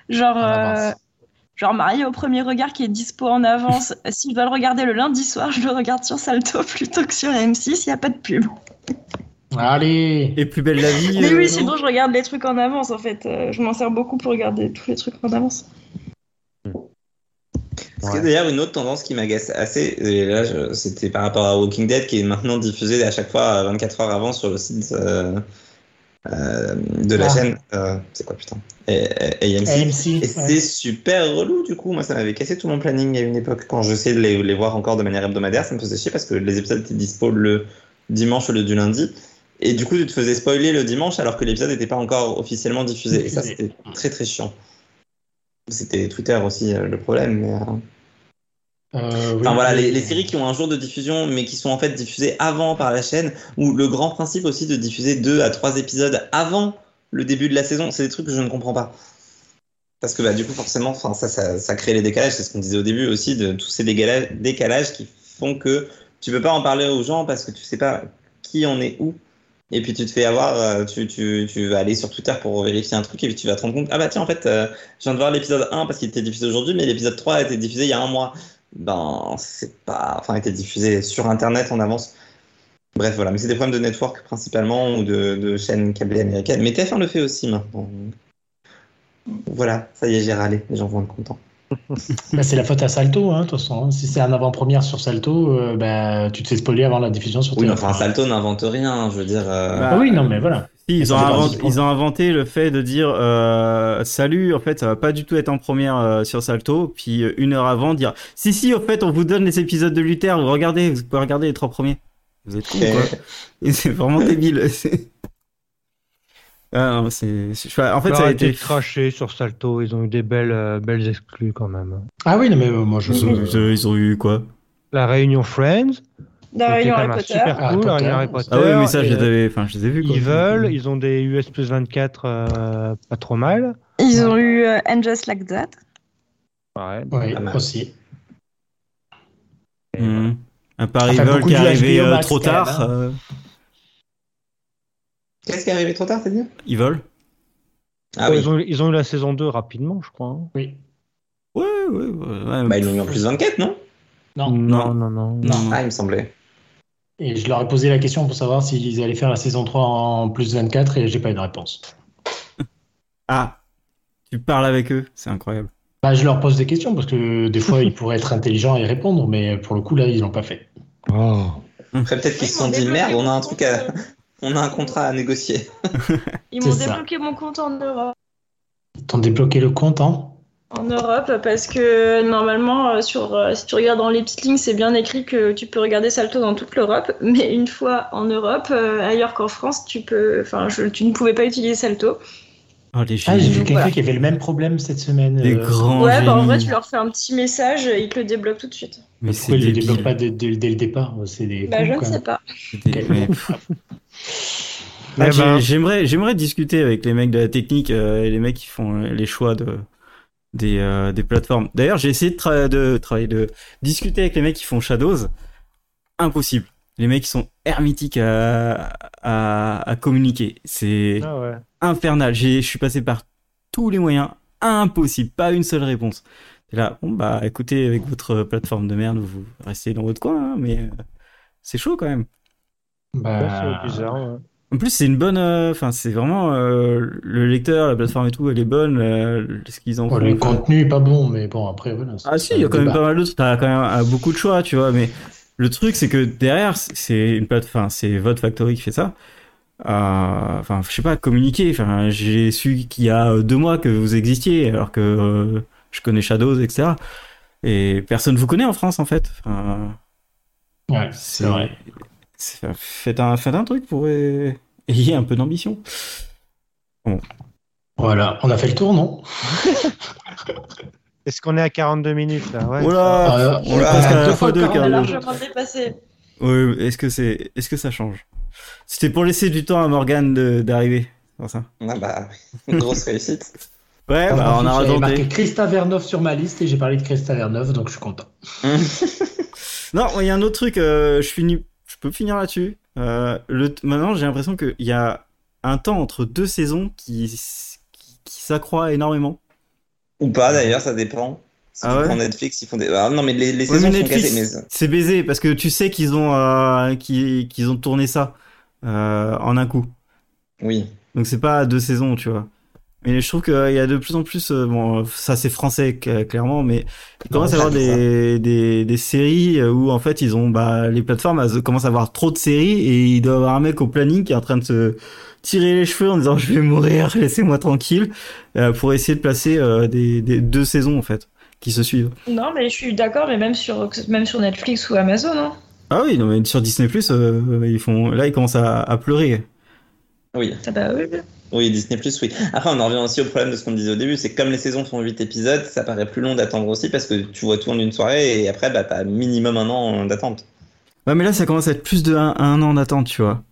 Speaker 5: genre,
Speaker 4: Ah, mince.
Speaker 5: euh, genre Marié au premier regard qui est dispo en avance, s'ils veulent regarder le lundi soir, je le regarde sur Salto plutôt que sur M6. Il n'y a pas de pub.
Speaker 4: Allez
Speaker 2: Et plus belle la vie.
Speaker 5: Mais
Speaker 2: euh,
Speaker 5: oui,
Speaker 2: non
Speaker 5: sinon je regarde les trucs en avance en fait. Euh, Je m'en sers beaucoup pour regarder tous les trucs en avance.
Speaker 1: Parce que d'ailleurs, une autre tendance qui m'agace assez, et là, je- c'était par rapport à Walking Dead, qui est maintenant diffusée à chaque fois à 24 heures avant sur le site euh, euh, de la
Speaker 4: Ah.
Speaker 1: chaîne. euh, c'est quoi, putain et, et- AMC.
Speaker 4: AMC.
Speaker 1: Et
Speaker 4: ouais.
Speaker 1: c'est super relou, du coup. Moi, ça m'avait cassé tout mon planning à une époque. Quand j'essayais de les, les voir encore de manière hebdomadaire, ça me faisait chier parce que les épisodes étaient dispo le dimanche au lieu du lundi. Et du coup, tu te faisais spoiler le dimanche alors que l'épisode n'était pas encore officiellement diffusé. Et ça, c'était très très chiant. C'était Twitter aussi euh, le problème. Mais, euh,
Speaker 4: Euh, oui.
Speaker 1: Enfin voilà, les, les séries qui ont un jour de diffusion, mais qui sont en fait diffusées avant par la chaîne, ou le grand principe aussi de diffuser deux à trois épisodes avant le début de la saison, c'est des trucs que je ne comprends pas. Parce que bah, du coup, forcément, enfin, ça, ça, ça crée les décalages, c'est ce qu'on disait au début aussi, de tous ces dégala- décalages qui font que tu peux pas en parler aux gens parce que tu sais pas qui en est où. Et puis tu te fais avoir, euh, tu, tu, tu vas aller sur Twitter pour vérifier un truc et puis tu vas te rendre compte, ah bah tiens, en fait, euh, je viens de voir l'épisode 1 parce qu'il était diffusé aujourd'hui, mais l'épisode 3 a été diffusé il y a un mois ben c'est pas enfin a été diffusé sur internet en avance bref voilà mais c'est des problèmes de network principalement ou de, de chaînes câblées américaines mais TF1 le fait aussi maintenant voilà ça y est j'ai râlé les gens vont être contents
Speaker 4: Bah, c'est la faute à Salto, hein, de toute façon. hein. Si c'est un avant-première sur Salto, euh, bah, tu te fais spoiler avant la diffusion sur
Speaker 1: oui mais
Speaker 4: TF1.
Speaker 1: enfin Salto n'invente rien je veux dire euh,
Speaker 2: Bah,
Speaker 4: Ah oui, non, mais voilà.
Speaker 2: Si, ils,
Speaker 4: Ça
Speaker 2: ont
Speaker 4: dépend
Speaker 2: invent-
Speaker 4: du point.
Speaker 2: ils ont inventé le fait de dire euh, salut, en fait, ça va pas du tout être en première euh, sur Salto, puis euh, une heure avant dire si, si, en fait, on vous donne les épisodes de Luther, vous regardez, vous pouvez regarder les trois premiers. Vous êtes cons,
Speaker 1: euh,
Speaker 2: quoi.
Speaker 3: Eh.
Speaker 2: Et c'est vraiment débile. c'est- Ah, non, c'est- je- En fait, ça a été.
Speaker 3: craché sur Salto. Ils ont eu des belles, euh, belles exclus quand même.
Speaker 4: Ah oui, non, mais euh, moi je.
Speaker 2: Ils ont, ils ont eu quoi
Speaker 3: La réunion Friends.
Speaker 5: Dans
Speaker 3: c'était
Speaker 5: Réunion
Speaker 3: quand
Speaker 5: Harry
Speaker 3: même un
Speaker 5: Potter.
Speaker 3: Super
Speaker 4: Harry
Speaker 3: cool, la
Speaker 4: Potter.
Speaker 3: réunion Harry Potter.
Speaker 2: Ah ouais, mais ça,
Speaker 3: Et,
Speaker 2: je les
Speaker 3: euh,
Speaker 2: avais, enfin, je les ai vus. quoi.
Speaker 3: Ils veulent. Ils ont des US plus 24 euh, pas trop mal.
Speaker 5: Ils ont eu euh, And Just Like That.
Speaker 3: Ouais.
Speaker 4: Oui,
Speaker 1: Ah, bah.
Speaker 4: aussi.
Speaker 3: Et
Speaker 2: Mhm. Un Paris
Speaker 4: Enfin,
Speaker 2: Vol
Speaker 4: beaucoup
Speaker 2: qui est
Speaker 4: du
Speaker 2: arrivé
Speaker 4: HBO
Speaker 2: euh,
Speaker 4: Max,
Speaker 2: trop
Speaker 4: quand même,
Speaker 2: tard.
Speaker 4: hein.
Speaker 2: euh,
Speaker 1: qu'est-ce qui est arrivé trop tard t'as dit
Speaker 2: ils volent.
Speaker 1: ah
Speaker 3: voilà.
Speaker 1: oui
Speaker 3: Bah, ils, ont, ils ont eu la saison 2 rapidement, je crois. hein.
Speaker 4: Oui.
Speaker 2: Ouais, ouais, ouais. ouais.
Speaker 1: bah ils l'ont eu en plus 24 non
Speaker 4: Non.
Speaker 3: Non, non, non.
Speaker 2: Non, non.
Speaker 1: ah il me semblait
Speaker 4: Et je leur ai posé la question pour savoir s'ils allaient faire la saison 3 en plus 24 et j'ai pas eu de réponse.
Speaker 2: Ah, tu parles avec eux, c'est incroyable.
Speaker 4: Bah, je leur pose des questions parce que des fois ils pourraient être intelligents et répondre, mais pour le coup là ils l'ont pas fait.
Speaker 1: après peut-être qu'ils se sont dit merde on a un truc à on a un contrat à négocier
Speaker 5: Ils m'ont
Speaker 4: C'est ça.
Speaker 5: débloqué mon compte en Europe.
Speaker 4: T'en débloqué le compte, hein
Speaker 5: En Europe, parce que normalement, euh, sur, euh, si tu regardes dans les petites lignes, c'est bien écrit que tu peux regarder Salto dans toute l'Europe, mais une fois en Europe, euh, ailleurs qu'en France, tu, peux, enfin, je- tu ne pouvais pas utiliser Salto.
Speaker 2: Oh, les
Speaker 4: Ah, j'ai
Speaker 2: génies.
Speaker 4: vu quelqu'un
Speaker 5: Voilà.
Speaker 4: qui avait le même problème cette semaine.
Speaker 2: Des
Speaker 4: euh,
Speaker 2: grands
Speaker 5: ouais, bah, en vrai,
Speaker 2: génies.
Speaker 5: tu leur fais un petit message et ils te le débloquent tout de suite.
Speaker 2: Mais
Speaker 4: Pourquoi
Speaker 2: c'est
Speaker 4: ils ne
Speaker 2: débile.
Speaker 4: débloquent pas dès, dès- dès le départ C'est des.
Speaker 5: Bah,
Speaker 4: cons,
Speaker 5: je ne
Speaker 4: quoi.
Speaker 5: sais pas.
Speaker 2: C'est débile. Mais-
Speaker 3: Eh
Speaker 2: Ah, j'ai-
Speaker 3: ben.
Speaker 2: J'aimerais, j'aimerais discuter avec les mecs de la technique euh, et les mecs qui font euh, les choix de des, euh, des plateformes. D'ailleurs, j'ai essayé de, tra- de travailler, de discuter avec les mecs qui font Shadows. Impossible. Les mecs qui sont hermétiques à, à, à communiquer. C'est
Speaker 3: Ah ouais.
Speaker 2: infernal. J'ai- Je suis passé par tous les moyens. Impossible. Pas une seule réponse. Et là, bon, bah, écoutez, avec votre euh, plateforme de merde, vous restez dans votre coin, hein, mais euh, c'est chaud quand même.
Speaker 3: Ouais,
Speaker 2: Ah.
Speaker 4: Bah,
Speaker 3: c'est bizarre. ouais.
Speaker 2: En plus, c'est une bonne. euh, Enfin, c'est vraiment. euh, le lecteur, la plateforme et tout, elle est bonne. euh, ce qu'ils en
Speaker 4: bon,
Speaker 2: font,
Speaker 4: le
Speaker 2: enfin.
Speaker 4: contenu est pas bon, mais bon, après, voilà. c'est-
Speaker 2: Ah, si, il y a
Speaker 4: c'est
Speaker 2: quand
Speaker 4: un
Speaker 2: même
Speaker 4: débat.
Speaker 2: pas mal d'autres. T'as quand même euh, beaucoup de choix, tu vois. Mais le truc, c'est que derrière, c'est une plateforme. Enfin, c'est votre Factory qui fait ça. Euh, Enfin, je sais pas, communiquer. Enfin, j'ai su qu'il y a euh, deux mois que vous existiez, alors que euh, je connais Shadows, etc. Et personne vous connaît en France, en fait. Enfin,
Speaker 4: Ouais, c'est vrai.
Speaker 2: c'est- enfin, Faites un, faites un truc pour. euh, Ayez un peu d'ambition.
Speaker 4: Voilà, on a fait le tour, non
Speaker 3: Est-ce qu'on est à 42 minutes là ouais.
Speaker 2: Voilà,
Speaker 4: Ah,
Speaker 2: on le
Speaker 4: ah,
Speaker 2: passe
Speaker 4: ah,
Speaker 2: à
Speaker 4: deux
Speaker 2: la fois
Speaker 4: fois
Speaker 2: deux
Speaker 4: quand
Speaker 5: On a
Speaker 4: même.
Speaker 2: car
Speaker 5: largement dépassé.
Speaker 2: Oui, est-ce que c'est, est-ce que ça change C'était pour laisser du temps à Morgan d'arriver, c'est pour ça.
Speaker 1: ah bah grosse réussite
Speaker 2: Ouais, bah, on a
Speaker 4: J'avais marqué
Speaker 2: raconté.
Speaker 4: Christa Vernov sur ma liste et j'ai parlé de Christa Vernov, donc je suis content.
Speaker 2: Non, il y a un autre truc. euh, je finis, je peux finir là-dessus. Euh, le, maintenant, j'ai l'impression qu'il y a un temps entre deux saisons qui, qui, qui s'accroît énormément.
Speaker 1: ou pas d'ailleurs ça dépend si
Speaker 2: Ah
Speaker 1: tu
Speaker 2: ouais
Speaker 1: prends Netflix ils font des ah, non mais les, les
Speaker 2: Ouais,
Speaker 1: saisons
Speaker 2: mais
Speaker 1: sont cassées
Speaker 2: Netflix,
Speaker 1: mais
Speaker 2: c'est baisé parce que tu sais qu'ils ont, euh, qu'ils, qu'ils ont tourné ça. euh, en un coup.
Speaker 1: Oui.
Speaker 2: Donc c'est pas deux saisons, tu vois. Mais je trouve qu'il y a de plus en plus, euh, bon, ça c'est français cl- euh, clairement, mais il commence à y avoir des, des, des séries euh, où en fait ils ont, bah, les plateformes elles commencent à avoir trop de séries et il doit y avoir un mec au planning qui est en train de se tirer les cheveux en disant je vais mourir, laissez-moi tranquille, euh, pour essayer de placer euh, des, des deux saisons en fait qui se suivent.
Speaker 5: Non, mais je suis d'accord, mais même sur, même sur Netflix ou Amazon, hein.
Speaker 2: Ah oui, non mais sur Disney Plus, euh, ils font, là ils commencent à, à pleurer.
Speaker 1: Oui.
Speaker 5: Ah bah oui.
Speaker 1: Oui, Disney Plus, oui. Après, on en revient aussi au problème de ce qu'on disait au début, c'est que comme les saisons font 8 épisodes, ça paraît plus long d'attendre aussi parce que tu vois tout en une soirée et après, bah, t'as minimum un an d'attente.
Speaker 2: Ouais, mais là ça commence à être plus de un, un an d'attente, tu vois.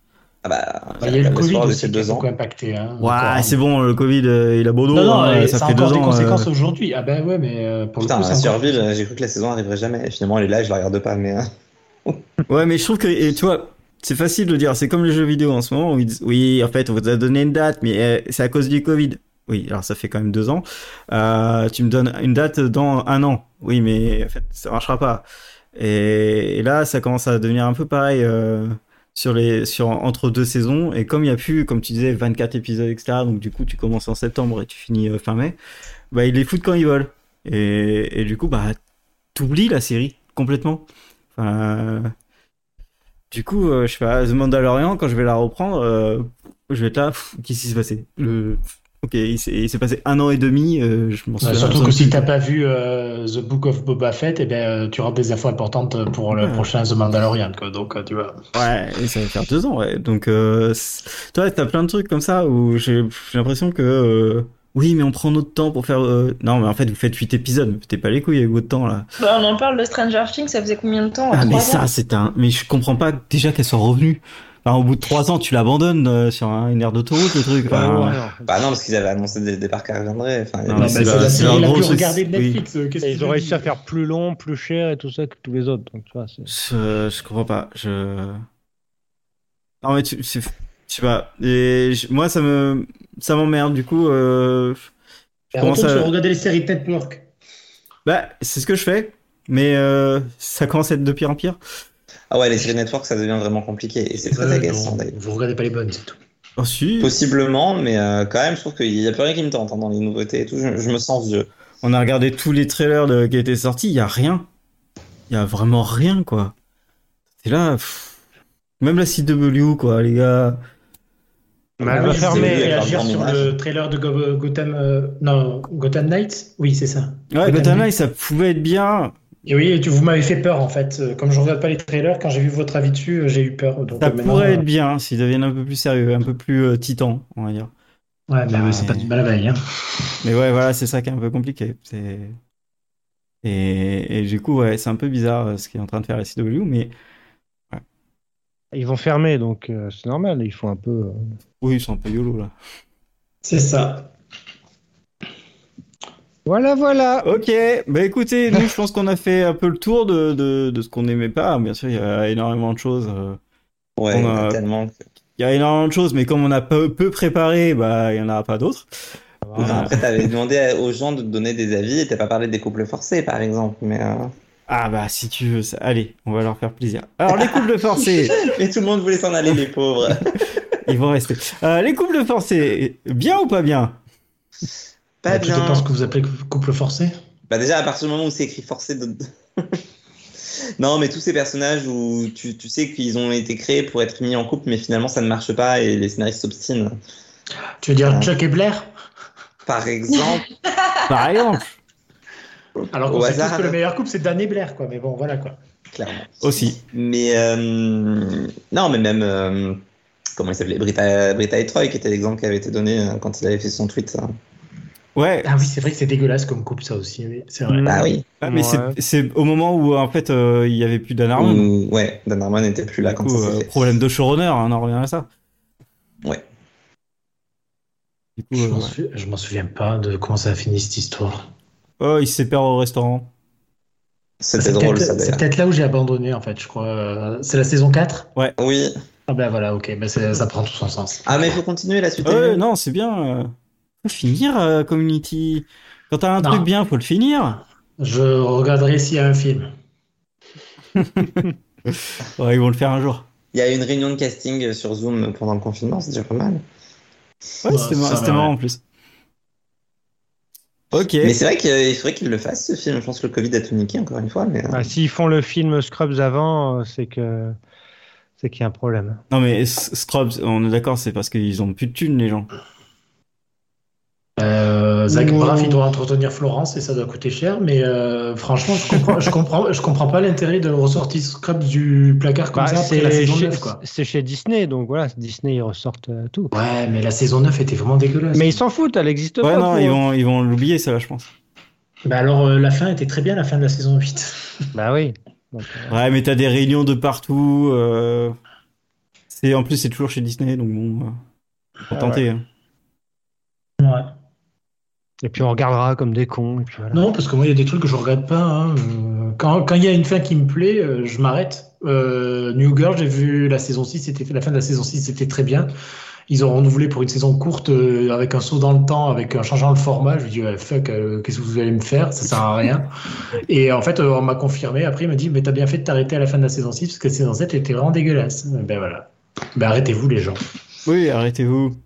Speaker 1: Ah bah,
Speaker 4: Il y a eu le
Speaker 1: la
Speaker 4: Covid
Speaker 1: soirée de
Speaker 4: aussi
Speaker 1: ces
Speaker 4: qui a beaucoup impacté. hein, encore, hein.
Speaker 2: Ouais, c'est bon, le Covid, euh, il a beau dos,
Speaker 4: Non, non,
Speaker 2: hein,
Speaker 4: et
Speaker 2: ça
Speaker 4: ça a
Speaker 2: fait deux
Speaker 4: encore des
Speaker 2: ans.
Speaker 4: conséquences
Speaker 2: euh,
Speaker 4: aujourd'hui. Ah ben ouais, mais euh, pour
Speaker 1: Putain,
Speaker 4: le coup, c'est encore-
Speaker 1: Surville, j'ai cru que la saison arriverait jamais. Et Finalement, elle est là, je la regarde pas, mais. euh,
Speaker 2: Ouais, mais je trouve que, et tu vois, c'est facile de dire, c'est comme les jeux vidéo en ce moment où ils disent, oui, en fait, on vous a donné une date, mais euh, c'est à cause du Covid. Oui, alors ça fait quand même deux ans. Euh, tu me donnes une date dans un an. Oui, mais en fait, ça marchera pas. Et, et là, ça commence à devenir un peu pareil euh, sur les, sur entre deux saisons. Et comme il y a plus, comme tu disais, 24 épisodes, etc. Donc du coup, tu commences en septembre et tu finis euh, fin mai. Bah, ils les foutent quand ils veulent. Et, et du coup, bah, t'oublies la série complètement. Enfin, euh, du coup, euh, je sais pas, The Mandalorian, quand je vais la reprendre, euh, je vais être là, pff, qu'est-ce qui s'est passé Le... pff, Ok, il s'est il s'est passé un an et demi, euh, je m'en
Speaker 4: Ouais,
Speaker 2: souviens.
Speaker 4: Bah, surtout
Speaker 2: absolument
Speaker 4: que si
Speaker 2: plus.
Speaker 4: t'as pas vu euh, The Book of Boba Fett, eh ben, euh, tu auras des infos importantes pour le
Speaker 2: Ouais.
Speaker 4: prochain The Mandalorian. Quoi. Donc, euh, tu vois.
Speaker 2: Ouais, et ça va faire deux ans, ouais. Donc, euh, c'est- toi, t'as plein de trucs comme ça où j'ai j'ai l'impression que euh, oui, mais on prend notre temps pour faire. euh, Non, mais en fait, vous faites huit épisodes, mais t'es pas les couilles avec votre temps là.
Speaker 5: Bah, on en parle de Stranger Things, ça faisait combien de temps
Speaker 2: Ah, mais
Speaker 5: Trois
Speaker 2: ça,
Speaker 5: ans
Speaker 2: c'est un. Mais je comprends pas déjà qu'elle soit revenue. Enfin, au bout de trois ans, tu l'abandonnes euh, sur un- une aire d'autoroute, le truc.
Speaker 3: Ouais,
Speaker 2: Enfin,
Speaker 3: ouais, non.
Speaker 1: Bah non, parce qu'ils avaient annoncé dès le départ qu'elle reviendrait. Enfin,
Speaker 2: Non,
Speaker 1: il y a-
Speaker 2: mais
Speaker 4: c'est
Speaker 2: bah,
Speaker 4: la
Speaker 2: c'est un
Speaker 4: série la
Speaker 2: gros
Speaker 4: plus
Speaker 2: truc.
Speaker 4: regardée de
Speaker 2: Oui.
Speaker 4: Netflix. euh, qu'est-ce
Speaker 3: Et
Speaker 4: que
Speaker 3: ils
Speaker 4: tu
Speaker 3: ont
Speaker 4: veux
Speaker 3: réussi à
Speaker 4: dire
Speaker 3: faire plus long, plus cher et tout ça que tous les autres. Donc, tu vois, c'est-
Speaker 2: Je, je comprends pas. Je. Non mais tu, c'est- je sais pas. Et je- moi ça me, ça m'emmerde du coup. euh, je
Speaker 6: Et
Speaker 2: commence
Speaker 6: retourne
Speaker 2: à-
Speaker 6: sur regarder les séries de Network.
Speaker 2: Bah c'est ce que je fais, mais euh, ça commence à être de pire en pire.
Speaker 1: Ah ouais, les séries network, ça devient vraiment compliqué et c'est très
Speaker 4: Ouais,
Speaker 1: agaçant
Speaker 4: non,
Speaker 1: d'ailleurs.
Speaker 4: Euh, Vous regardez pas les bonnes, c'est tout.
Speaker 2: Oh si.
Speaker 1: Possiblement, mais euh, quand même, je trouve qu'il n'y a plus rien qui me tente hein, dans les nouveautés et tout. Je, je me sens vieux.
Speaker 2: On a regardé tous les trailers de- qui étaient sortis. Il y a rien. Il y a vraiment rien quoi. C'est là. pff. Même la CW quoi, les gars.
Speaker 3: Mais elle
Speaker 1: Ah
Speaker 3: va
Speaker 1: oui, c'est
Speaker 3: fermer.
Speaker 1: vrai, elle
Speaker 3: elle-
Speaker 1: va
Speaker 4: réagir
Speaker 1: prendre
Speaker 4: sur
Speaker 1: mon
Speaker 4: le
Speaker 1: âge.
Speaker 4: trailer de Go- Gotham. euh, non, Gotham Knights Oui, c'est ça.
Speaker 2: Ouais,
Speaker 4: Gotham
Speaker 2: Gotham
Speaker 4: Knights.
Speaker 2: Knights, ça pouvait être bien.
Speaker 4: Et oui, tu, vous m'avez fait peur en fait. Euh, Comme je regarde pas les trailers, quand j'ai vu votre avis dessus, euh, j'ai eu peur. Donc,
Speaker 2: Ça
Speaker 4: euh, maintenant,
Speaker 2: pourrait
Speaker 4: euh,
Speaker 2: être bien s'ils deviennent un peu plus sérieux, un peu plus euh, titan, on va dire.
Speaker 4: Ouais, mais euh, c'est pas du mal à veille. hein.
Speaker 2: Mais ouais, voilà, c'est ça qui est un peu compliqué. C'est... Et, et du coup, ouais, c'est un peu bizarre euh, ce qu'est en train de faire la CW, mais
Speaker 3: Ils vont fermer, donc euh, c'est normal. Ils font un peu. euh,
Speaker 2: oui, ils sont un peu yolo là.
Speaker 4: C'est ça.
Speaker 3: Voilà, voilà.
Speaker 2: Ok, bah écoutez, nous, je pense qu'on a fait un peu le tour de, de, de ce qu'on n'aimait pas. Bien sûr, il y a énormément de choses. euh,
Speaker 1: Ouais,
Speaker 2: On a-
Speaker 1: tellement. que-
Speaker 2: Il y a énormément de choses, mais comme on a peu, peu préparé, bah, il n'y en aura pas d'autres.
Speaker 1: Enfin,
Speaker 2: Ah.
Speaker 1: après, t'avais demandé à- aux gens de te donner des avis et t'as pas parlé des couples forcés, par exemple. Mais, euh,
Speaker 2: Ah bah, si tu veux, ça- allez, on va leur faire plaisir. Alors, les couples forcés,
Speaker 1: mais tout le monde voulait s'en aller, les pauvres.
Speaker 2: ils vont rester. Euh, les couples forcés, bien ou pas bien
Speaker 1: Pas
Speaker 4: Mais Bah, tu te
Speaker 1: bien.
Speaker 4: penses que vous appelez couple forcé
Speaker 1: Bah déjà, à partir du moment où c'est écrit forcé de... non, mais tous ces personnages où tu, tu sais qu'ils ont été créés pour être mis en couple, mais finalement ça ne marche pas et les scénaristes s'obstinent.
Speaker 4: Tu veux dire
Speaker 1: Ouais.
Speaker 4: Chuck et Blair
Speaker 1: Par exemple,
Speaker 2: Par exemple,
Speaker 4: Alors qu'on
Speaker 1: Au
Speaker 4: sait tous
Speaker 1: hasard.
Speaker 4: que le meilleur couple, c'est Dan et Blair, quoi. Mais bon, voilà, quoi.
Speaker 1: clairement.
Speaker 2: aussi.
Speaker 1: Mais euh, non, mais même... euh, Comment il s'appelait Britta, Britta et Troy, qui était l'exemple qui avait été donné euh, quand il avait fait son tweet. hein.
Speaker 2: Ouais,
Speaker 4: Ah oui, c'est vrai que c'est dégueulasse comme couple, ça aussi. oui, C'est vrai.
Speaker 1: Bah oui.
Speaker 2: Ah, mais
Speaker 3: Ouais.
Speaker 2: c'est- c'est au moment où en fait euh, il y avait plus Dan Harmon.
Speaker 1: Ou- ouais, Dan Harmon n'était plus là
Speaker 2: Du
Speaker 1: quand
Speaker 2: coup,
Speaker 1: ça
Speaker 2: euh,
Speaker 1: s'est fait.
Speaker 2: problème de showrunner, hein, on en revient à ça.
Speaker 1: Ouais.
Speaker 2: Du coup,
Speaker 4: Je
Speaker 2: euh,
Speaker 4: m'en
Speaker 2: ouais.
Speaker 4: souvi- je m'en souviens pas de comment ça a fini cette histoire.
Speaker 2: oh, il se sépare au restaurant.
Speaker 1: C'était drôle
Speaker 4: peut-être-
Speaker 1: ça
Speaker 4: c'est
Speaker 1: d'ailleurs.
Speaker 4: peut-être là où j'ai abandonné, en fait, je crois. Euh, C'est la saison 4
Speaker 1: Oui.
Speaker 4: Ah ben voilà, ok, mais c'est- ça prend tout son sens.
Speaker 1: Ah, mais il faut continuer la suite. est
Speaker 2: Ouais,
Speaker 1: mieux.
Speaker 2: non, c'est bien. euh, Faut finir euh, Community. Quand t'as un
Speaker 4: Non.
Speaker 2: truc bien, faut le finir.
Speaker 4: Je regarderai s'il y a un film.
Speaker 2: Ouais, ils vont le faire un jour.
Speaker 1: Il y a eu une réunion de casting sur Zoom pendant le confinement, c'est déjà pas mal.
Speaker 2: Ouais,
Speaker 4: Ouais,
Speaker 2: c'était
Speaker 4: ça
Speaker 2: marrant,
Speaker 4: va,
Speaker 2: c'était marrant
Speaker 4: ouais.
Speaker 2: en plus. Ok.
Speaker 1: Mais c'est vrai qu'il faudrait qu'il le fasse ce film. Je pense que le Covid a tout niqué encore une fois. Mais... hein.
Speaker 3: Bah, S'ils font le film Scrubs avant, euh, c'est que c'est qu'il y a un problème.
Speaker 2: Non mais S- Scrubs, on est d'accord, c'est parce qu'ils ont plus de thunes les gens.
Speaker 4: Euh, Zach
Speaker 3: Non.
Speaker 4: Braff, il doit entretenir Florence et ça doit coûter cher, mais euh, franchement, je comprends, je comprends, je comprends pas l'intérêt de ressortir Scrubs du placard comme
Speaker 3: Bah,
Speaker 4: ça après la
Speaker 3: c'est
Speaker 4: saison
Speaker 3: chez,
Speaker 4: 9, quoi.
Speaker 3: c'est chez Disney, donc voilà, Disney ils ressortent euh, tout.
Speaker 4: Ouais, mais la saison 9 était vraiment dégueulasse.
Speaker 3: Mais ils s'en foutent, elle existe
Speaker 2: Ouais
Speaker 3: pas.
Speaker 2: non,
Speaker 3: pour
Speaker 2: ils
Speaker 3: eux.
Speaker 2: vont ils vont l'oublier ça je pense.
Speaker 4: Bah alors, euh, la fin était très bien, la fin de la saison 8.
Speaker 3: Bah oui. Donc, euh,
Speaker 2: Ouais mais t'as des réunions de partout. euh, C'est en plus c'est toujours chez Disney donc bon. euh, Faut
Speaker 3: Ah
Speaker 2: tenter. hein.
Speaker 4: Ouais.
Speaker 3: Et puis on regardera comme des cons. Et puis voilà.
Speaker 4: Non, parce que moi, il y a des trucs que je regrette pas. hein. Euh, Quand quand il y a une fin qui me plaît, euh, je m'arrête. Euh, New Girl, j'ai vu la saison 6, c'était la fin de la saison 6, c'était très bien. Ils ont renouvelé pour une saison courte euh, avec un saut dans le temps, avec un changeant le format. Je me dis, Ouais, fuck, euh, qu'est-ce que vous allez me faire Ça sert à rien. Et en fait, euh, on m'a confirmé. Après, il m'a dit, mais t'as bien fait de t'arrêter à la fin de la saison 6 parce que la saison 7 était vraiment dégueulasse. Ben voilà. Ben arrêtez-vous, les gens.
Speaker 2: Oui arrêtez-vous.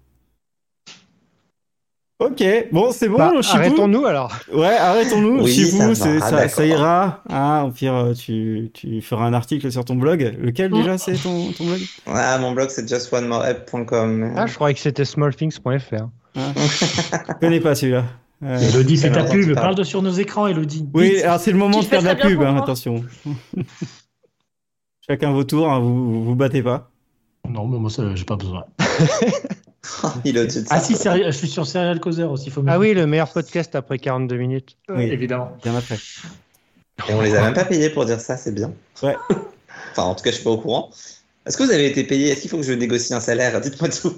Speaker 2: Ok bon c'est bon.
Speaker 3: Bah,
Speaker 2: Chipou.
Speaker 3: Arrêtons-nous alors.
Speaker 2: Ouais, arrêtons-nous.
Speaker 1: Oui,
Speaker 2: Chez
Speaker 1: ça
Speaker 2: vous,
Speaker 1: va, Ah,
Speaker 2: c'est- ça, ça,
Speaker 1: d'accord.
Speaker 2: ira. Hein, au pire, euh, tu, tu feras un article sur ton blog. Lequel déjà c'est ton, ton blog
Speaker 1: Ah, mon blog, c'est justonemoreapp.com.
Speaker 3: Ah, je croyais que c'était smallthings.fr.
Speaker 2: Je connais pas celui-là. Euh,
Speaker 4: Elodie,
Speaker 1: c'est
Speaker 4: c'est ta
Speaker 1: vrai,
Speaker 4: pub.
Speaker 1: c'est pas-
Speaker 4: Parle de sur nos écrans, Elodie.
Speaker 2: oui, alors c'est le moment
Speaker 5: Tu
Speaker 2: de faire de
Speaker 5: fais
Speaker 2: la
Speaker 5: très bien
Speaker 2: pub,
Speaker 5: pour
Speaker 2: hein,
Speaker 5: moi.
Speaker 2: attention. Chacun vos tours, hein, vous, vous vous battez pas.
Speaker 4: Non, mais moi, ça, j'ai pas besoin.
Speaker 1: Il est au-dessus de ça.
Speaker 4: Ah si, Serial- je suis sur Serial Causeur aussi. Faut me-
Speaker 3: Ah oui, le meilleur podcast après 42 minutes.
Speaker 2: Euh, Oui.
Speaker 4: évidemment.
Speaker 2: Bien après.
Speaker 1: Et on les a même pas payés pour dire ça, c'est bien.
Speaker 2: Ouais.
Speaker 1: Enfin, en tout cas, je suis pas au courant. Est-ce que vous avez été payé Est-ce qu'il faut que je négocie un salaire Dites-moi tout.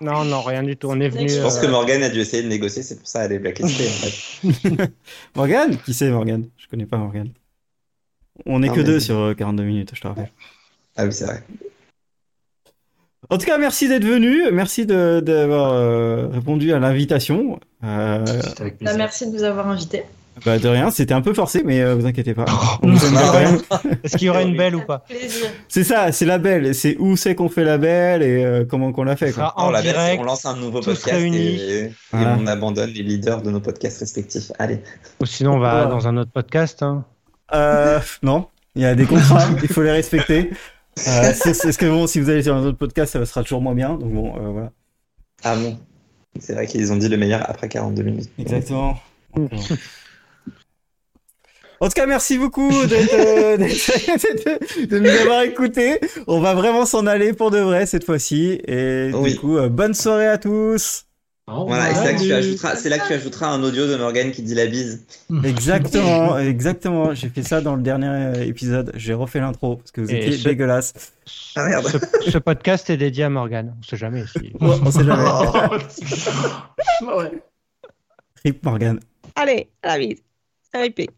Speaker 3: Non, non, rien du tout. On est venu.
Speaker 1: Je pense
Speaker 3: euh,
Speaker 1: que Morgane a dû essayer de négocier, c'est pour ça qu'elle est blacklistée. En fait.
Speaker 2: Morgane Qui c'est Morgane Je connais pas Morgane. On est
Speaker 1: Non,
Speaker 2: que
Speaker 1: Ah mais-
Speaker 2: deux sur euh, 42 minutes, je te rappelle.
Speaker 1: Ah oui, c'est vrai.
Speaker 2: En tout cas, merci d'être venu. Merci de- d'avoir euh, répondu à l'invitation. Euh,
Speaker 4: C'est Ah, avec
Speaker 5: Bah,
Speaker 4: plaisir.
Speaker 5: merci de nous avoir invités.
Speaker 2: bah, de rien, c'était un peu forcé, mais euh, vous inquiétez pas. On
Speaker 1: Non,
Speaker 2: vous aime
Speaker 1: non,
Speaker 2: quand même.
Speaker 3: Est-ce qu'il y aura une belle ou pas
Speaker 5: Plaisir.
Speaker 2: C'est ça, c'est la belle. C'est où c'est qu'on fait la belle et euh, comment qu'on l'a fait.
Speaker 3: Ce
Speaker 2: Quoi.
Speaker 3: sera en
Speaker 1: Oh, la baisse,
Speaker 3: direct.
Speaker 1: on lance un nouveau
Speaker 3: tous
Speaker 1: podcast et,
Speaker 3: réunis.
Speaker 1: et
Speaker 2: Voilà.
Speaker 1: on abandonne les leaders de nos podcasts respectifs. Allez,
Speaker 3: Ou sinon, on va
Speaker 2: Voilà.
Speaker 3: dans un autre podcast. hein.
Speaker 2: Euh, non, il y a des contrats, il faut les respecter. Euh, c'est c'est ce que bon, si vous allez sur un autre podcast, ça sera toujours moins bien. Donc bon, euh, voilà.
Speaker 1: ah bon. C'est vrai qu'ils ont dit le meilleur après 42 minutes.
Speaker 2: Exactement. En tout cas, merci beaucoup d'être, euh, d'être- de, de nous avoir écoutés. On va vraiment s'en aller pour de vrai cette fois-ci. Et
Speaker 1: Oui.
Speaker 2: du coup, euh, bonne soirée à tous.
Speaker 4: Au
Speaker 1: Voilà, et c'est là, que tu
Speaker 4: revoir.
Speaker 1: ajouteras, c'est là que tu ajouteras un audio de Morgane qui dit la bise.
Speaker 2: Exactement, exactement. J'ai fait ça dans le dernier euh, épisode. J'ai refait l'intro parce que vous
Speaker 3: Et
Speaker 2: étiez
Speaker 3: ce-
Speaker 2: dégueulasse.
Speaker 1: Ah merde.
Speaker 3: Ce, ce podcast est dédié à Morgane. On sait jamais. si-
Speaker 2: On sait jamais.
Speaker 4: Ouais.
Speaker 2: Rip Morgan.
Speaker 6: Allez, à la bise. RIP.